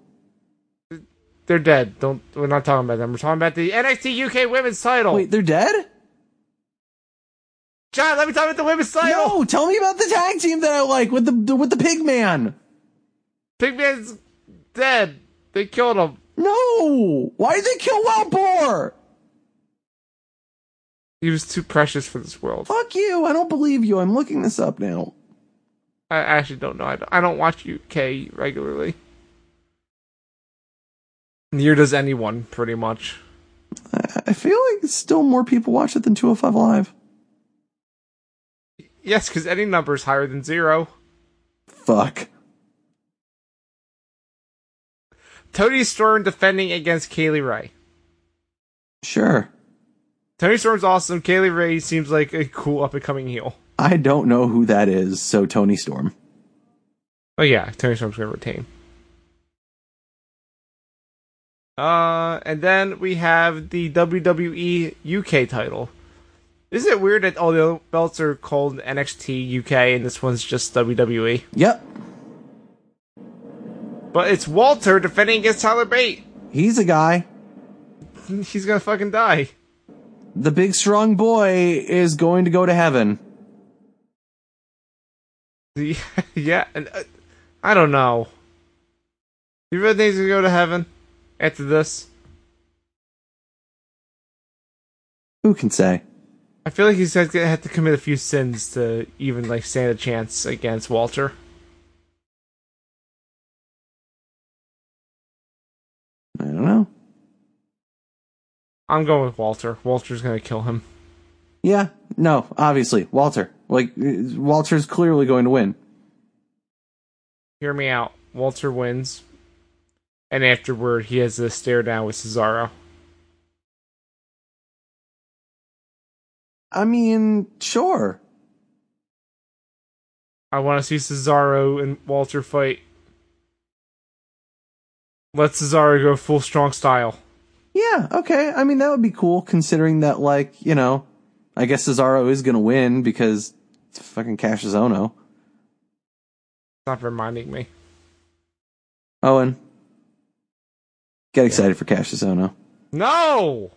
S1: They're dead. Don't. We're not talking about them. We're talking about the NXT UK Women's title.
S2: Wait, they're dead?
S1: John, let me talk about the women's title.
S2: No, tell me about the tag team that I like with the with the Pig Man.
S1: Pigman's dead. They killed him.
S2: No, why did they kill Wild Boar?
S1: He was too precious for this world.
S2: Fuck you. I don't believe you. I'm looking this up now.
S1: I actually don't know. I don't, I don't watch UK regularly. Near does anyone, pretty much.
S2: I, I feel like still more people watch it than 205 Live.
S1: Yes, because any number is higher than zero.
S2: Fuck.
S1: Tony Storm defending against Kaylee Ray.
S2: Sure.
S1: Tony Storm's awesome. Kaylee Ray seems like a cool up and coming heel.
S2: I don't know who that is, so Tony Storm.
S1: Oh yeah, Tony Storm's gonna retain. Uh, and then we have the WWE UK title. Isn't it weird that all the other belts are called NXT UK and this one's just WWE?
S2: Yep.
S1: But it's Walter defending against Tyler Bate.
S2: He's a guy.
S1: He's gonna fucking die.
S2: The big strong boy is going to go to heaven.
S1: The- yeah, and uh, I don't know. You really think he's gonna go to heaven after this?
S2: Who can say?
S1: I feel like he's gonna have to commit a few sins to even like stand a chance against Walter.
S2: I don't know.
S1: I'm going with Walter. Walter's gonna kill him.
S2: Yeah, no, obviously. Walter. Like, uh, Walter's clearly going to win.
S1: Hear me out. Walter wins, and afterward he has a stare down with Cesaro.
S2: I mean, sure.
S1: I want to see Cesaro and Walter fight. Let Cesaro go full strong style.
S2: Yeah, okay. I mean, that would be cool considering that, like, you know, I guess Cesaro is going to win because it's fucking Cassius Ono.
S1: Stop reminding me.
S2: Owen. Get excited for Cassius Ono.
S1: No!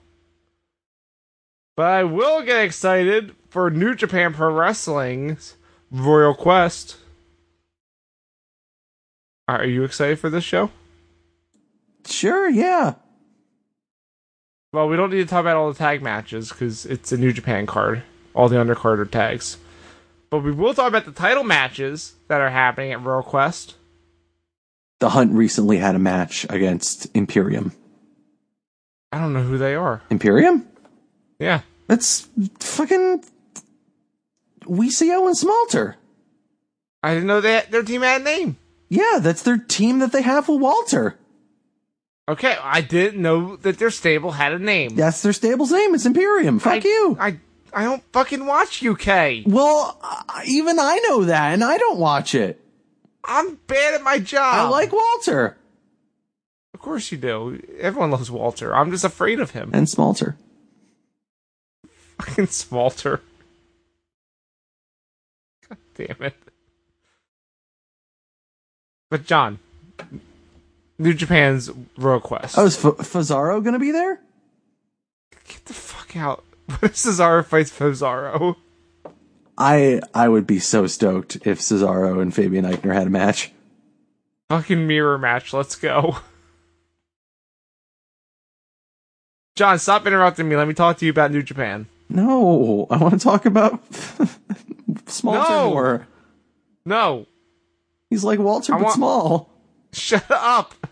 S1: But I will get excited for New Japan Pro Wrestling's Royal Quest. Are you excited for this show?
S2: Sure, yeah.
S1: Well, we don't need to talk about all the tag matches because it's a New Japan card. All the undercard are tags. But we will talk about the title matches that are happening at Royal Quest.
S2: The Hunt recently had a match against Imperium.
S1: I don't know who they are.
S2: Imperium?
S1: Yeah.
S2: That's fucking WCO and Smalter.
S1: I didn't know that their team had a name.
S2: Yeah, that's their team that they have with Walter.
S1: Okay, I didn't know that their stable had a name.
S2: That's their stable's name. It's Imperium. Fuck
S1: I,
S2: you.
S1: I I don't fucking watch UK.
S2: well, I- even I know that, and I don't watch it.
S1: I'm bad at my job.
S2: I like Walter
S1: Of course you do. Everyone loves Walter. I'm just afraid of him.
S2: and Smalter.
S1: Fucking Smalter. God damn it. But John, New Japan's Royal Quest.
S2: Oh, is F- Fazaro gonna be there?
S1: Get the fuck out. What if Cesaro fights Fozaro?
S2: I I would be so stoked if Cesaro and Fabian Eichner had a match.
S1: Fucking mirror match, let's go. John, stop interrupting me. Let me talk to you about New Japan.
S2: No, I want to talk about Smalter
S1: No.
S2: more.
S1: No,
S2: He's like Walter,
S1: I
S2: but
S1: want-
S2: small.
S1: Shut up.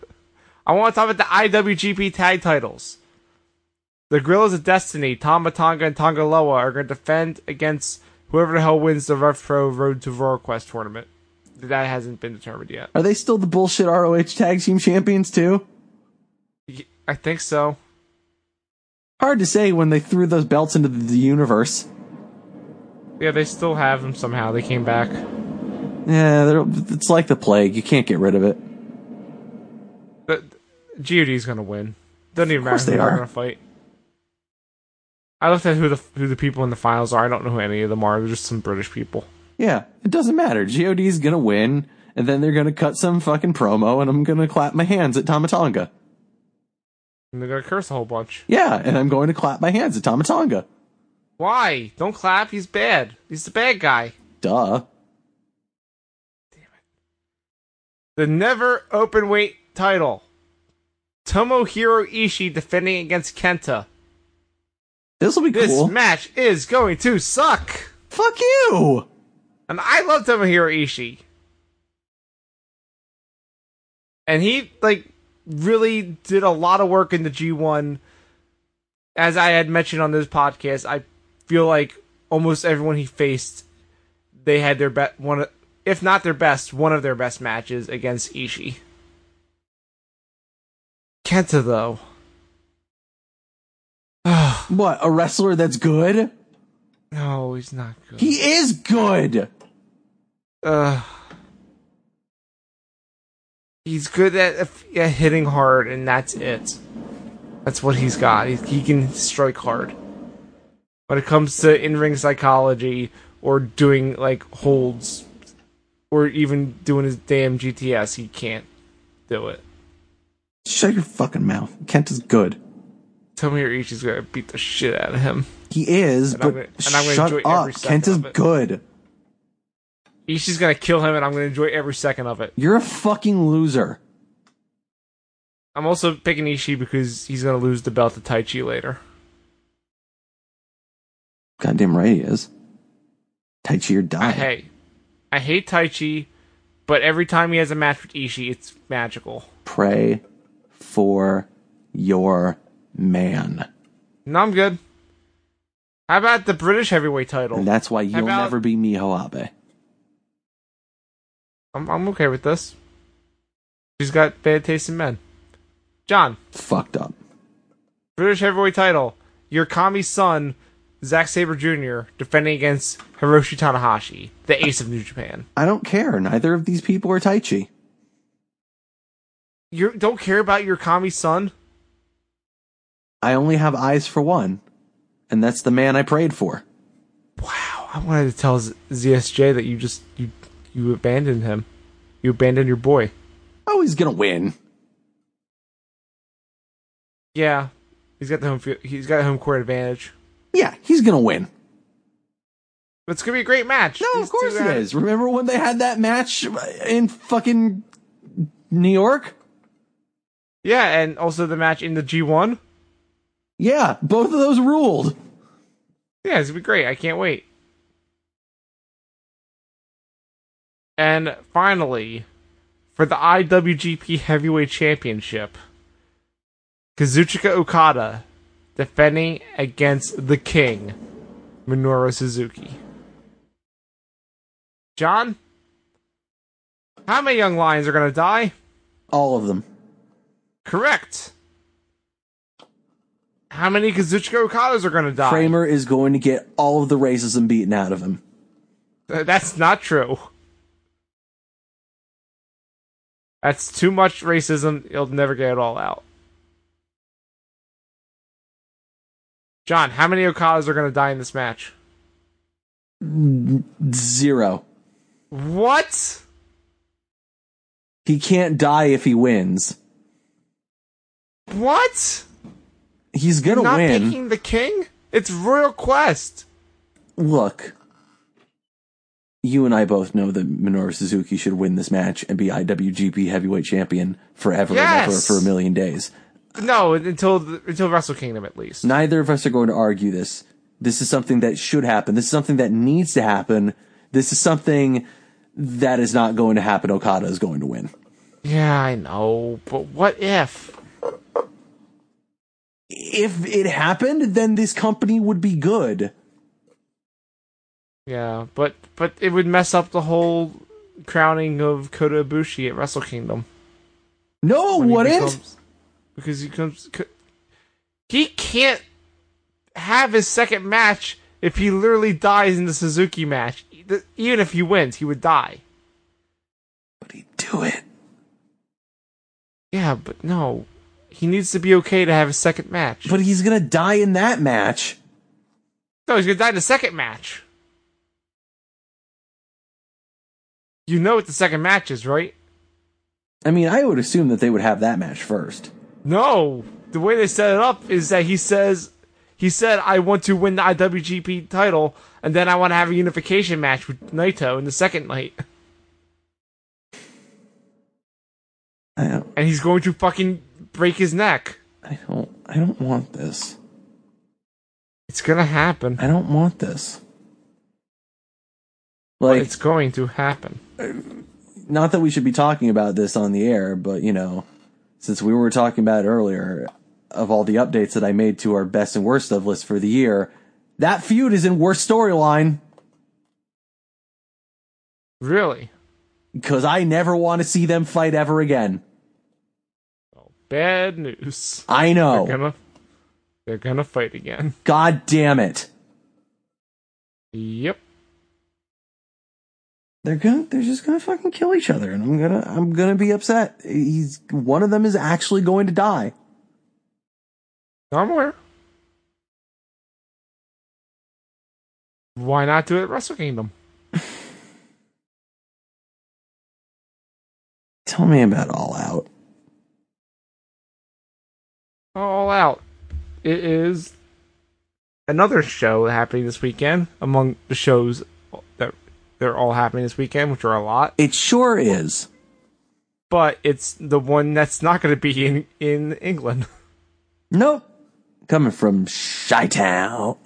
S1: I want to talk about the IWGP tag titles. The Gorillas of Destiny, Tama Tonga and Tonga Loa are going to defend against whoever the hell wins the Rev Pro Road to Royal Quest tournament. That hasn't been determined yet.
S2: Are they still the bullshit ROH tag team champions too?
S1: Y- I think so.
S2: Hard to say when they threw those belts into the universe.
S1: Yeah, they still have them somehow. They came back.
S2: Yeah, they're- it's like the plague. You can't get rid of it.
S1: But GOD's going to win. Doesn't even matter
S2: course
S1: who
S2: they
S1: they're
S2: are.
S1: going to fight. I looked at who the who the people in the finals are. I don't know who any of them are. They're just some British people.
S2: Yeah, it doesn't matter. GOD's gonna win, and then they're gonna cut some fucking promo, and I'm gonna clap my hands at Tomatonga.
S1: And they're going to curse a whole bunch.
S2: Yeah, and I'm going to clap my hands at Tomatonga.
S1: Why? Don't clap. He's bad. He's the bad guy.
S2: Duh.
S1: The never open weight title. Tomohiro Ishii defending against Kenta.
S2: This will be
S1: This
S2: cool.
S1: match is going to suck.
S2: Fuck you.
S1: And I love Tomohiro Ishii. And he like really did a lot of work in the G1. As I had mentioned on this podcast, I feel like almost everyone he faced, they had their best one, of- if not their best, one of their best matches against Ishii. Kenta though,
S2: What? A wrestler that's good?
S1: no, he's not good.
S2: He is good.
S1: uh, he's good at, at hitting hard, and that's it. That's what he's got. He, he can strike hard. When it comes to in-ring psychology or doing like holds or even doing his damn GTS, he can't do it.
S2: Shut your fucking mouth. Kent is good.
S1: Tomohiro Ishii's gonna beat the shit out of him.
S2: He is,
S1: And
S2: but
S1: I'm gonna- and I'm gonna
S2: shut
S1: enjoy every
S2: up.
S1: second
S2: Kent is
S1: of it.
S2: good.
S1: Ishii's gonna kill him, and I'm gonna enjoy every second of it.
S2: You're a fucking loser.
S1: I'm also picking Ishii because he's gonna lose the belt to Tai Chi later.
S2: Goddamn right he is. Tai Chi or die.
S1: I hate. I hate Tai Chi, but every time he has a match with Ishii, it's magical.
S2: Pray for your man.
S1: No, I'm good. How about the British heavyweight title?
S2: And that's why you'll
S1: about-
S2: never be Miho Abe.
S1: I'm, I'm okay with this. She's got bad taste in men. John,
S2: Fucked up.
S1: British heavyweight title. Your Kami's son, Zack Sabre Jr., defending against Hiroshi Tanahashi, the ace of New Japan.
S2: I don't care. Neither of these people are Tai Chi.
S1: You don't care about your Kami's son?
S2: I only have eyes for one, and that's the man I prayed for.
S1: Wow, I wanted to tell Z- ZSJ that you just you you abandoned him. You abandoned your boy.
S2: Oh, he's gonna win.
S1: Yeah, he's got the home field. He's got home court advantage.
S2: Yeah, he's gonna win.
S1: But it's gonna be a great match.
S2: No,
S1: These
S2: of course
S1: two
S2: it
S1: guys-
S2: is. Remember when they had that match in fucking New York?
S1: Yeah, and also the match in the G one.
S2: Yeah, both of those ruled.
S1: Yeah, it's gonna be great. I can't wait. And finally, for the IWGP Heavyweight Championship, Kazuchika Okada defending against the King, Minoru Suzuki. John, how many young lions are gonna die?
S2: All of them.
S1: Correct. How many Kazuchika Okadas are going to die?
S2: Kramer is going to get all of the racism beaten out of him.
S1: Th- That's not true. That's too much racism. He'll never get it all out. John, how many Okadas are going to die in this match?
S2: Zero.
S1: What?
S2: He can't die if he wins.
S1: What?
S2: He's gonna
S1: Not
S2: win.
S1: picking the king? It's Royal Quest.
S2: Look, you and I both know that Minoru Suzuki should win this match and be IWGP Heavyweight Champion forever and ever
S1: Yes.
S2: for a million days.
S1: No, until the, until Wrestle Kingdom at least.
S2: Neither of us are going to argue this. This is something that should happen. This is something that needs to happen. This is something that is not going to happen. Okada is going to win.
S1: Yeah, I know, but what if?
S2: If it happened, then this company would be good.
S1: Yeah, but but it would mess up the whole crowning of Kota Ibushi at Wrestle Kingdom.
S2: No, it
S1: When he
S2: wouldn't.
S1: becomes- Because he comes, co- he can't have his second match if he literally dies in the Suzuki match. E- th- Even if he wins, he would die.
S2: But he'd do it.
S1: Yeah, but no, he needs to be okay to have a second match.
S2: But he's going to die in that match.
S1: no, he's gonna die in the second match. You know what the second match is, right?
S2: I mean, I would assume that they would have that match first.
S1: No, the way they set it up is that he says he said I want to win the IWGP title, and then I want to have a unification match with Naito in the second night,
S2: I don't,
S1: and he's going to fucking break his neck.
S2: I don't, I don't want this.
S1: It's gonna happen.
S2: I don't want this. Like,
S1: it's going to happen.
S2: not that we should be talking about this on the air, but you know, since we were talking about it earlier, of all the updates that I made to our best and worst of list for the year, that feud is in worst storyline
S1: Really.
S2: because I never want to see them fight ever again.
S1: Bad news.
S2: I know.
S1: They're gonna They're gonna fight again.
S2: God damn it.
S1: Yep.
S2: They're gonna, they're just gonna fucking kill each other, and I'm gonna, I'm gonna be upset. He's one of them is actually going to die.
S1: Somewhere. Why not do it at Wrestle Kingdom?
S2: Tell me about All Out.
S1: All Out. It is another show happening this weekend among the shows that they're all happening this weekend, which are a lot.
S2: It sure is.
S1: But it's the one that's not going to be in in England.
S2: Nope. Coming from Chi Town.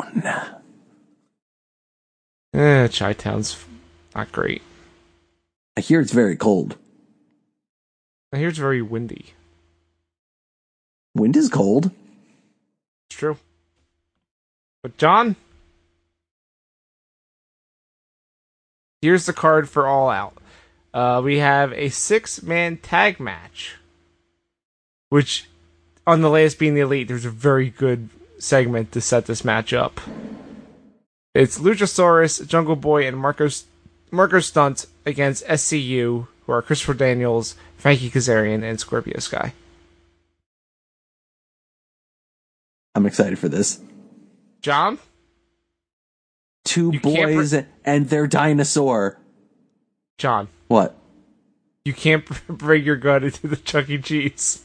S1: Eh, Chi Town's not great.
S2: I hear it's very cold.
S1: I hear it's very windy.
S2: Wind is cold.
S1: It's true. But John, here's the card for All Out. Uh, we have a six-man tag match, which, on the latest being the elite, there's a very good segment to set this match up. It's Luchasaurus, Jungle Boy, and Marcos Marco Stunt against SCU, who are Christopher Daniels, Frankie Kazarian, and Scorpio Sky.
S2: I'm excited for this.
S1: John,
S2: Two
S1: You can't
S2: boys and their dinosaur.
S1: John.
S2: What?
S1: You can't bring your gun into the Chuck E. Cheese.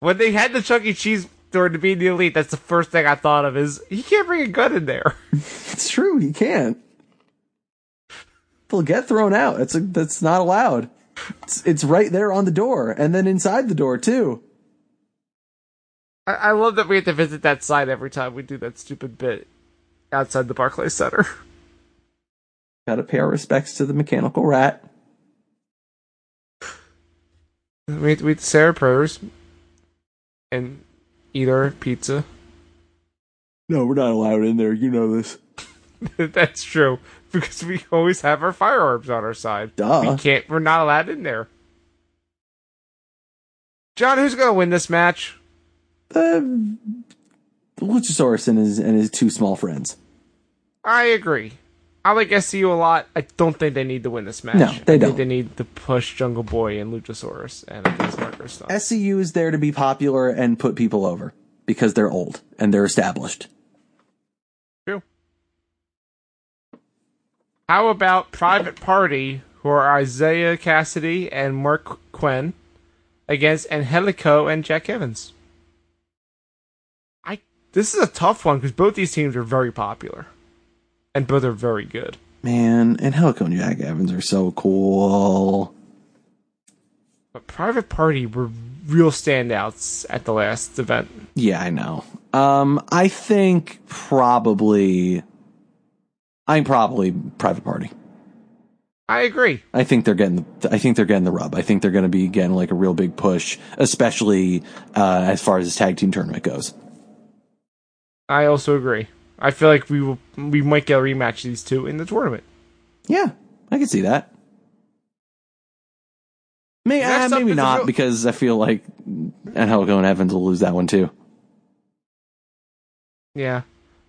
S1: when they had the Chuck E. Cheese door to be in the elite, that's the first thing I thought of is you can't bring a gun in there.
S2: It's true. You can't. They'll get thrown out. That's a, that's not allowed. It's, it's right there on the door, and then inside the door too.
S1: I, I love that we have to visit that site every time we do that stupid bit outside the Barclays Center.
S2: Got to pay our respects to the mechanical rat.
S1: We have to, we have to say our prayers and eat our pizza.
S2: No, we're not allowed in there. You know this.
S1: That's true because we always have our firearms on our side.
S2: Duh.
S1: We can't. We're not allowed in there. John, who's gonna win this match?
S2: The Luchasaurus and his and his two small friends.
S1: I agree. I like SCU a lot. I don't think they need to win this match.
S2: No, they
S1: I
S2: don't.
S1: Think they need to push Jungle Boy and Luchasaurus and I think Marker stuff.
S2: SCU E is there to be popular and put people over because they're old and they're established.
S1: True. How about Private Party, who are Isaiah Cassidy and Mark Quinn, against Angelico and Jack Evans? I this is a tough one because both these teams are very popular, and both are very good.
S2: Man, and Helico and Jack Evans are so cool.
S1: But Private Party were real standouts at the last event.
S2: Yeah, I know. Um, I think probably, I'm probably private party.
S1: I agree.
S2: I think they're getting the, I think they're getting the rub. I think they're going to be getting like a real big push, especially uh, as far as this tag team tournament goes.
S1: I also agree. I feel like we will we might get a rematch of these two in the tournament.
S2: Yeah, I can see that. May,
S1: Next
S2: uh,
S1: up
S2: maybe
S1: is a
S2: not
S1: real-
S2: because I feel like and Helico and Evans will lose that one too.
S1: Yeah.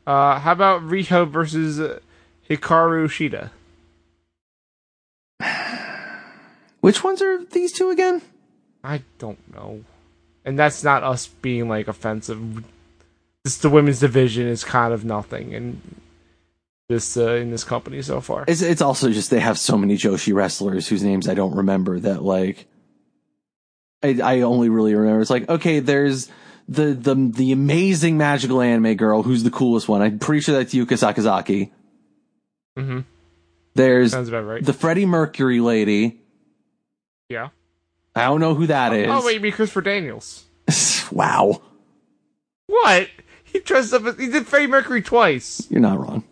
S1: Uh, how about Riho versus uh, Hikaru Shida?
S2: Which ones are these two again?
S1: I don't know. And that's not us being like offensive. This the women's division is kind of nothing in this uh, in this company so far.
S2: It's it's also just they have so many Joshi wrestlers whose names I don't remember that like I I only really remember it's like okay there's the the the amazing magical anime girl who's the coolest one I'm pretty sure that's Yuka Sakazaki.
S1: hmm
S2: There's
S1: Sounds about right.
S2: the Freddie Mercury lady.
S1: yeah.
S2: I I don't know who that is.
S1: Oh wait, you mean Christopher Daniels?
S2: wow.
S1: What? He dressed up. As, he did Freddie Mercury twice.
S2: You're not wrong.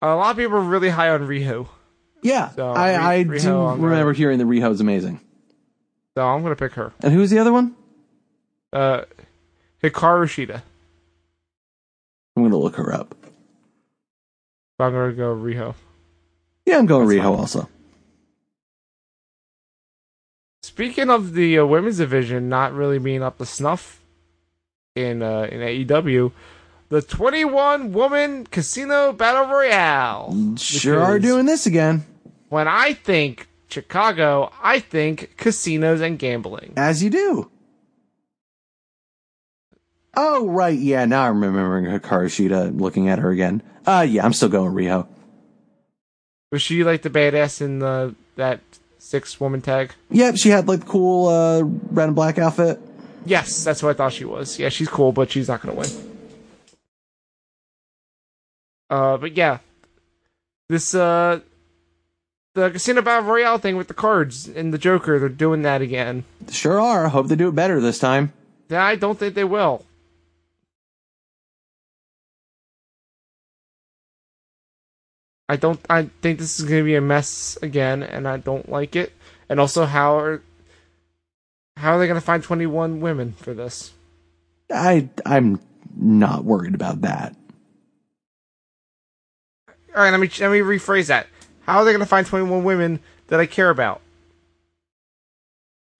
S1: A lot of people are really high on Riho,
S2: Yeah.
S1: So, Re-
S2: I, I
S1: Riho
S2: do
S1: on the-
S2: remember hearing that Riho's amazing.
S1: so I'm gonna pick her.
S2: And who's the other one?
S1: Uh, Hikaru Shida.
S2: I'm going to look her up.
S1: But I'm gonna go Riho.
S2: Yeah, I'm going Riho
S1: fine.
S2: also.
S1: Speaking of the uh, women's division not really being up to snuff in uh, in AEW, the 21 woman casino battle royale.
S2: Sure are
S1: Because
S2: doing this again.
S1: When I think Chicago, I think casinos and gambling.
S2: As you do. Oh, right. Yeah, now I'm remembering Hikaru Shida uh, looking at her again. Uh, yeah, I'm still going Riho.
S1: Was she like the badass in the that six woman tag?
S2: Yep, she had like the cool uh, red and black outfit.
S1: Yes, that's what I thought she was. Yeah, she's cool, but she's not gonna win. Uh, but yeah, this uh, the Casino Battle Royale thing with the cards and the Joker, they're doing that again.
S2: Sure are. Hope they do it better this time.
S1: I don't think they will. I don't. I think this is gonna be a mess again, and I don't like it. And also, how are how are they gonna find twenty one women for this?
S2: I I'm not worried about that.
S1: All right, let me let me rephrase that. How are they going to find 21 women that I care about?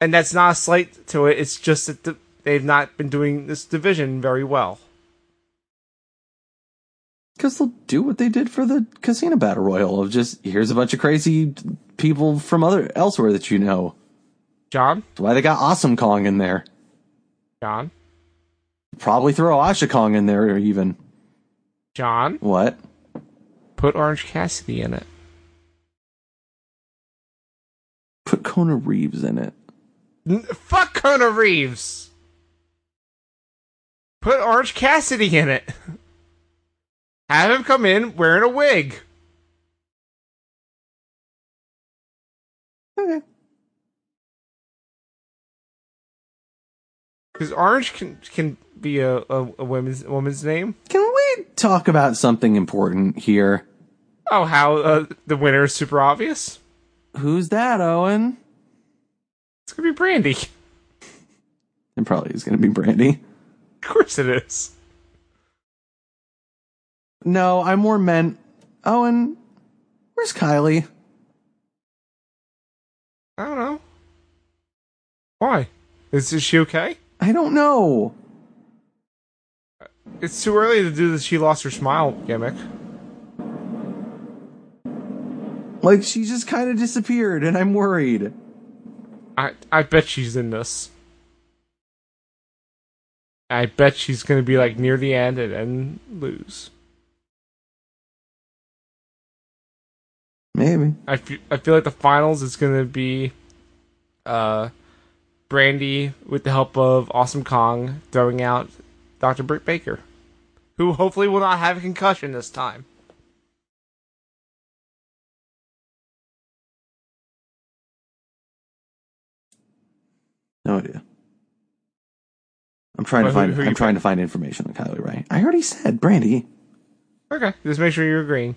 S1: And that's not a slight to it. It's just that the, they've not been doing this division very well.
S2: Because they'll do what they did for the casino battle royal of just here's a bunch of crazy people from other elsewhere that you know.
S1: John,
S2: That's why they got Awesome Kong in there.
S1: John,
S2: Probably throw Asha Kong in there or even
S1: John,
S2: what?
S1: put Orange Cassidy in it.
S2: Put Kona Reeves in it.
S1: N- fuck Kona Reeves. Put Orange Cassidy in it. Have him come in wearing a wig.
S2: Okay.
S1: Because Orange can can be a, a, a women's woman's name.
S2: Can we talk about something important here?
S1: Oh, how uh, the winner is super obvious.
S2: Who's that, Owen?
S1: It's gonna be Brandy.
S2: It probably is gonna be Brandy.
S1: Of course it is.
S2: No, I more meant Owen, where's Kylie?
S1: I don't know. Why? Is, is she okay?
S2: I don't know.
S1: It's too early to do the she lost her smile gimmick.
S2: Like she just kind of disappeared, and I'm worried.
S1: I I bet she's in this. I bet she's gonna be like near the end and, and lose.
S2: Maybe.
S1: I fe- I feel like the finals is gonna be, uh, Brandy with the help of Awesome Kong throwing out Dr. Britt Baker, who hopefully will not have a concussion this time.
S2: No idea. I'm trying to
S1: Well, who-
S2: find.
S1: who you
S2: I'm trying to find information on Kylie Ray. I already said Brandy.
S1: Okay, just make sure you're agreeing.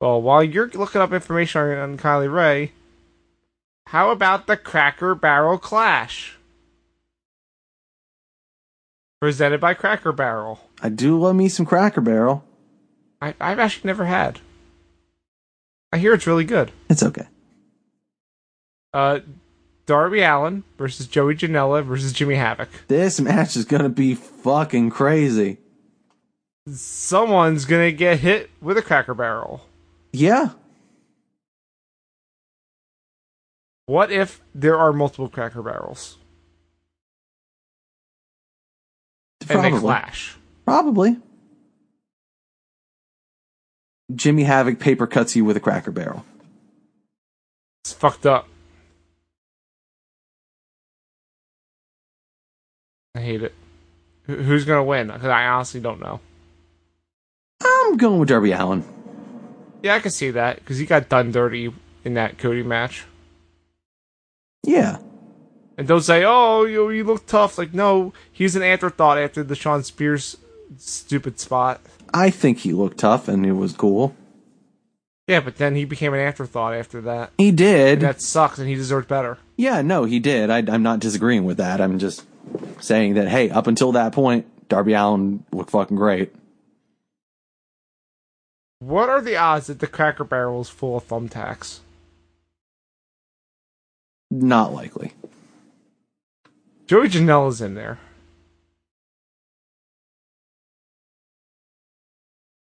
S1: Well, while you're looking up information on, on Kylie Ray, how about the Cracker Barrel Clash? Presented by Cracker Barrel.
S2: I do love me some Cracker Barrel.
S1: I, I've actually never had. I hear it's really good.
S2: It's okay.
S1: Uh, Darby Allen versus Joey Janela versus Jimmy Havoc.
S2: This match is gonna be fucking crazy.
S1: Someone's gonna get hit with a Cracker Barrel.
S2: Yeah.
S1: What if there are multiple Cracker Barrels and they clash?
S2: Probably. Jimmy Havoc paper cuts you with a Cracker Barrel.
S1: It's fucked up. I hate it. Wh- Who's gonna win? Because I honestly don't know.
S2: I'm going with Darby Allen.
S1: Yeah, I can see that because he got done dirty in that Cody match.
S2: Yeah.
S1: And don't say, "Oh, you you look tough." Like, no, he's an afterthought after the Sean Spears stupid spot.
S2: I think he looked tough and it was cool.
S1: Yeah, but then he became an afterthought after that.
S2: He did.
S1: And that sucks, and he deserved better.
S2: Yeah, no, he did. I, I'm not disagreeing with that. I'm just saying that, hey, up until that point, Darby Allen looked fucking great.
S1: What are the odds that the Cracker Barrel is full of thumbtacks?
S2: Not likely.
S1: Joey Janela's in there.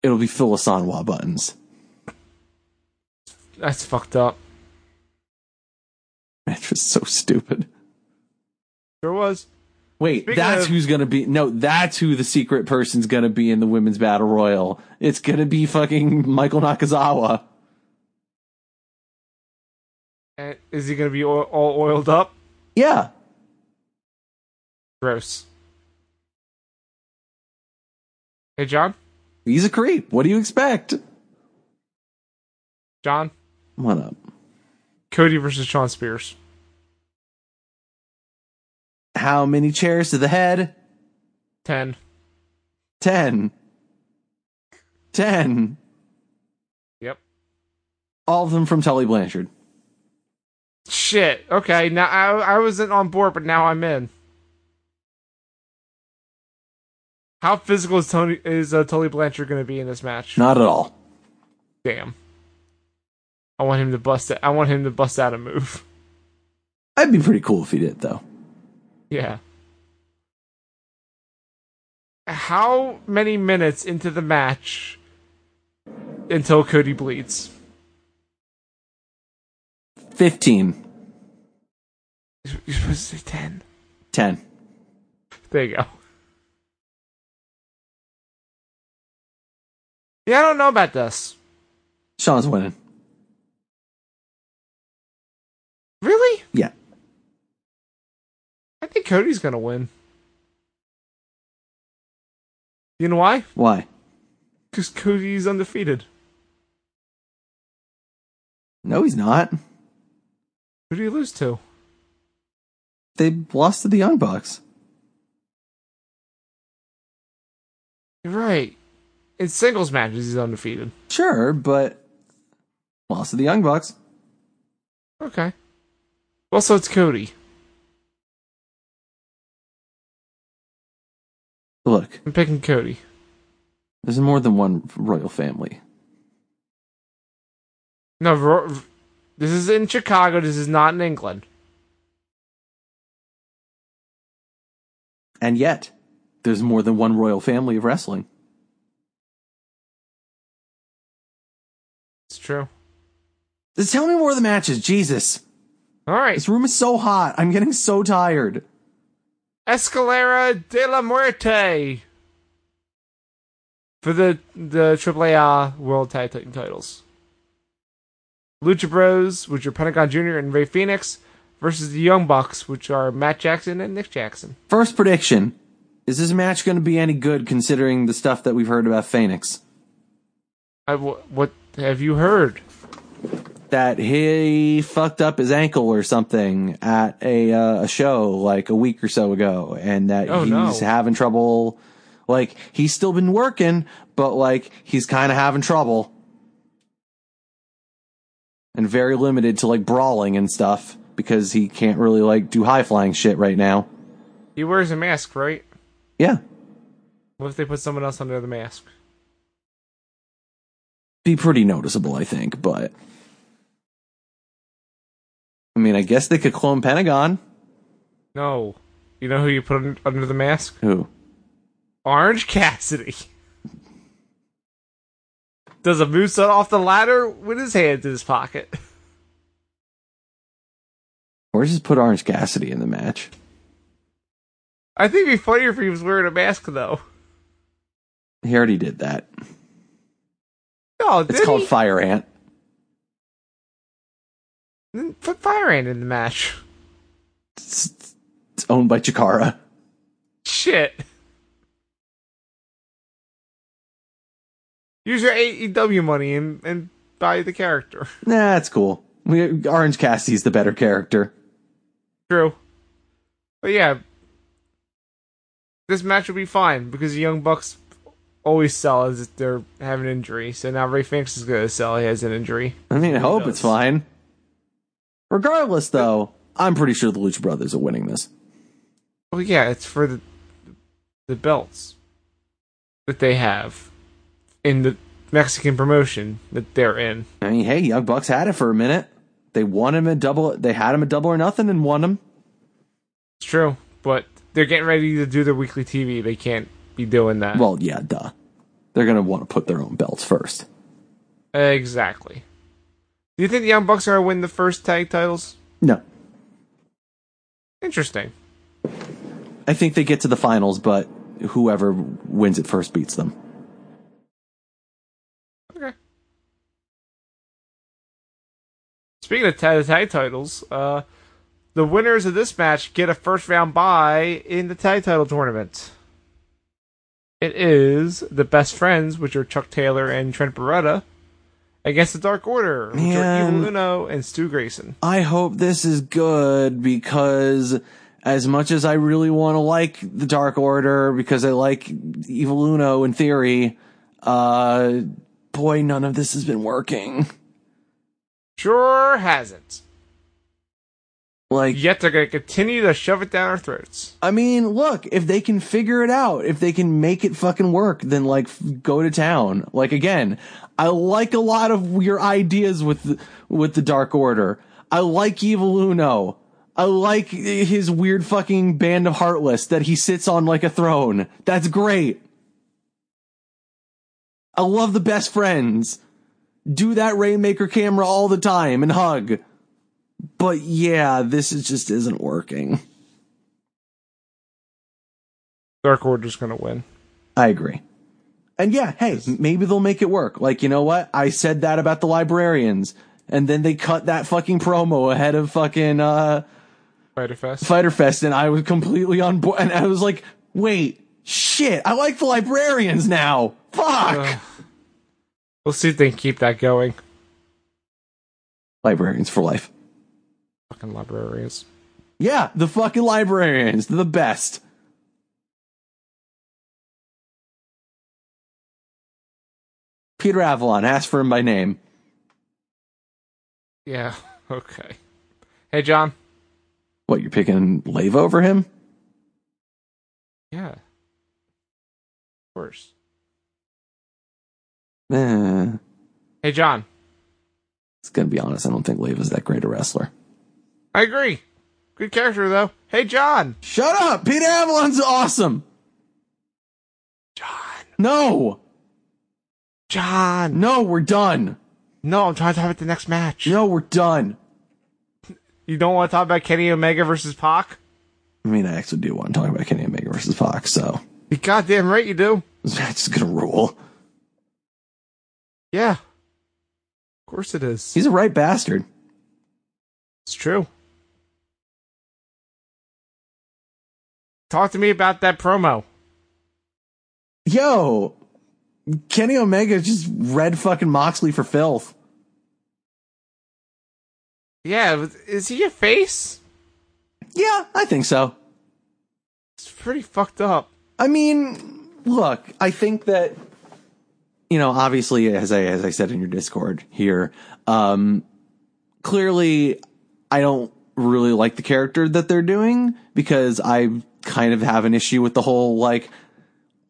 S2: It'll be full of Sanwa buttons.
S1: That's fucked up.
S2: Match was so stupid.
S1: Sure was.
S2: Wait,
S1: Speaking
S2: that's
S1: of-
S2: who's gonna be. No, that's who the secret person's gonna be in the women's battle royal. It's gonna be fucking Michael Nakazawa.
S1: And is he going to be o- all oiled up?
S2: Yeah,
S1: Gross. Hey, John?
S2: he's a creep. What do you expect?
S1: John?
S2: What up?
S1: Cody versus Sean Spears.
S2: How many chairs to the head?
S1: 10.
S2: Ten. Ten.
S1: Yep.
S2: All of them from Tully Blanchard.
S1: Shit. Okay, now I, I wasn't on board, but now I'm in. How physical is Tony is uh, Tully Blanchard going to be in this match?
S2: Not at all.
S1: Damn. I want him to bust it. I want him to bust out a move.
S2: I'd be pretty cool if he did, though.
S1: Yeah. How many minutes into the match until Cody bleeds?
S2: 15.
S1: You're supposed to say 10.
S2: 10.
S1: There you go. Yeah, I don't know about this.
S2: Sean's winning.
S1: Really?
S2: Yeah.
S1: I think Cody's going to win. You know why?
S2: Why?
S1: Because Cody's undefeated.
S2: No, he's not.
S1: Who do you lose to?
S2: They lost to the Young Bucks.
S1: You're right. In singles matches, he's undefeated.
S2: Sure, but lost to the Young Bucks.
S1: Okay. Well, so it's Cody.
S2: Look,
S1: I'm picking Cody.
S2: there's more than one royal family.
S1: No, Ro- v- this is in Chicago. This is not in England.
S2: And yet, there's more than one royal family of wrestling.
S1: It's true.
S2: Just tell me more of the matches, Jesus.
S1: All right.
S2: This room is so hot. I'm getting so tired.
S1: Escalera de la Muerte for the the AAA World Tag Team titles. Lucha Bros, which are Pentagon Jr. and Ray Phoenix, versus the Young Bucks, which are Matt Jackson and Nick Jackson.
S2: First prediction Is this match going to be any good considering the stuff that we've heard about Phoenix?
S1: I, wh- what have you heard?
S2: that he fucked up his ankle or something at a uh, a show like a week or so ago, and that
S1: Oh,
S2: he's
S1: no.
S2: having trouble. Like he's still been working, but like he's kind of having trouble, and very limited to like brawling and stuff because he can't really like do high flying shit right now.
S1: He wears a mask, right?
S2: Yeah,
S1: What if they put someone else under the mask?
S2: be pretty noticeable, I think. But I mean, I guess they could clone Pentagon.
S1: No. You know who you put un- under the mask?
S2: Who?
S1: Orange Cassidy. Does a moonsault off the ladder with his hands in his pocket.
S2: Or just put Orange Cassidy in the match.
S1: I think it'd be funnier if he was wearing a mask, though.
S2: He already did that.
S1: No,
S2: It's
S1: did
S2: called
S1: he?
S2: Fire Ant.
S1: Then put Fire Ant in the match.
S2: It's, it's owned by Chikara.
S1: Shit. Use your AEW E money and, and buy the character.
S2: Nah, it's cool. We, Orange Cassidy's the better character.
S1: True. But yeah, this match will be fine because the Young Bucks always sell as if they're having an injury. So now Ray Phoenix is going to sell he has an injury.
S2: I mean, I hope
S1: does.
S2: it's fine. Regardless, though, I'm pretty sure the Lucha Brothers are winning this.
S1: Well, yeah, it's for the the belts that they have in the Mexican promotion that they're in.
S2: I mean, hey, Young Bucks had it for a minute. They won him a double. They had him a double or nothing and won him.
S1: It's true, but they're getting ready to do their weekly TV. They can't be doing that.
S2: Well, yeah, duh. They're gonna want to put their own belts first.
S1: exactly. Do you think the Young Bucks are going to win the first tag titles?
S2: No,
S1: Interesting.
S2: I think they get to the finals, but whoever wins it first beats them.
S1: Okay. Speaking of tag, tag titles, uh, the winners of this match get a first round bye in the tag title tournament. It is the best friends, which are Chuck Taylor and Trent Beretta, against the Dark Order, which are
S2: Man.
S1: Evil Uno and Stu Grayson.
S2: I hope this is good because as much as I really want to like the Dark Order because I like Evil Uno in theory, uh, boy, none of this has been working.
S1: Sure hasn't.
S2: Like,
S1: Yet they're going to continue to shove it down our throats.
S2: I mean, look, if they can figure it out, if they can make it fucking work, then like f- go to town. Like again, I like a lot of your ideas with the, with the Dark Order. I like Evil Uno. I like his weird fucking band of heartless that he sits on like a throne. That's great. I love the best friends. Do that Rainmaker camera all the time and hug. But yeah, this is just isn't working.
S1: Dark Order's going to win.
S2: I agree. And yeah, hey, maybe they'll make it work. Like, you know what? I said that about the librarians. And then they cut that fucking promo ahead of fucking uh,
S1: Fighter Fest.
S2: Fighter Fest, and I was completely on board. And I was like, wait, shit, I like the librarians now. Fuck!
S1: Ugh. We'll see if they can keep that going.
S2: librarians for life.
S1: Fucking librarians.
S2: Yeah, the fucking librarians, the best. Peter Avalon, ask for him by name.
S1: Yeah. Okay. Hey, John.
S2: What, you're picking Leva over him?
S1: Yeah. Of course.
S2: Eh.
S1: Hey, John.
S2: It's gonna be honest, I don't think Leva's that great a wrestler.
S1: I agree. Good character though. Hey, John.
S2: Shut up! Peter Avalon's awesome!
S1: John.
S2: No!
S1: John.
S2: No, we're done!
S1: No, I'm trying to talk about the next match.
S2: No, we're done!
S1: You don't want to talk about Kenny Omega versus Pac?
S2: I mean, I actually do want to talk about Kenny Omega versus Fox, so
S1: You goddamn right you do.
S2: this match is gonna rule.
S1: Yeah. Of course it is.
S2: He's a right bastard.
S1: It's true. Talk to me about that promo.
S2: Yo! Kenny Omega just read fucking Moxley for filth.
S1: Yeah, it was- is he a face?
S2: Yeah, I think so.
S1: It's pretty fucked up.
S2: I mean, look, I think that you know, obviously, as I as I said in your Discord here, um, clearly, I don't really like the character that they're doing because I kind of have an issue with the whole like,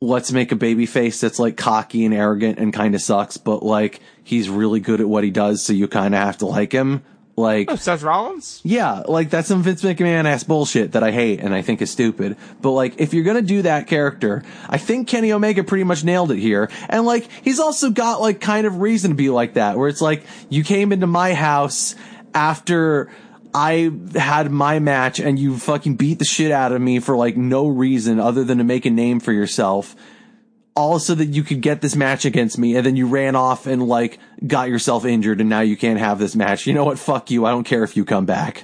S2: let's make a baby face that's like cocky and arrogant and kind of sucks, but like he's really good at what he does, so you kind of have to like him. Like,
S1: Oh, Seth Rollins?
S2: yeah, like that's some Vince McMahon ass bullshit that I hate and I think is stupid. But like, if you're gonna do that character, I think Kenny Omega pretty much nailed it here. And like, he's also got like kind of reason to be like that, where it's like, you came into my house after I had my match and you fucking beat the shit out of me for like no reason other than to make a name for yourself all so that you could get this match against me and then you ran off and like got yourself injured and now you can't have this match. You know what? Fuck you. I don't care if you come back.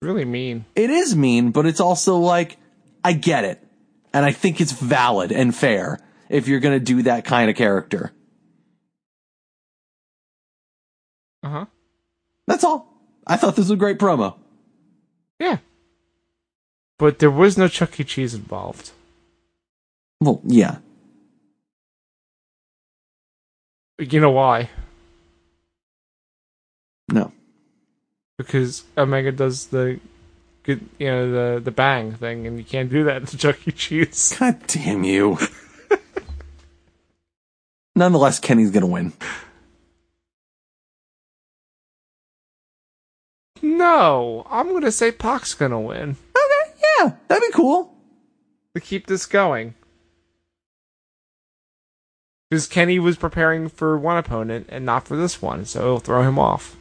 S1: Really mean.
S2: It is mean, but it's also like, I get it. And I think it's valid and fair if you're going to do that kind of character.
S1: Uh huh.
S2: That's all. I thought this was a great promo.
S1: Yeah. But there was no Chuck E. Cheese involved.
S2: Well, yeah.
S1: You know why?
S2: No.
S1: Because Omega does the good, you know, the the bang thing, and you can't do that to Chuck E. Cheese.
S2: God damn you. Nonetheless, Kenny's gonna win.
S1: No, I'm gonna say Pac's gonna win
S2: Okay, yeah, that'd be cool.
S1: to keep this going. Because Kenny was preparing for one opponent and not for this one, so it'll throw him off.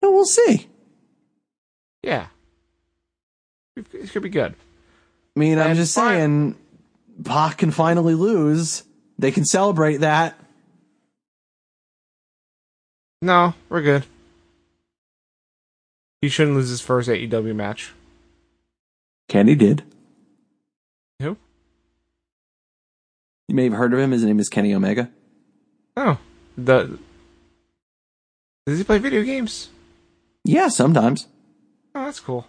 S2: But we'll see.
S1: Yeah, it it could be good.
S2: I mean, I'm
S1: And
S2: just
S1: fi-
S2: saying, Pac can finally lose. They can celebrate that.
S1: No, we're good. He shouldn't lose his first AEW match.
S2: Kenny did.
S1: Who?
S2: You may have heard of him. His name is Kenny Omega.
S1: Oh, the does he play video games?
S2: Yeah, sometimes.
S1: Oh, that's cool.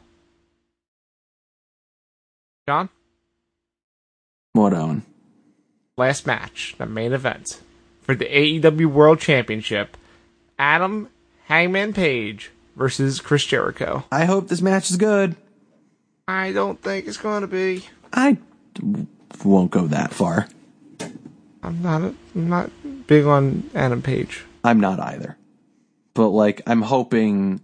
S1: John,
S2: What Owen?
S1: last match, the main event for the AEW World Championship: Adam Hangman Page versus Chris Jericho.
S2: I hope this match is good.
S1: I don't think it's gonna be.
S2: I w- won't go that far.
S1: I'm not. A, I'm not big on Adam Page.
S2: I'm not either. But like I'm hoping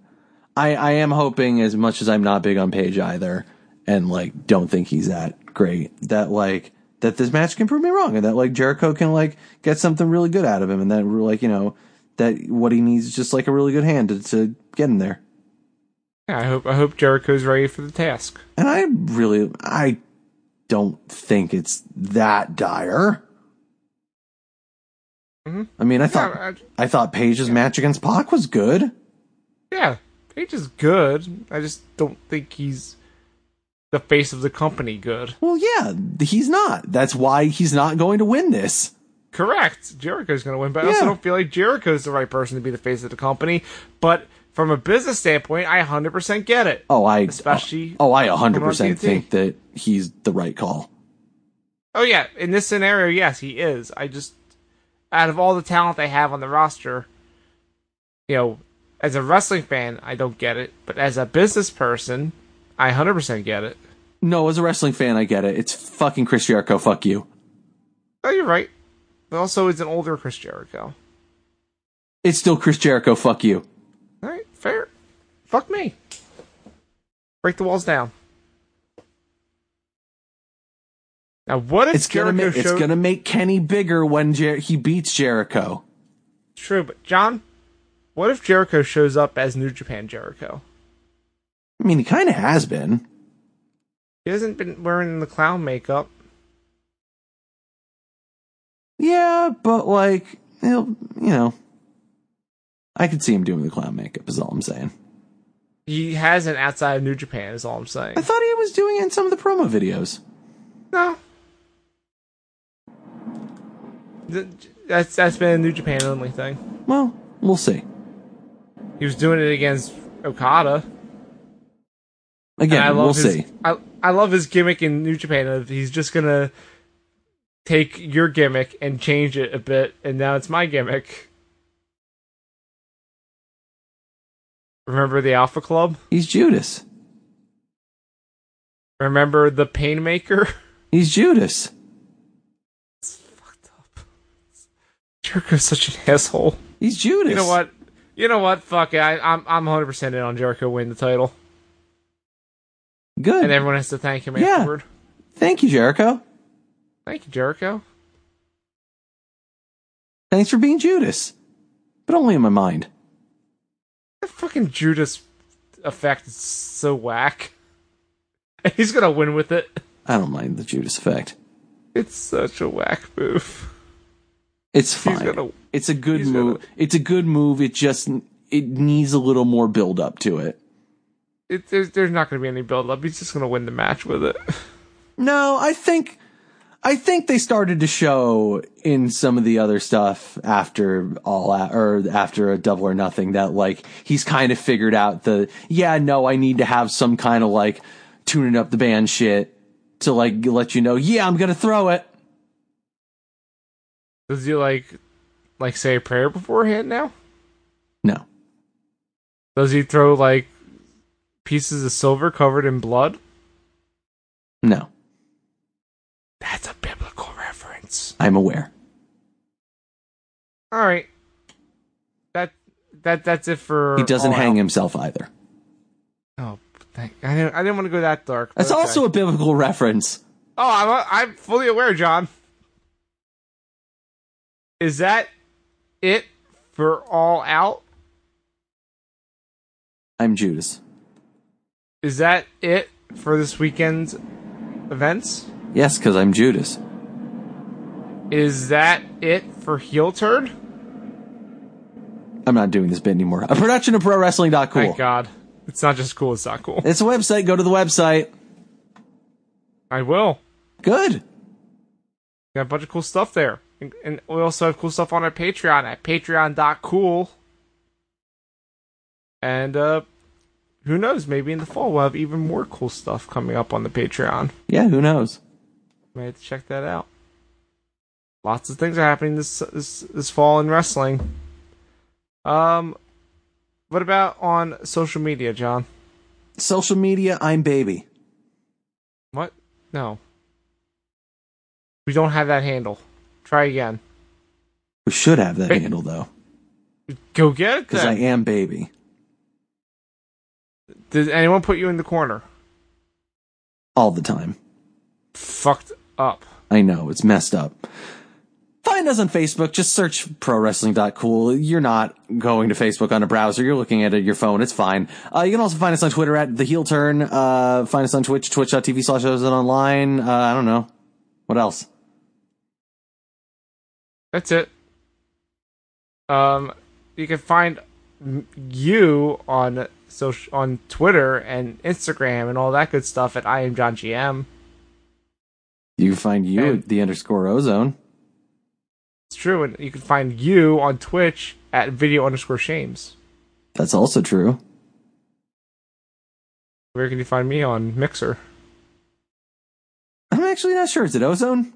S2: I I am hoping as much as I'm not big on Page either and like don't think he's that great that like that this match can prove me wrong and that like Jericho can like get something really good out of him and that like you know that what he needs is just like a really good hand to, to get in there.
S1: Yeah, I hope. I hope Jericho's ready for the task.
S2: And I really I don't think it's that dire. I mean, I thought
S1: I-
S2: I thought Page's match against Pac was good.
S1: Yeah, Page is good. I just don't think he's the face of the company good.
S2: Well, yeah, he's not. That's why he's not going to win this.
S1: Correct. Jericho's going to win, but I
S2: Yeah.
S1: also don't feel like Jericho's the right person to be the face of the company. But from a business standpoint, I 100% get it.
S2: Oh, I
S1: Especially
S2: Oh, I 100%
S1: from RTT.
S2: think that he's the right call.
S1: Oh, yeah. In this scenario, yes, he is. I just, out of all the talent they have on the roster, you know, as a wrestling fan, I don't get it. But as a business person, I 100% get it.
S2: No, as a wrestling fan, I get it. It's fucking Chris Jericho. Fuck you.
S1: Oh, you're right. But also, it's an older Chris Jericho.
S2: It's still Chris Jericho. Fuck you.
S1: All right, fair. Fuck me. Break the walls down. Now, what if
S2: It's gonna
S1: Jericho
S2: make it's
S1: showed-
S2: gonna make Kenny bigger when Jer- he beats Jericho.
S1: True, but John, what if Jericho shows up as New Japan Jericho?
S2: I mean, he kind of has been.
S1: He hasn't been wearing the clown makeup.
S2: Yeah, but like, he'll, you know, I could see him doing the clown makeup. Is all I'm saying.
S1: He hasn't outside of New Japan, is all I'm saying.
S2: I thought he was doing it in some of the promo videos.
S1: No. Th- That's that's been a New Japan only thing.
S2: Well, we'll see.
S1: He was doing it against Okada.
S2: Again,
S1: And I love
S2: we'll
S1: his,
S2: see.
S1: I, I love his gimmick in New Japan of he's just gonna take your gimmick and change it a bit, and now it's my gimmick. Remember the Alpha Club?
S2: He's Judas.
S1: Remember the Painmaker?
S2: He's Judas.
S1: it's fucked up. Jericho's such an asshole.
S2: He's Judas.
S1: You know what? You know what? Fuck it. I, I'm I'm 100% in on Jericho winning the title,
S2: Good.
S1: and everyone has to thank him
S2: Yeah.
S1: afterward.
S2: Thank you, Jericho.
S1: Thank you, Jericho.
S2: Thanks for being Judas. But only in my mind.
S1: The fucking Judas effect is so whack. He's gonna win with it.
S2: I don't mind the Judas effect.
S1: It's such a whack move.
S2: It's fine.
S1: He's gonna.
S2: it's a good
S1: he's
S2: move. It's a good move. It just it needs a little more build up to it.
S1: It, there's, there's not gonna be any build up. He's just gonna win the match with it.
S2: No, I think I think they started to show in some of the other stuff after all out, or after a double or nothing that like he's kind of figured out the yeah no I need to have some kind of like tuning up the band shit to like let you know yeah I'm gonna throw it
S1: Does he like, like say a prayer beforehand now?
S2: no
S1: Does he throw like pieces of silver covered in blood?
S2: no
S1: That's a biblical reference.
S2: I'm aware
S1: All right, that that that's it for.
S2: he doesn't
S1: All
S2: hang
S1: Out.
S2: himself either
S1: Oh, thank. I didn't, I didn't want to go that dark. but
S2: that's
S1: okay.
S2: also a biblical reference
S1: Oh, I'm I'm fully aware, John. Is that it for all out?
S2: I'm Judas
S1: Is that it for this weekend's events?
S2: yes because I'm Judas
S1: Is that it for heel turn?
S2: I'm not doing this bit anymore a production of ProWrestling.cool
S1: Thank God, it's not just cool; it's not cool.
S2: it's a website go to the website
S1: I will.
S2: good
S1: Got a bunch of cool stuff there. And, and we also have cool stuff on our Patreon at patreon.cool. And uh who knows, maybe in the fall we'll have even more cool stuff coming up on the Patreon.
S2: yeah who knows.
S1: Might have to check that out. Lots of things are happening this this, this fall in wrestling. Um what about on social media, John?
S2: social media, I'm baby.
S1: What? No. We don't have that handle. Try again.
S2: We should have that
S1: Hey.
S2: handle though,
S1: Go get it
S2: because
S1: then.
S2: I am baby.
S1: Did anyone put you in the corner?
S2: All the time.
S1: Fucked up.
S2: I know, it's messed up. Find us on Facebook, just search prowrestling.cool. You're not going to Facebook on a browser, you're looking at it your phone, it's fine. Uh, you can also find us on Twitter at the heel turn, uh, find us on Twitch, twitch.tv slash Ozen online, uh, I don't know. What else?
S1: That's it. Um, you can find m- you on social on Twitter and Instagram and all that good stuff at I am John GM.
S2: You can find you
S1: And-
S2: at the underscore ozone.
S1: It's true, and you can find you on Twitch at video underscore shames.
S2: That's also true.
S1: Where can you find me on Mixer?
S2: I'm actually not sure. Is it ozone?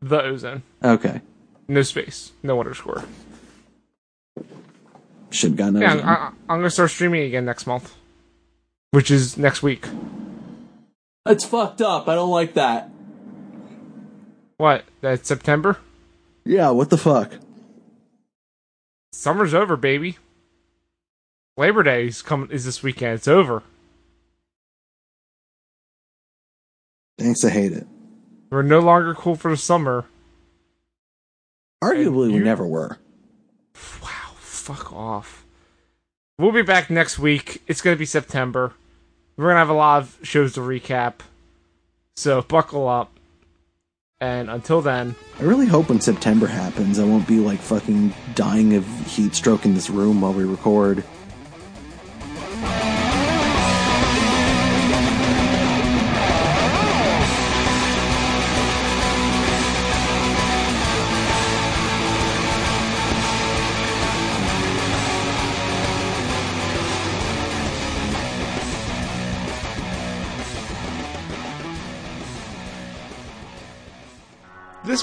S1: The Ozone.
S2: Okay.
S1: No space. No underscore.
S2: Should have gotten
S1: Yeah,
S2: ozone.
S1: I, I, I'm gonna start streaming again next month, which is next week.
S2: That's fucked up. I don't like that.
S1: What? That's September.
S2: Yeah, what the fuck?
S1: Summer's over, baby. Labor Day is coming is this weekend. It's over.
S2: Thanks, I hate it.
S1: We're no longer cool for the summer.
S2: Arguably, we
S1: you-
S2: never were.
S1: Wow, fuck off. We'll be back next week. It's gonna be September. We're gonna have a lot of shows to recap. So buckle up. And until then,
S2: I really hope when September happens, I won't be like fucking dying of heat stroke in this room while we record.
S1: this